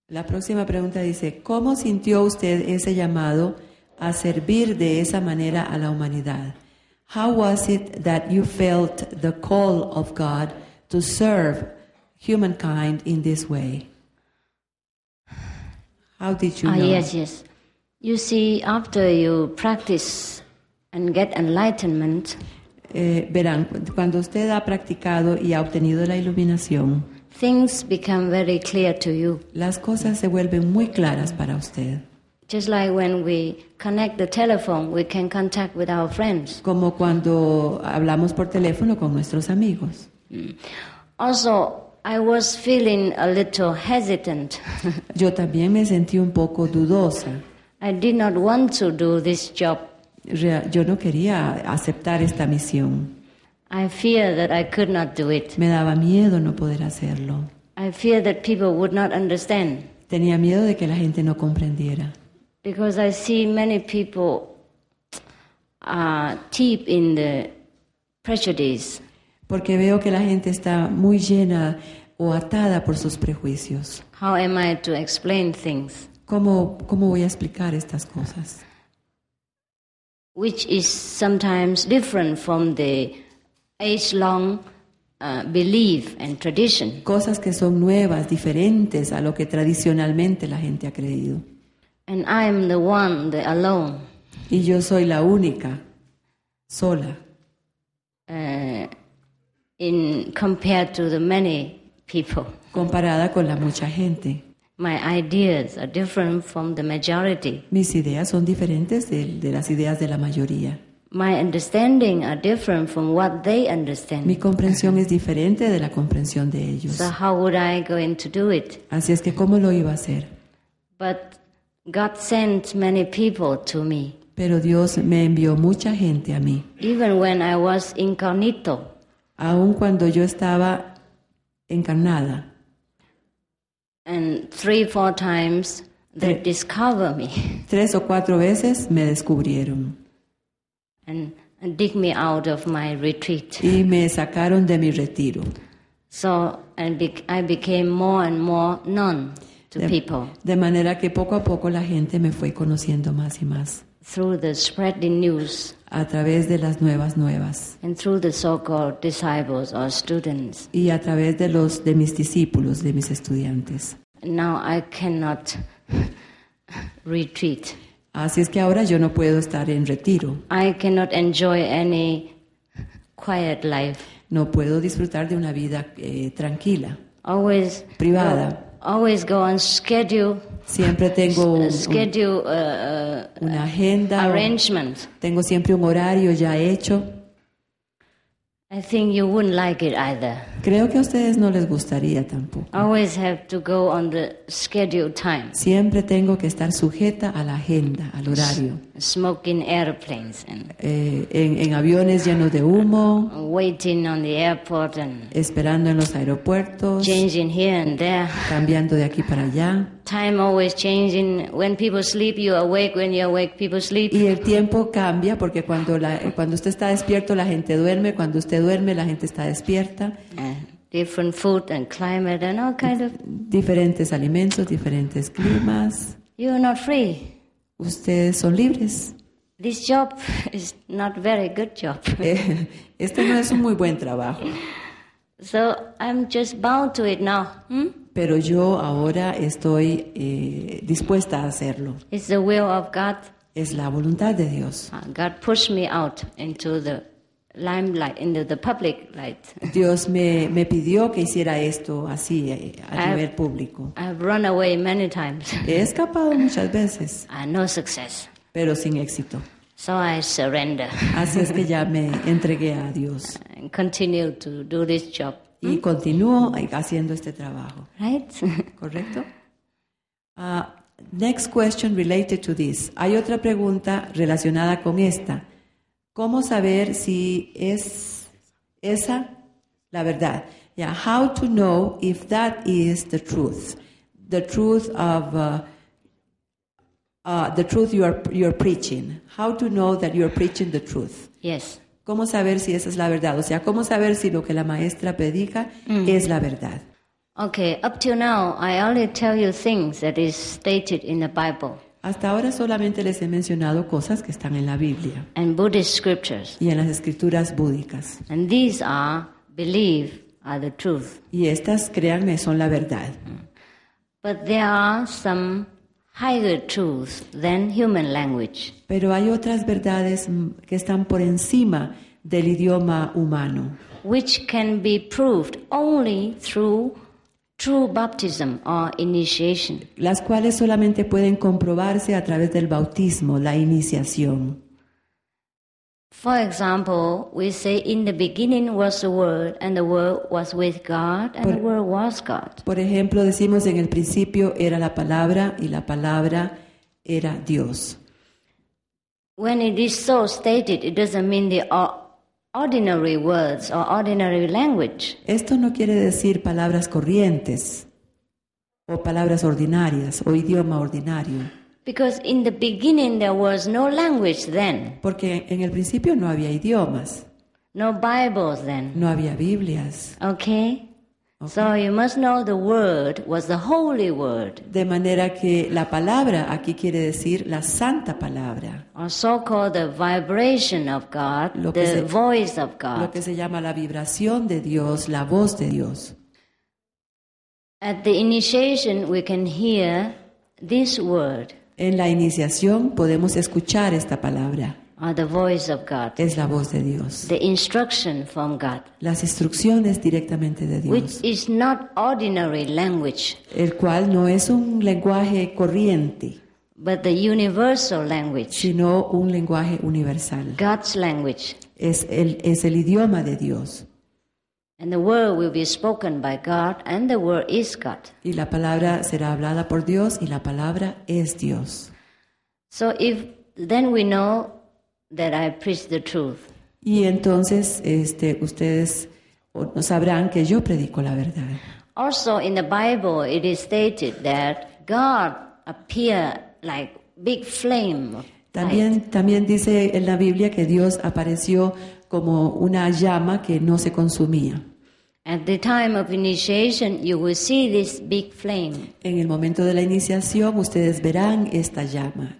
Speaker 3: La próxima pregunta dice, ¿cómo sintió usted ese llamado a servir de esa manera a la humanidad? How was it that you felt the call of God to serve humankind in this way? How did you
Speaker 2: Ah,
Speaker 3: know?
Speaker 2: yes, yes. You see, after you practice and get enlightenment,
Speaker 3: Eh, verán, cuando usted ha practicado y ha obtenido la iluminación,
Speaker 2: things become very clear to you.
Speaker 3: las cosas se vuelven muy claras para usted.
Speaker 2: Just like when we connect the telephone, we can contact with our friends.
Speaker 3: Como cuando hablamos por teléfono con nuestros amigos.
Speaker 2: Also, I was feeling a little hesitant.
Speaker 3: Yo también me sentí un poco dudosa.
Speaker 2: I did not want to do this job.
Speaker 3: Rea- Yo no quería aceptar esta misión.
Speaker 2: I fear that I could not do it.
Speaker 3: Me daba miedo no poder hacerlo.
Speaker 2: I fear that people would not understand
Speaker 3: Tenía miedo de que la gente no comprendiera.
Speaker 2: because I see many people are deep in the prejudice.
Speaker 3: Porque veo que la gente está muy llena o atada por sus prejuicios.
Speaker 2: How am I to explain things?
Speaker 3: ¿Cómo, cómo voy a explicar estas cosas?
Speaker 2: Which is sometimes different from the age long uh, belief and tradition.
Speaker 3: Cosas que son nuevas, diferentes a lo que tradicionalmente la gente ha creído.
Speaker 2: And I am the one, the alone.
Speaker 3: Y yo soy la única, sola,
Speaker 2: uh, in compared to the many people.
Speaker 3: comparada con la mucha gente.
Speaker 2: My ideas are different from the majority.
Speaker 3: Mis ideas son diferentes de, de las ideas de la mayoría.
Speaker 2: My understanding are different from what they
Speaker 3: Mi
Speaker 2: understand.
Speaker 3: comprensión es diferente de la comprensión de ellos.
Speaker 2: So how would I going to do it?
Speaker 3: Así es que, ¿cómo lo iba a hacer?
Speaker 2: But God sent many people to me,
Speaker 3: Pero Dios me envió mucha gente a mí,
Speaker 2: even when I was incognito.
Speaker 3: aun cuando yo estaba encarnada.
Speaker 2: And three, four times they discover me
Speaker 3: Tres o cuatro veces me descubrieron
Speaker 2: and, and dig me out of my retreat.
Speaker 3: y me sacaron de mi retiro.
Speaker 2: So and bec I became more and more known to people
Speaker 3: De manera que poco a poco la gente me fue conociendo más y más
Speaker 2: through the spreading news
Speaker 3: a través de las nuevas nuevas
Speaker 2: and through the so-called disciples or students.
Speaker 3: y a través de los de mis discípulos, de mis estudiantes.
Speaker 2: Now I cannot retreat.
Speaker 3: Así es que ahora yo no puedo estar en retiro,
Speaker 2: I cannot enjoy any quiet life.
Speaker 3: no puedo disfrutar de una vida eh, tranquila,
Speaker 2: Always
Speaker 3: privada.
Speaker 2: always go on schedule
Speaker 3: Siempre tengo un- un-
Speaker 2: schedule uh, uh,
Speaker 3: una agenda, un-
Speaker 2: arrangement.
Speaker 3: tengo siempre un horario ya hecho.
Speaker 2: I think you wouldn't like it either.
Speaker 3: Creo que a ustedes no les gustaría tampoco.
Speaker 2: Always have to go on the schedule time.
Speaker 3: Siempre tengo que estar sujeta a la agenda, al horario.
Speaker 2: smoking airplanes and
Speaker 3: Eh, en, en aviones llenos de humo,
Speaker 2: waiting on the airport and
Speaker 3: esperando en los aeropuertos,
Speaker 2: changing here and there.
Speaker 3: cambiando de aquí para allá.
Speaker 2: Time always changing. When people sleep, you awake. When you awake, people sleep.
Speaker 3: Y el tiempo cambia porque cuando, la- eh, cuando usted está despierto la gente duerme, cuando usted duerme la gente está despierta.
Speaker 2: Uh, different food and climate and all kind of.
Speaker 3: Diferentes alimentos, diferentes climas.
Speaker 2: You're not free.
Speaker 3: Ustedes son libres.
Speaker 2: This job is not very good job.
Speaker 3: Eh, este no es un muy buen trabajo,
Speaker 2: So I'm just bound to it now. Hmm?
Speaker 3: pero yo ahora estoy eh, dispuesta a hacerlo.
Speaker 2: It's the will of God.
Speaker 3: Es la voluntad de Dios.
Speaker 2: Uh, God pushed me out into the limelight, into the public light.
Speaker 3: Dios me, me pidió que hiciera esto así, eh, a
Speaker 2: Ah.
Speaker 3: nivel público.
Speaker 2: I've run away many times.
Speaker 3: He escapado muchas veces,
Speaker 2: Uh, no success.
Speaker 3: pero sin éxito.
Speaker 2: So I surrender
Speaker 3: Así es que ya me entregué a Dios
Speaker 2: and continue to do this job,
Speaker 3: y continúo haciendo este trabajo,
Speaker 2: right?
Speaker 3: ¿correcto? Ah, next question related to this. Hay otra pregunta relacionada con esta. ¿Cómo saber si es esa la verdad? Yeah, how to know if that is the truth, the truth of uh, uh, the truth you are you're preaching. How to know that you are preaching the truth.
Speaker 2: yes.
Speaker 3: ¿Cómo saber si esa es la verdad? O sea, ¿cómo saber si lo que la maestra predica es la verdad?
Speaker 2: Okay, up till now, I only tell you things that is stated in the Bible
Speaker 3: Hasta ahora solamente les he mencionado cosas que están en la Biblia
Speaker 2: and Buddhist scriptures.
Speaker 3: y en las escrituras búdicas.
Speaker 2: And these are, believe, are the truth.
Speaker 3: Y estas, créanme, son la verdad.
Speaker 2: But there are some higher truth than human language.
Speaker 3: Pero hay otras verdades mm, que están por encima del idioma humano,
Speaker 2: which can be proved only through true baptism or initiation.
Speaker 3: las cuales solamente pueden comprobarse a través del bautismo, la iniciación.
Speaker 2: For example, we say, In the beginning was the Word, and the Word was with God, and the Word was God.
Speaker 3: Por ejemplo, decimos en el principio era la palabra y la palabra era Dios.
Speaker 2: When it is so stated, it doesn't mean the o- ordinary words or ordinary language.
Speaker 3: Esto no quiere decir palabras corrientes o palabras ordinarias o idioma ordinario,
Speaker 2: Because in the beginning there was no language then,
Speaker 3: porque en el principio no había idiomas,
Speaker 2: no Bibles then.
Speaker 3: no había Biblias.
Speaker 2: Okay? So you must know the Word was the Holy Word.
Speaker 3: De manera que la palabra aquí quiere decir la santa palabra,
Speaker 2: or so-called the vibration of God,
Speaker 3: Lo que
Speaker 2: the
Speaker 3: se-
Speaker 2: voice of
Speaker 3: lo
Speaker 2: God.
Speaker 3: que se llama la vibración de Dios, la voz de Dios.
Speaker 2: At the initiation, we can hear this word,
Speaker 3: En la iniciación podemos escuchar esta palabra,
Speaker 2: or uh, the voice of God,
Speaker 3: es la voz de Dios.
Speaker 2: the instruction from God,
Speaker 3: las instrucciones directamente de Dios,
Speaker 2: which is not ordinary language,
Speaker 3: el cual no es un lenguaje corriente,
Speaker 2: but the universal language,
Speaker 3: sino un lenguaje universal.
Speaker 2: God's language.
Speaker 3: Es el, es el idioma de Dios
Speaker 2: And the word will be spoken by God, and the word is God.
Speaker 3: y la palabra será hablada por Dios y la palabra es Dios.
Speaker 2: So if then we know that I preach the truth.
Speaker 3: Y entonces este, ustedes o- sabrán que yo predico la verdad.
Speaker 2: Also, in the Bible, it is stated that God appeared like big flame. of light.
Speaker 3: También, también dice en la Biblia que Dios apareció como una llama que no se consumía.
Speaker 2: At the time of initiation, you will see this big flame.
Speaker 3: En el momento de la iniciación ustedes verán esta llama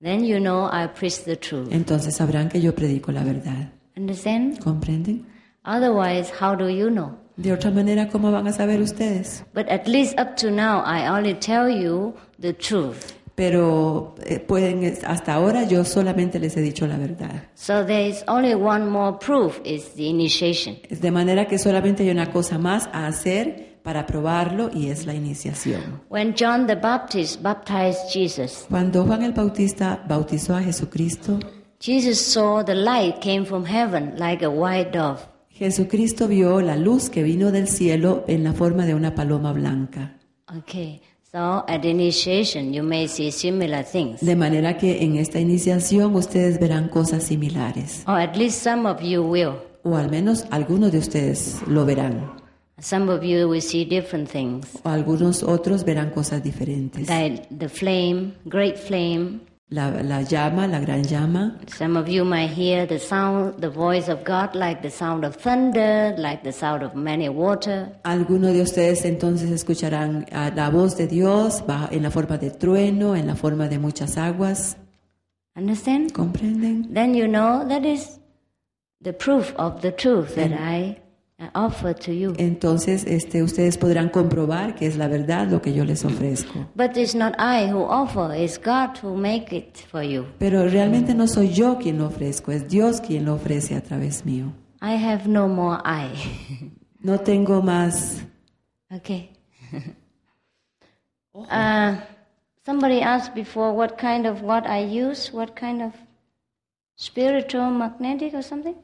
Speaker 2: Then you know I preach the truth.
Speaker 3: Entonces sabrán que yo predico la verdad.
Speaker 2: Understand?
Speaker 3: ¿Comprenden?
Speaker 2: Otherwise, how do you know?
Speaker 3: De otra manera, ¿cómo van a saber ustedes?
Speaker 2: But at least up to now, I only tell you the truth.
Speaker 3: Pero eh, pueden, es- hasta ahora yo solamente les he dicho la verdad.
Speaker 2: So there is only one more proof is the initiation.
Speaker 3: Es De manera que solamente hay una cosa más a hacer para probarlo y es la iniciación.
Speaker 2: When John the Baptist baptized Jesus,
Speaker 3: Cuando Juan el Bautista bautizó a Jesucristo,
Speaker 2: Jesus saw the light came from heaven like a white dove.
Speaker 3: Jesucristo vio la luz que vino del cielo en la forma de una paloma blanca.
Speaker 2: Okay, so at initiation, you may see similar things.
Speaker 3: De manera que en esta iniciación ustedes verán cosas similares.
Speaker 2: Or at least some of you will.
Speaker 3: O al menos algunos de ustedes lo verán.
Speaker 2: Some of you will see different things,
Speaker 3: O algunos otros verán cosas diferentes.
Speaker 2: like the flame, great flame.
Speaker 3: La, la llama, la gran llama.
Speaker 2: Some of you might hear the sound, the voice of God, like the sound of thunder, like the sound of many water.
Speaker 3: Algunos de ustedes entonces escucharán ah, la voz de Dios va en la forma de trueno, en la forma de muchas aguas.
Speaker 2: Understand?
Speaker 3: ¿Comprenden?
Speaker 2: Then you know that is the proof of the truth that I I offer to you.
Speaker 3: Entonces este, ustedes podrán comprobar que es la verdad lo que yo les ofrezco.
Speaker 2: But it's not I who offer, it's God who make it for you.
Speaker 3: Pero realmente no soy yo quien lo ofrezco, es Dios quien lo ofrece a través mío.
Speaker 2: I have no more I.
Speaker 3: No tengo más.
Speaker 2: Okay. uh, somebody asked before what kind of what I use, what kind of spiritual magnetic or something.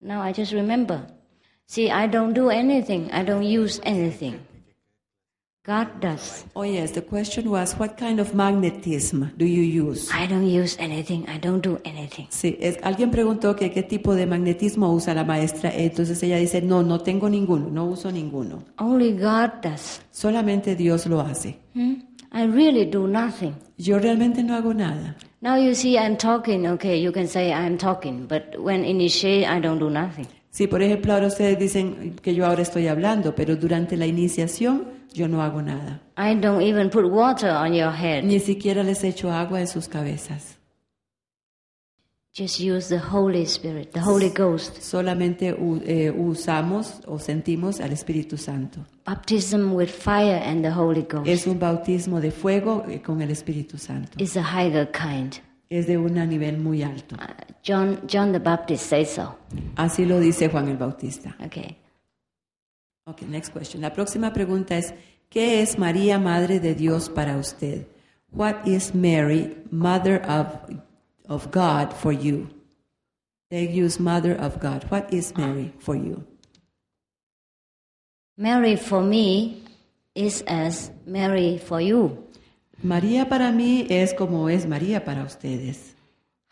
Speaker 2: Now I just remember. See, I don't do anything. I don't use anything. God does.
Speaker 3: Oh yes, the question was what kind of magnetism do you use?
Speaker 2: I don't use anything. I don't do anything.
Speaker 3: Sí, es- alguien preguntó que qué tipo de magnetismo usa la maestra, entonces ella dice, no, no tengo ninguno, no uso ninguno,
Speaker 2: Only God does.
Speaker 3: solamente Dios lo hace.
Speaker 2: Hmm? I really do nothing.
Speaker 3: Yo realmente no hago nada.
Speaker 2: Now you see, I'm talking. Okay, you can say I'm talking, but when initiate, I don't do nothing.
Speaker 3: Si por ejemplo ahora ustedes dicen que yo ahora estoy hablando, pero durante la iniciación yo no hago nada.
Speaker 2: I don't even put water on your head.
Speaker 3: Ni siquiera les echo agua en sus cabezas.
Speaker 2: Just use the Holy Spirit, the Holy Ghost.
Speaker 3: Solamente u- eh, usamos o sentimos al Espíritu Santo.
Speaker 2: Baptism with fire and the Holy Ghost
Speaker 3: Es un bautismo de fuego eh, con el Espíritu Santo.
Speaker 2: is a higher kind.
Speaker 3: Es de un nivel muy alto.
Speaker 2: Uh, John, John the Baptist says so.
Speaker 3: Así lo dice Juan el Bautista.
Speaker 2: Okay.
Speaker 3: Ok, next question. La próxima pregunta es, ¿qué es María, Madre de Dios para usted? What is Mary, Mother of, of God for you? They use Mother of God. What is Mary for you?
Speaker 2: Mary for me is as Mary for you.
Speaker 3: María para mí es como es María para ustedes.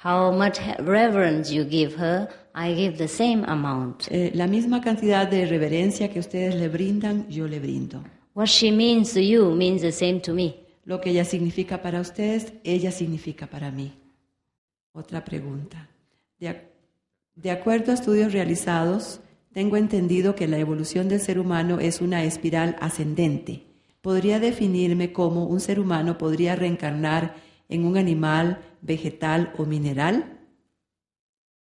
Speaker 2: How much he- reverence you give her, I give the same amount.
Speaker 3: Eh, la misma cantidad de reverencia que ustedes le brindan, yo le brindo.
Speaker 2: What she means to you means the same to me.
Speaker 3: Lo que ella significa para ustedes, ella significa para mí. Otra pregunta. De, ac- de acuerdo a estudios realizados, tengo entendido que la evolución del ser humano es una espiral ascendente. ¿Podría definirme cómo un ser humano podría reencarnar en un animal, vegetal o mineral?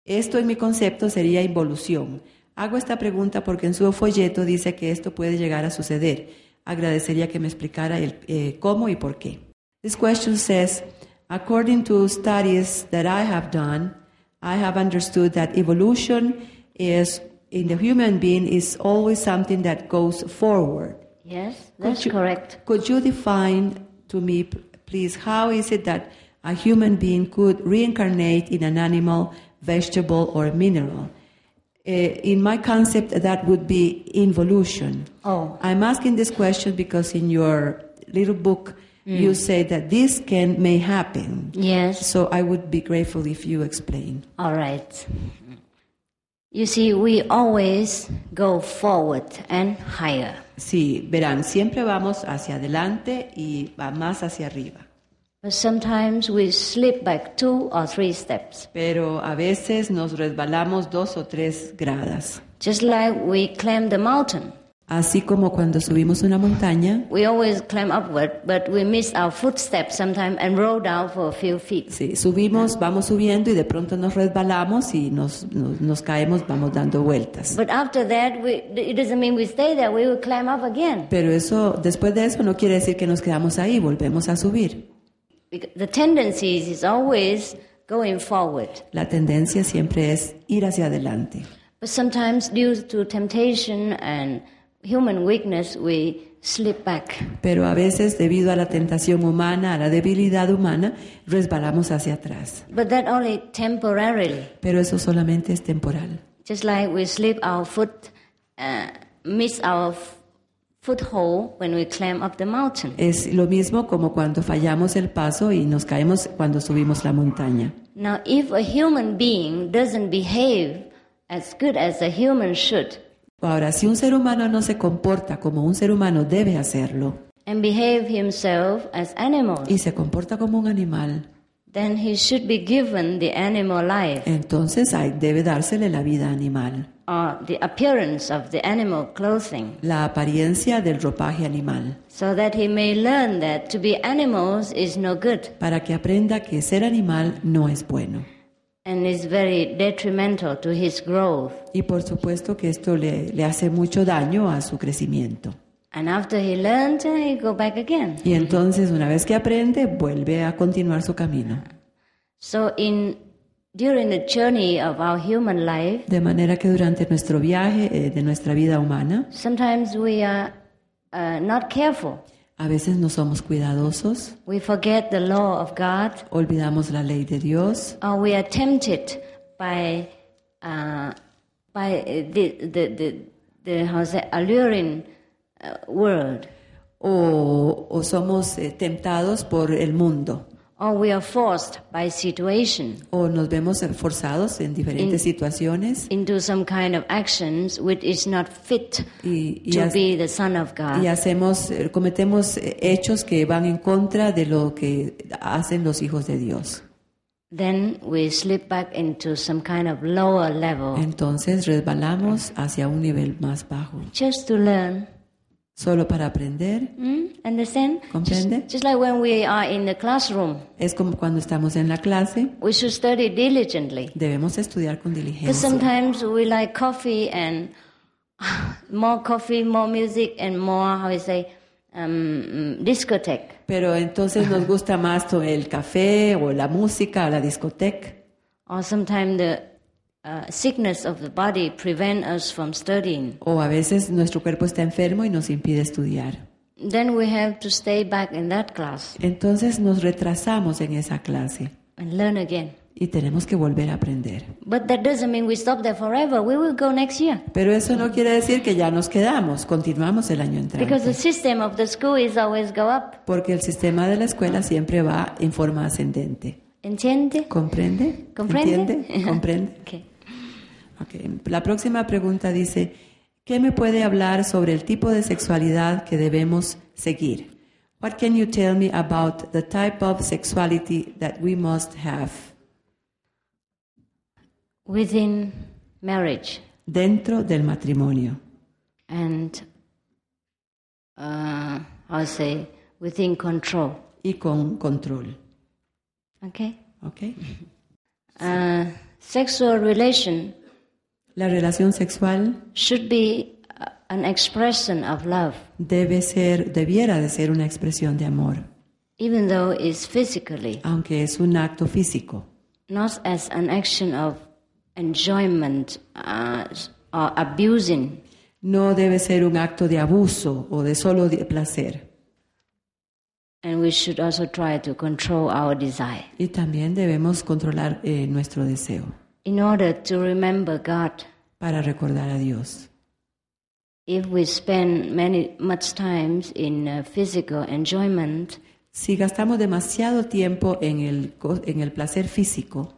Speaker 3: Esto en mi concepto sería involución. Hago esta pregunta porque en su folleto dice que esto puede llegar a suceder. Agradecería que me explicara el, eh, cómo y por qué. This question says, according to studies that I have done, I have understood that evolution is in the human being is always something that goes forward.
Speaker 2: Yes, that's
Speaker 3: you-
Speaker 2: correct.
Speaker 3: Could you define to me, p- please, how is it that a human being could reincarnate in an animal, vegetable, or mineral? Eh, in my concept, that would be involution.
Speaker 2: Oh.
Speaker 3: I'm asking this question because in your little book, you say that this can may happen.
Speaker 2: Yes.
Speaker 3: So I would be grateful if you explain.
Speaker 2: All right. You see, we always go forward and higher.
Speaker 3: Sí, verán, siempre vamos hacia adelante y va más hacia arriba.
Speaker 2: But sometimes we slip back two or three steps.
Speaker 3: pero a veces nos resbalamos dos o tres gradas.
Speaker 2: Just like we climb the mountain.
Speaker 3: Así como cuando subimos una montaña,
Speaker 2: We always climb upward, but we miss our footsteps sometimes and roll down for a few feet.
Speaker 3: sí, subimos, vamos subiendo y de pronto nos resbalamos y nos, nos, nos caemos, vamos dando vueltas.
Speaker 2: But after that, we, it doesn't mean we stay there. We will climb up again.
Speaker 3: Pero eso, después de eso, no quiere decir que nos quedamos ahí, volvemos a subir.
Speaker 2: Because the tendency is is always going forward.
Speaker 3: La tendencia siempre es ir hacia adelante.
Speaker 2: But sometimes, due to temptation and human weakness, we slip back.
Speaker 3: Pero a veces, debido a la tentación humana, a la debilidad humana, resbalamos hacia atrás.
Speaker 2: But that only temporarily.
Speaker 3: Pero eso solamente es temporal.
Speaker 2: Just like we slip our foot, uh, miss our f- foothold when we climb up the mountain.
Speaker 3: Es lo mismo como cuando fallamos el paso y nos caemos cuando subimos la montaña.
Speaker 2: Now, if a human being doesn't behave as good as a human should,
Speaker 3: Ahora, si un ser humano no se comporta como un ser humano debe hacerlo
Speaker 2: and behave himself as animals,
Speaker 3: y se comporta como un animal,
Speaker 2: then he should be given the animal life
Speaker 3: entonces hay- debe dársele la vida animal,
Speaker 2: or the appearance of the animal clothing,
Speaker 3: la apariencia del ropaje animal,
Speaker 2: so that he may learn that to be animals is no good
Speaker 3: para que aprenda que ser animal no es bueno.
Speaker 2: and is very detrimental to his growth.
Speaker 3: Y por supuesto que esto le, le hace mucho daño a su crecimiento.
Speaker 2: And after he learned, uh, he go back again.
Speaker 3: Y entonces, una vez que aprende, vuelve a continuar su camino.
Speaker 2: So in during the journey of our human life,
Speaker 3: De manera que durante nuestro viaje eh, de nuestra vida humana,
Speaker 2: sometimes we are uh, not careful.
Speaker 3: a veces no somos cuidadosos,
Speaker 2: We forget the law of God,
Speaker 3: olvidamos la ley de Dios
Speaker 2: or we are tempted by uh, by uh, the the the, the how's that, alluring uh, world,
Speaker 3: o, o somos eh, tentados por el mundo
Speaker 2: or we are forced by situation
Speaker 3: o nos vemos forzados en diferentes situaciones
Speaker 2: into some kind of actions which is not fit
Speaker 3: y, y
Speaker 2: to
Speaker 3: ha-
Speaker 2: be the son of God.
Speaker 3: y hacemos, eh, cometemos eh, hechos que van en contra de lo que hacen los hijos de Dios.
Speaker 2: Then we slip back into some kind of lower level
Speaker 3: Entonces resbalamos hacia un nivel más bajo
Speaker 2: just to learn
Speaker 3: solo para aprender.
Speaker 2: Mm? Understand?
Speaker 3: ¿Comprende?
Speaker 2: Just, just like when we are in the classroom,
Speaker 3: Es como cuando estamos en la clase,
Speaker 2: we should study diligently.
Speaker 3: debemos estudiar con
Speaker 2: But
Speaker 3: diligencia.
Speaker 2: sometimes we like coffee and more coffee, more music, and more, how you say, um, mm, discotheque.
Speaker 3: Pero entonces nos gusta más to- el café o la música o la discoteca.
Speaker 2: Or sometimes the uh, sickness of the body prevent us from studying.
Speaker 3: O a veces nuestro cuerpo está enfermo y nos impide estudiar.
Speaker 2: Then we have to stay back in that class
Speaker 3: Entonces nos retrasamos en esa clase
Speaker 2: and learn again.
Speaker 3: y tenemos que volver a aprender.
Speaker 2: But that doesn't mean we stop there forever. We will go next year.
Speaker 3: Pero eso no quiere decir que ya nos quedamos, continuamos el año
Speaker 2: Because the
Speaker 3: entrante.
Speaker 2: system of the school is always go up.
Speaker 3: Porque el sistema de la escuela siempre va en forma ascendente.
Speaker 2: ¿Entiende?
Speaker 3: ¿Comprende?
Speaker 2: ¿Comprende?
Speaker 3: ¿Entiende? ¿Comprende?
Speaker 2: Okay.
Speaker 3: Ok, La próxima pregunta dice, ¿qué me puede hablar sobre el tipo de sexualidad que debemos seguir? What can you tell me about the type of sexuality that we must have
Speaker 2: Within marriage
Speaker 3: dentro del matrimonio?
Speaker 2: and uh, I'll say within control.
Speaker 3: y con control.
Speaker 2: Okay.
Speaker 3: ¿ok?
Speaker 2: Uh, sexual relation
Speaker 3: La relación sexual
Speaker 2: should be uh, an expression of love,
Speaker 3: debe ser, debiera de ser una expresión de amor,
Speaker 2: even though it's physically,
Speaker 3: aunque es un acto físico,
Speaker 2: not as an action of enjoyment uh, or abusing.
Speaker 3: no debe ser un acto de abuso o de solo de placer.
Speaker 2: And we should also try to control our desire
Speaker 3: Y también debemos controlar eh, nuestro deseo
Speaker 2: in order to remember God.
Speaker 3: para recordar a Dios.
Speaker 2: If we spend many much times in uh, physical enjoyment,
Speaker 3: Si gastamos demasiado tiempo en el, co- en el placer físico,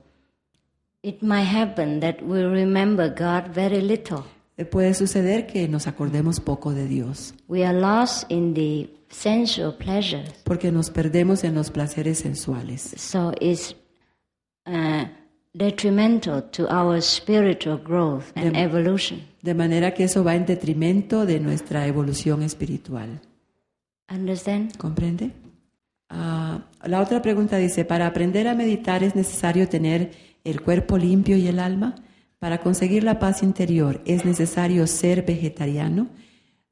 Speaker 2: it might happen that we remember God very little.
Speaker 3: eh, puede suceder que nos acordemos poco de Dios,
Speaker 2: We are lost in the sensual pleasures.
Speaker 3: porque nos perdemos en los placeres sensuales.
Speaker 2: so it's uh, detrimental to our spiritual growth and evolution.
Speaker 3: De manera que eso va en detrimento de nuestra evolución espiritual.
Speaker 2: Understand?
Speaker 3: ¿Comprende? Ah, la otra pregunta dice, para aprender a meditar es necesario tener el cuerpo limpio y el alma. Para conseguir la paz interior es necesario ser vegetariano.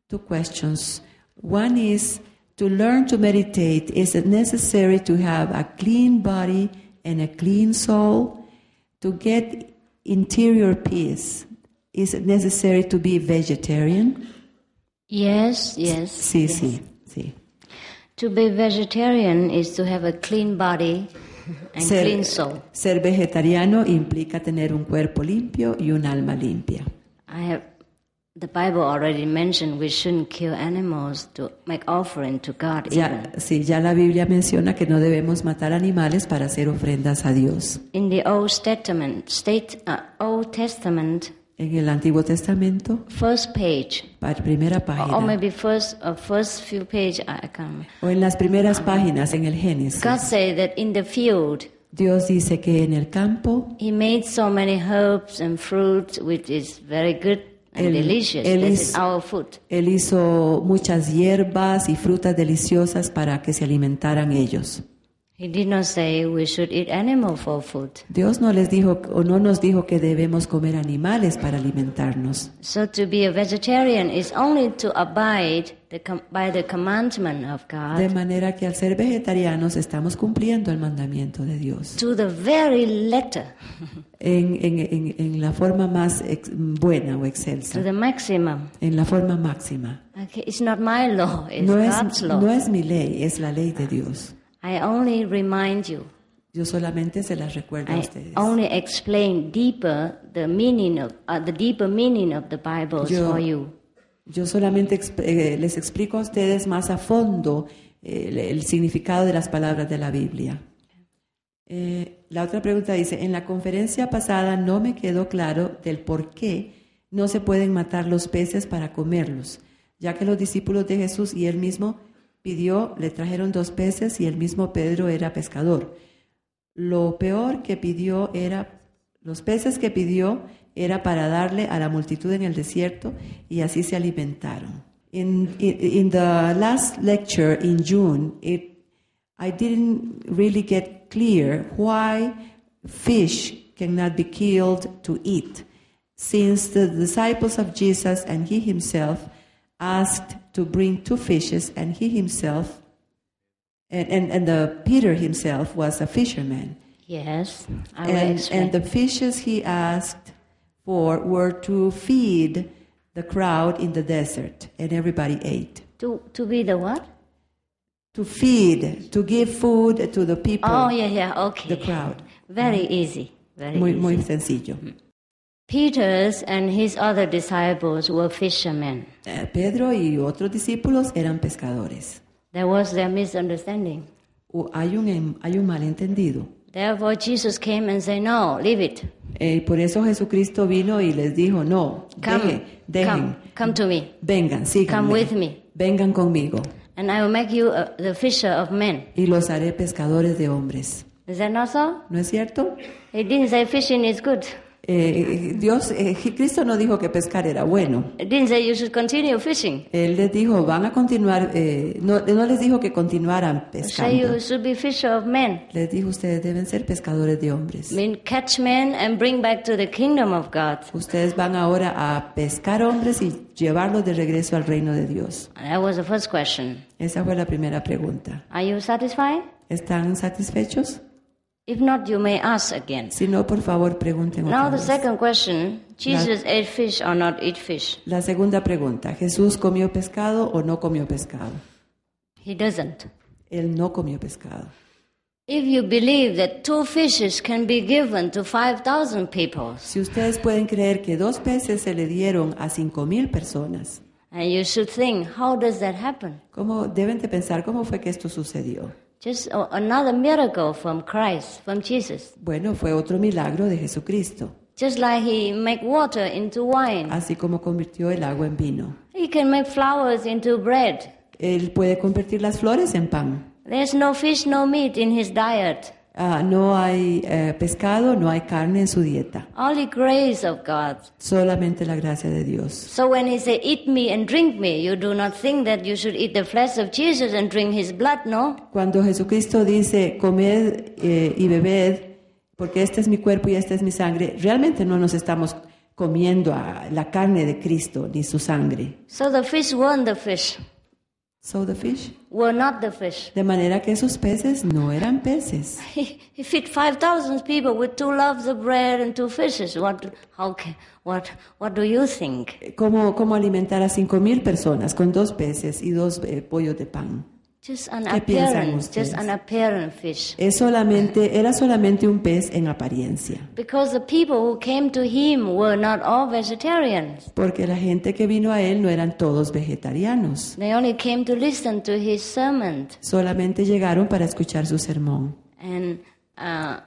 Speaker 3: Two questions. One is, to learn to meditate is it necessary to have a clean body and a clean soul? To get interior peace, is it necessary to be vegetarian?
Speaker 2: Yes, yes.
Speaker 3: Sí, sí, sí.
Speaker 2: To be vegetarian is to have a clean body and
Speaker 3: Ser-
Speaker 2: clean soul.
Speaker 3: Ser vegetariano implica tener un cuerpo limpio y un alma limpia.
Speaker 2: I have the Bible already mentioned we shouldn't kill animals to make offering to God
Speaker 3: Ya,
Speaker 2: even.
Speaker 3: sí, ya la Biblia menciona que no debemos matar animales para hacer ofrendas a Dios.
Speaker 2: In the Old Testament, state, uh, Old Testament
Speaker 3: En el Antiguo Testamento,
Speaker 2: first page,
Speaker 3: para primera
Speaker 2: or
Speaker 3: página,
Speaker 2: maybe first uh, first few page, I I can't remember.
Speaker 3: o en las primeras páginas en el Génesis,
Speaker 2: God said that in the field
Speaker 3: Dios dice que en el campo
Speaker 2: He made so many herbs and fruits, which is very good and
Speaker 3: El-
Speaker 2: delicious.
Speaker 3: él
Speaker 2: This
Speaker 3: hizo-
Speaker 2: is our food.
Speaker 3: Él hizo muchas hierbas y frutas deliciosas para que se alimentaran ellos.
Speaker 2: He did not say we should eat animal for food.
Speaker 3: Dios no les dijo o no nos dijo que debemos comer animales para alimentarnos.
Speaker 2: So to be a vegetarian is only to abide the com- by the commandment of God
Speaker 3: De manera que al ser vegetarianos estamos cumpliendo el mandamiento de Dios
Speaker 2: to the very letter,
Speaker 3: en, en- en- en la forma más ex- buena o
Speaker 2: to
Speaker 3: excelsa,
Speaker 2: the maximum.
Speaker 3: en la forma máxima.
Speaker 2: Okay, it's not my law; it's
Speaker 3: No
Speaker 2: God's
Speaker 3: es,
Speaker 2: law.
Speaker 3: no es mi ley, es la ley de Dios.
Speaker 2: I only remind you.
Speaker 3: Yo solamente se las recuerdo a
Speaker 2: I
Speaker 3: ustedes.
Speaker 2: only explain deeper the meaning of uh, the deeper meaning of the Bible
Speaker 3: Yo-
Speaker 2: for you.
Speaker 3: Yo solamente exp- eh, les explico a ustedes más a fondo eh, el, el significado de las palabras de la Biblia. Eh, la otra pregunta dice, en la conferencia pasada no me quedó claro del por qué no se pueden matar los peces para comerlos, ya que los discípulos de Jesús y él mismo pidió, le trajeron dos peces y el mismo Pedro era pescador. Lo peor que pidió era, los peces que pidió era para darle a la multitud en el desierto y así se alimentaron. In, in, in the last lecture in June, it, I didn't really get clear why fish cannot be killed to eat, since the disciples of Jesus and he himself asked to bring two fishes, and he himself, and, and, and the Peter himself was a fisherman.
Speaker 2: Yes, I will
Speaker 3: And,
Speaker 2: explain.
Speaker 3: and the fishes he asked for were to feed the crowd in the desert, and everybody ate.
Speaker 2: to, to be the what?
Speaker 3: To feed, to give food to the people,
Speaker 2: Oh, yeah, yeah, okay.
Speaker 3: the crowd.
Speaker 2: Very easy. Very
Speaker 3: Muy,
Speaker 2: easy.
Speaker 3: muy sencillo.
Speaker 2: Peter's and his other disciples were fishermen.
Speaker 3: Eh, Pedro y otros discípulos eran pescadores.
Speaker 2: That was their misunderstanding.
Speaker 3: O- Hay un, em- hay un malentendido.
Speaker 2: Therefore, Jesus came and said, No, leave it.
Speaker 3: Eh, por eso Jesucristo vino y les dijo, no,
Speaker 2: Come,
Speaker 3: deje- dejen,
Speaker 2: come, come to me.
Speaker 3: vengan, síganme,
Speaker 2: Come with me.
Speaker 3: vengan conmigo
Speaker 2: And I will make you uh, the fisher of men.
Speaker 3: y los haré pescadores de hombres.
Speaker 2: Is that not so?
Speaker 3: ¿No es cierto?
Speaker 2: He didn't say fishing is good.
Speaker 3: Eh, Dios, eh, Cristo no dijo que pescar era bueno.
Speaker 2: He didn't say you should continue fishing.
Speaker 3: Él les dijo, van a continuar, eh, no, no les dijo que continuaran
Speaker 2: He Say
Speaker 3: pescando.
Speaker 2: you should be fisher of men.
Speaker 3: Les dijo, ustedes deben ser pescadores de hombres.
Speaker 2: mean, catch men and bring back to the kingdom of God.
Speaker 3: Ustedes van ahora a pescar hombres y llevarlos de regreso al reino de Dios.
Speaker 2: That was the first question.
Speaker 3: Esa fue la primera pregunta.
Speaker 2: Are you satisfied?
Speaker 3: ¿Están satisfechos?
Speaker 2: If not, you may ask again.
Speaker 3: Si no, por favor, pregunten otra
Speaker 2: Now the
Speaker 3: vez.
Speaker 2: second question, Jesus ate fish or not eat fish?
Speaker 3: La segunda pregunta, ¿Jesús comió pescado o no comió pescado?
Speaker 2: He doesn't.
Speaker 3: Él no comió pescado.
Speaker 2: If you believe that two fishes can be given to 5,000 people,
Speaker 3: Si ustedes pueden creer que dos peces se le dieron a cinco mil personas,
Speaker 2: and you should think, how does that happen?
Speaker 3: ¿cómo deben de pensar cómo fue que esto sucedió?
Speaker 2: Just a- another miracle from Christ, from Jesus.
Speaker 3: Bueno, fue otro milagro de Jesucristo,
Speaker 2: Just like he make water into wine,
Speaker 3: así como convirtió el agua en vino.
Speaker 2: he can make flowers into bread.
Speaker 3: Él puede convertir las flores en pan.
Speaker 2: There's no fish, no meat in his diet.
Speaker 3: Ah, no hay eh, pescado, no hay carne en su dieta,
Speaker 2: Only grace of God.
Speaker 3: solamente la gracia de Dios.
Speaker 2: So when he say, eat me and drink me, you do not think that you should eat the flesh of Jesus and drink his blood, no?
Speaker 3: Cuando Jesucristo dice, comed eh, y bebed, porque este es mi cuerpo y esta es mi sangre, realmente no nos estamos comiendo a la carne de Cristo ni su sangre.
Speaker 2: So the fish weren't the fish,
Speaker 3: So the fish.
Speaker 2: were not the fish.
Speaker 3: De manera que esos peces no eran peces.
Speaker 2: He, he fed 5,000 people with two loaves of bread and two fishes. What, how, ca- what, what do you think?
Speaker 3: ¿Cómo, cómo alimentar a cinco mil personas con dos peces y dos eh, pollos de pan?
Speaker 2: Just an
Speaker 3: ¿Qué piensan
Speaker 2: appearance, just
Speaker 3: ustedes?
Speaker 2: an apparent fish.
Speaker 3: Es solamente, era solamente un pez en apariencia.
Speaker 2: Because the people who came to him were not all vegetarians.
Speaker 3: Porque la gente que vino a él no eran todos vegetarianos.
Speaker 2: They only came to listen to his sermon.
Speaker 3: Solamente llegaron para escuchar su sermón.
Speaker 2: and uh,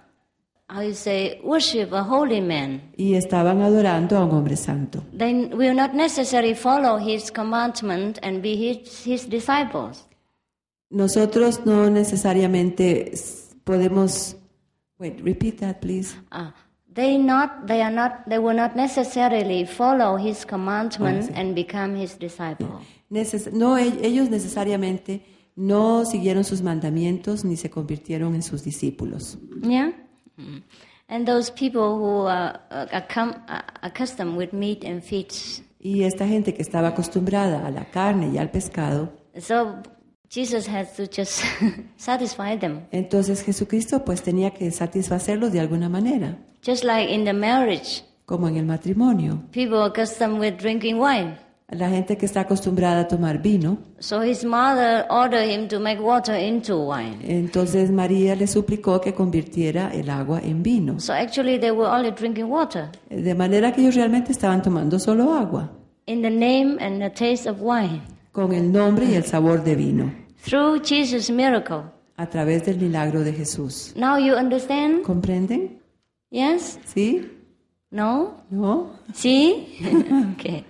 Speaker 2: how you say worship a holy man
Speaker 3: y estaban adorando a un hombre santo.
Speaker 2: they will not necessarily follow his commandment and be his, his disciples
Speaker 3: Nosotros no necesariamente s- podemos. Wait, repeat that, please.
Speaker 2: uh, they not they are not they will not necessarily follow his commandment and become his disciple
Speaker 3: Neces- no, e- ellos necesariamente no siguieron sus mandamientos ni se convirtieron en sus discípulos.
Speaker 2: yeah Mm. and those people who are, uh, accom- uh, accustomed with meat and fish
Speaker 3: Y esta gente que estaba acostumbrada a la carne y al pescado,
Speaker 2: so jesus has to just satisfy them
Speaker 3: entonces Jesucristo pues tenía que satisfacerlos de alguna manera,
Speaker 2: just like in the marriage
Speaker 3: como en el matrimonio.
Speaker 2: people accustomed with drinking wine
Speaker 3: La gente que está acostumbrada a tomar vino,
Speaker 2: So his mother ordered him to make water into wine.
Speaker 3: entonces María le suplicó que convirtiera el agua en vino.
Speaker 2: So actually, they were only drinking water
Speaker 3: De manera que ellos realmente estaban tomando solo agua,
Speaker 2: in the name and the taste of wine.
Speaker 3: con el nombre y el sabor de vino,
Speaker 2: Through Jesus' miracle.
Speaker 3: a través del milagro de Jesús.
Speaker 2: Now you understand?
Speaker 3: ¿Comprenden?
Speaker 2: Yes?
Speaker 3: ¿Sí?
Speaker 2: No?
Speaker 3: ¿No?
Speaker 2: See? okay.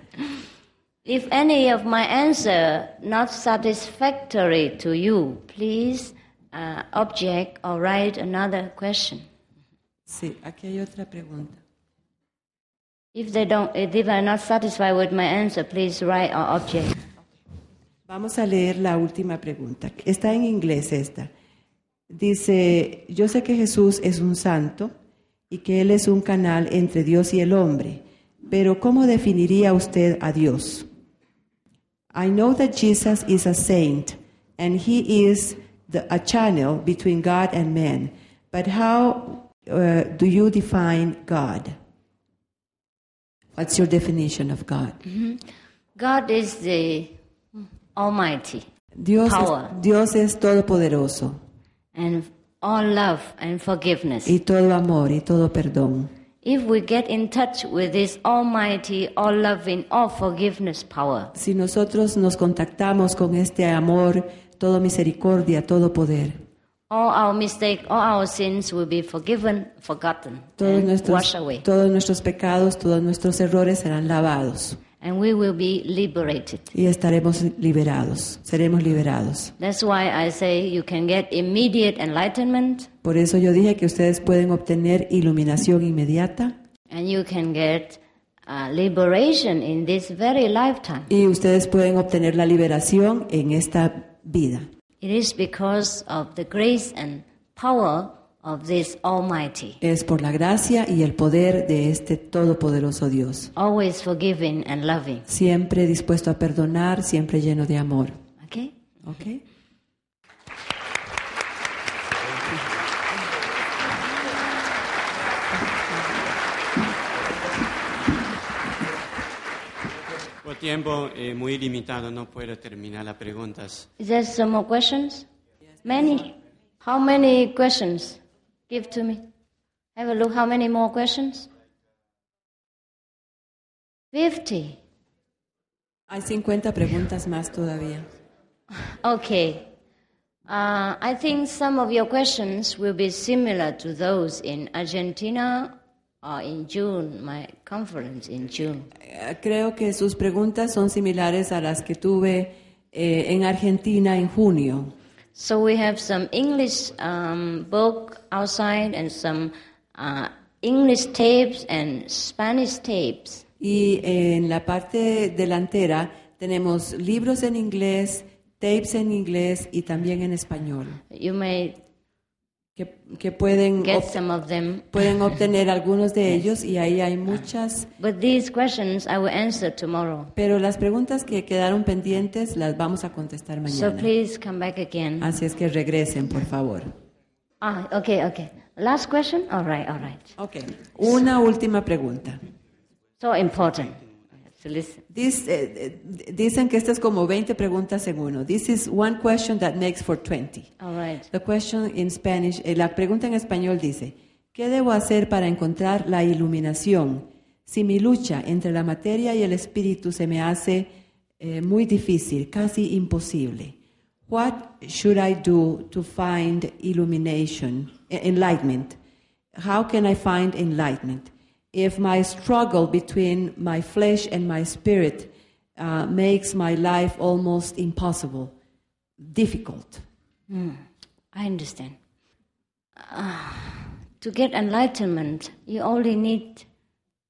Speaker 2: If any of my answer not satisfactory to you, please uh, object or write another question.
Speaker 3: Sí, aquí hay otra pregunta.
Speaker 2: If they don't, if they are not satisfied with my answer, please write or object.
Speaker 3: Vamos a leer la última pregunta. Está en inglés esta. Dice, yo sé que Jesús es un santo y que Él es un canal entre Dios y el hombre, pero ¿cómo definiría usted a Dios? I know that Jesus is a saint and he is the, a channel between God and man, but how uh, do you define God? What's your definition of God?
Speaker 2: God is the Almighty
Speaker 3: Dios
Speaker 2: Power.
Speaker 3: es, Dios es todopoderoso
Speaker 2: and all love and forgiveness.
Speaker 3: y todo amor y todo perdón.
Speaker 2: If we get in touch with this Almighty, all loving, all forgiveness power,
Speaker 3: Si nosotros nos contactamos con este amor, todo misericordia, todo poder,
Speaker 2: all our mistake, all our sins will be forgiven, forgotten,
Speaker 3: todos
Speaker 2: and washed
Speaker 3: nuestros,
Speaker 2: away,
Speaker 3: todos nuestros pecados, todos nuestros errores serán lavados
Speaker 2: and we will be liberated.
Speaker 3: y estaremos liberados, seremos liberados.
Speaker 2: That's why I say you can get immediate enlightenment
Speaker 3: Por eso yo dije que ustedes pueden obtener iluminación inmediata
Speaker 2: and you can get uh, liberation in this very lifetime.
Speaker 3: y ustedes pueden obtener la liberación en esta vida.
Speaker 2: It is because of the grace and power of this Almighty,
Speaker 3: Es por la gracia y el poder de este todopoderoso Dios,
Speaker 2: always forgiving and loving.
Speaker 3: siempre dispuesto a perdonar, siempre lleno de amor.
Speaker 2: Okay?
Speaker 3: ¿Ok?
Speaker 1: Por tiempo eh, muy limitado no puedo terminar las preguntas.
Speaker 2: Is there some more questions? Many. How many questions? Give to me. Have a look. How many more questions? 50.
Speaker 3: Hay 50 preguntas más todavía.
Speaker 2: Okay. Uh, I think some of your questions will be similar to those in Argentina or in June, my conference in June.
Speaker 3: Eh, Creo que sus preguntas son similares a las que tuve eh, en Argentina en junio.
Speaker 2: So we have some English um, book outside and some uh, English tapes and Spanish tapes.
Speaker 3: Y eh, en la parte delantera tenemos libros en inglés, tapes en inglés y también en español,
Speaker 2: You may
Speaker 3: que, que pueden,
Speaker 2: get
Speaker 3: ob-
Speaker 2: some of them.
Speaker 3: pueden obtener algunos de ellos y ahí hay muchas.
Speaker 2: But these questions I will answer tomorrow.
Speaker 3: Pero las preguntas que quedaron pendientes las vamos a contestar
Speaker 2: So
Speaker 3: mañana.
Speaker 2: please come back again.
Speaker 3: Así es que regresen, por favor.
Speaker 2: Ah, okay, okay. Last question? All right, all right.
Speaker 3: Ok, una última pregunta.
Speaker 2: So important to listen.
Speaker 3: Dice- eh, eh, dicen que esta es como 20 preguntas en uno. This is one question that makes for 20.
Speaker 2: All right.
Speaker 3: The question in Spanish, eh, la pregunta en español dice, ¿qué debo hacer para encontrar la iluminación si mi lucha entre la materia y el espíritu se me hace eh, muy difícil, casi imposible? What should I do to find illumination, eh, enlightenment? How can I find enlightenment? If my struggle between my flesh and my spirit uh, makes my life almost impossible, difficult.
Speaker 2: I understand. Ah, to get enlightenment, you only need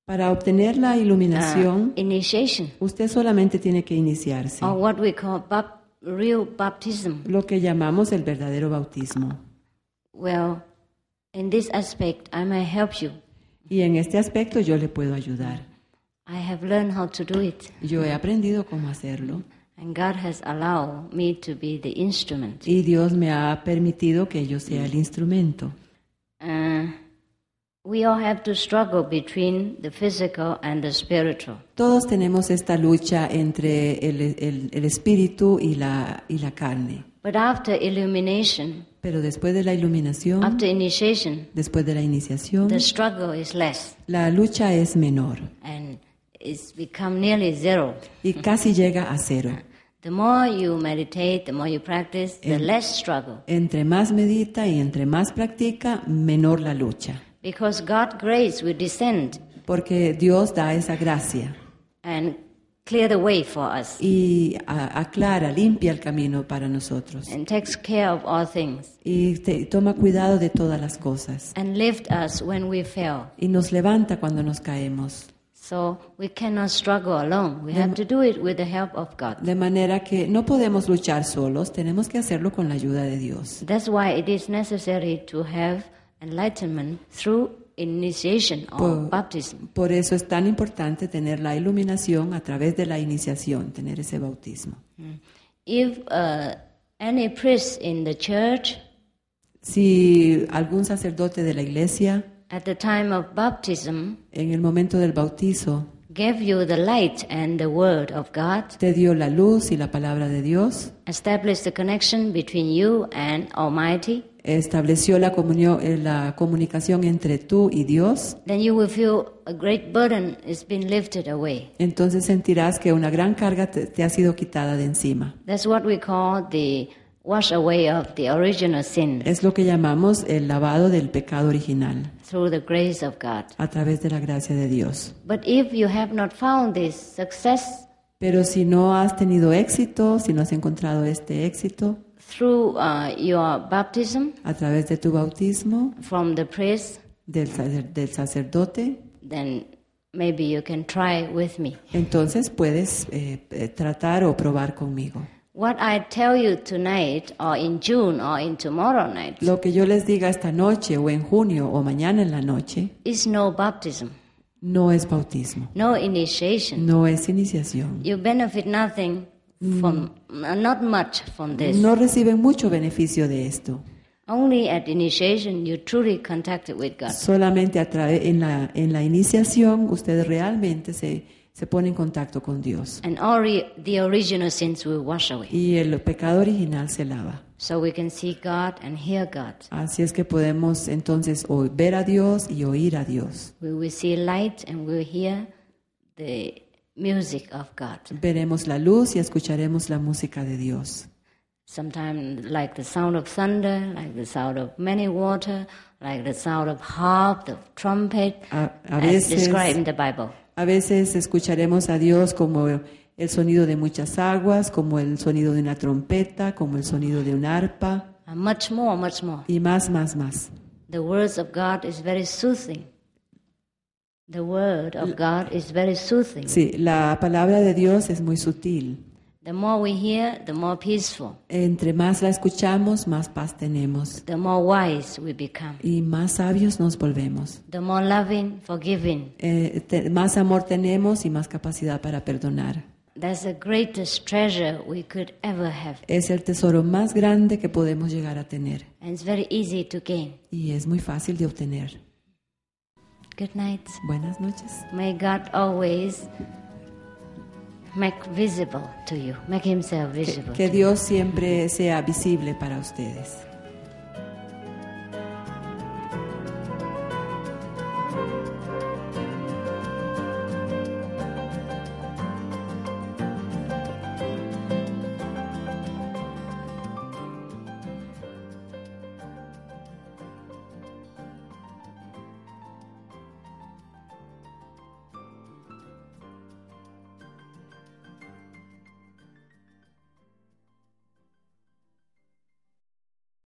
Speaker 3: Para obtener la iluminación,
Speaker 2: Ah. initiation
Speaker 3: usted solamente tiene que iniciarse,
Speaker 2: or what we call bap- real baptism.
Speaker 3: lo que llamamos el verdadero bautismo.
Speaker 2: Well, in this aspect, I may help you.
Speaker 3: Y en este aspecto yo le puedo ayudar.
Speaker 2: I have learned how to do it,
Speaker 3: Yo he aprendido cómo hacerlo
Speaker 2: and God has allowed me to be the instrument.
Speaker 3: y Dios me ha permitido que yo sea el instrumento.
Speaker 2: Uh, we all have to struggle between the physical and the spiritual.
Speaker 3: Todos tenemos esta lucha entre el, el- el espíritu y la, y la carne,
Speaker 2: But after illumination,
Speaker 3: pero después de la iluminación,
Speaker 2: after initiation,
Speaker 3: después de la iniciación,
Speaker 2: the struggle is less
Speaker 3: la lucha es menor
Speaker 2: and it's become nearly zero.
Speaker 3: y casi llega a cero.
Speaker 2: The more you meditate, the more you practice, the less struggle.
Speaker 3: Entre más medita y entre más practica, menor la lucha,
Speaker 2: Because God's grace will descend
Speaker 3: porque Dios da esa gracia
Speaker 2: and clear the way for us
Speaker 3: y a- aclara, limpia el camino para nosotros
Speaker 2: and takes care of all things
Speaker 3: y te- toma cuidado de todas las cosas
Speaker 2: and lifts us when we fail.
Speaker 3: y nos levanta cuando nos caemos.
Speaker 2: So we cannot struggle alone. We have to do it with the help of God.
Speaker 3: De manera que no podemos luchar solos, tenemos que hacerlo con la ayuda de Dios.
Speaker 2: That's why it is necessary to have enlightenment through initiation or
Speaker 3: Por-
Speaker 2: baptism.
Speaker 3: Por eso es tan importante tener la iluminación a través de la iniciación, tener ese bautismo.
Speaker 2: If uh, any priest in the church
Speaker 3: Si algún sacerdote de la iglesia
Speaker 2: at the time of baptism
Speaker 3: en el momento del bautizo
Speaker 2: gave you the light and the word of God,
Speaker 3: te dio la luz y la palabra de Dios,
Speaker 2: established the connection between you and Almighty,
Speaker 3: estableció la, comunión, eh, la comunicación entre tú y Dios,
Speaker 2: then you will feel a great burden is being lifted away.
Speaker 3: entonces sentirás que una gran carga te, te ha sido quitada de encima.
Speaker 2: That's what we call the wash away of the original sin
Speaker 3: Es lo que llamamos el lavado del pecado original
Speaker 2: through the grace of God.
Speaker 3: a través de la gracia de Dios.
Speaker 2: But if you have not found this success
Speaker 3: Pero si no has tenido éxito, si no has encontrado este éxito
Speaker 2: through uh, your baptism
Speaker 3: a través de tu bautismo
Speaker 2: from the priest,
Speaker 3: del, sacer- del sacerdote,
Speaker 2: then maybe you can try with me.
Speaker 3: entonces puedes eh, eh, tratar o probar conmigo.
Speaker 2: What I tell you tonight, or in June, or in tomorrow night,
Speaker 3: Lo que yo les diga esta noche o en junio o mañana en la noche
Speaker 2: is no baptism,
Speaker 3: no es bautismo,
Speaker 2: no initiation.
Speaker 3: no es iniciación.
Speaker 2: You benefit nothing from, not much from this.
Speaker 3: No reciben mucho beneficio de esto.
Speaker 2: Only at initiation you truly contacted with God.
Speaker 3: Solamente a través en la, en la iniciación ustedes realmente se, se ponen en contacto con Dios
Speaker 2: And all re- the original sins will wash away.
Speaker 3: y el pecado original se lava.
Speaker 2: So we can see God and hear God.
Speaker 3: Así es que podemos entonces o ver a Dios y oír a Dios.
Speaker 2: We will see light and we will hear the music of God.
Speaker 3: Veremos la luz y escucharemos la música de Dios.
Speaker 2: Sometimes like the sound of thunder, like the sound of many water, like the sound of harp, the trumpet,
Speaker 3: A, a
Speaker 2: as
Speaker 3: veces,
Speaker 2: described in the Bible.
Speaker 3: a veces escucharemos a Dios como el sonido de muchas aguas, como el sonido de una trompeta, como el sonido de un arpa
Speaker 2: And much more, much more.
Speaker 3: y más, más, más.
Speaker 2: The words of God is very soothing. The word of God is very soothing.
Speaker 3: Sí, la palabra de Dios es muy sutil.
Speaker 2: The more we hear, the more peaceful,
Speaker 3: Entre más la escuchamos, más paz tenemos
Speaker 2: the more wise we become,
Speaker 3: y más sabios nos volvemos.
Speaker 2: the more loving, forgiving.
Speaker 3: Eh, te- más amor tenemos y más capacidad para perdonar.
Speaker 2: That's the greatest treasure we could ever have.
Speaker 3: Es el tesoro más grande que podemos llegar a tener
Speaker 2: And it's very easy to gain.
Speaker 3: y es muy fácil de obtener.
Speaker 2: Good night.
Speaker 3: Buenas noches.
Speaker 2: May God always make visible to you, make Himself
Speaker 3: Que,
Speaker 2: visible.
Speaker 3: que Dios siempre sea visible para ustedes.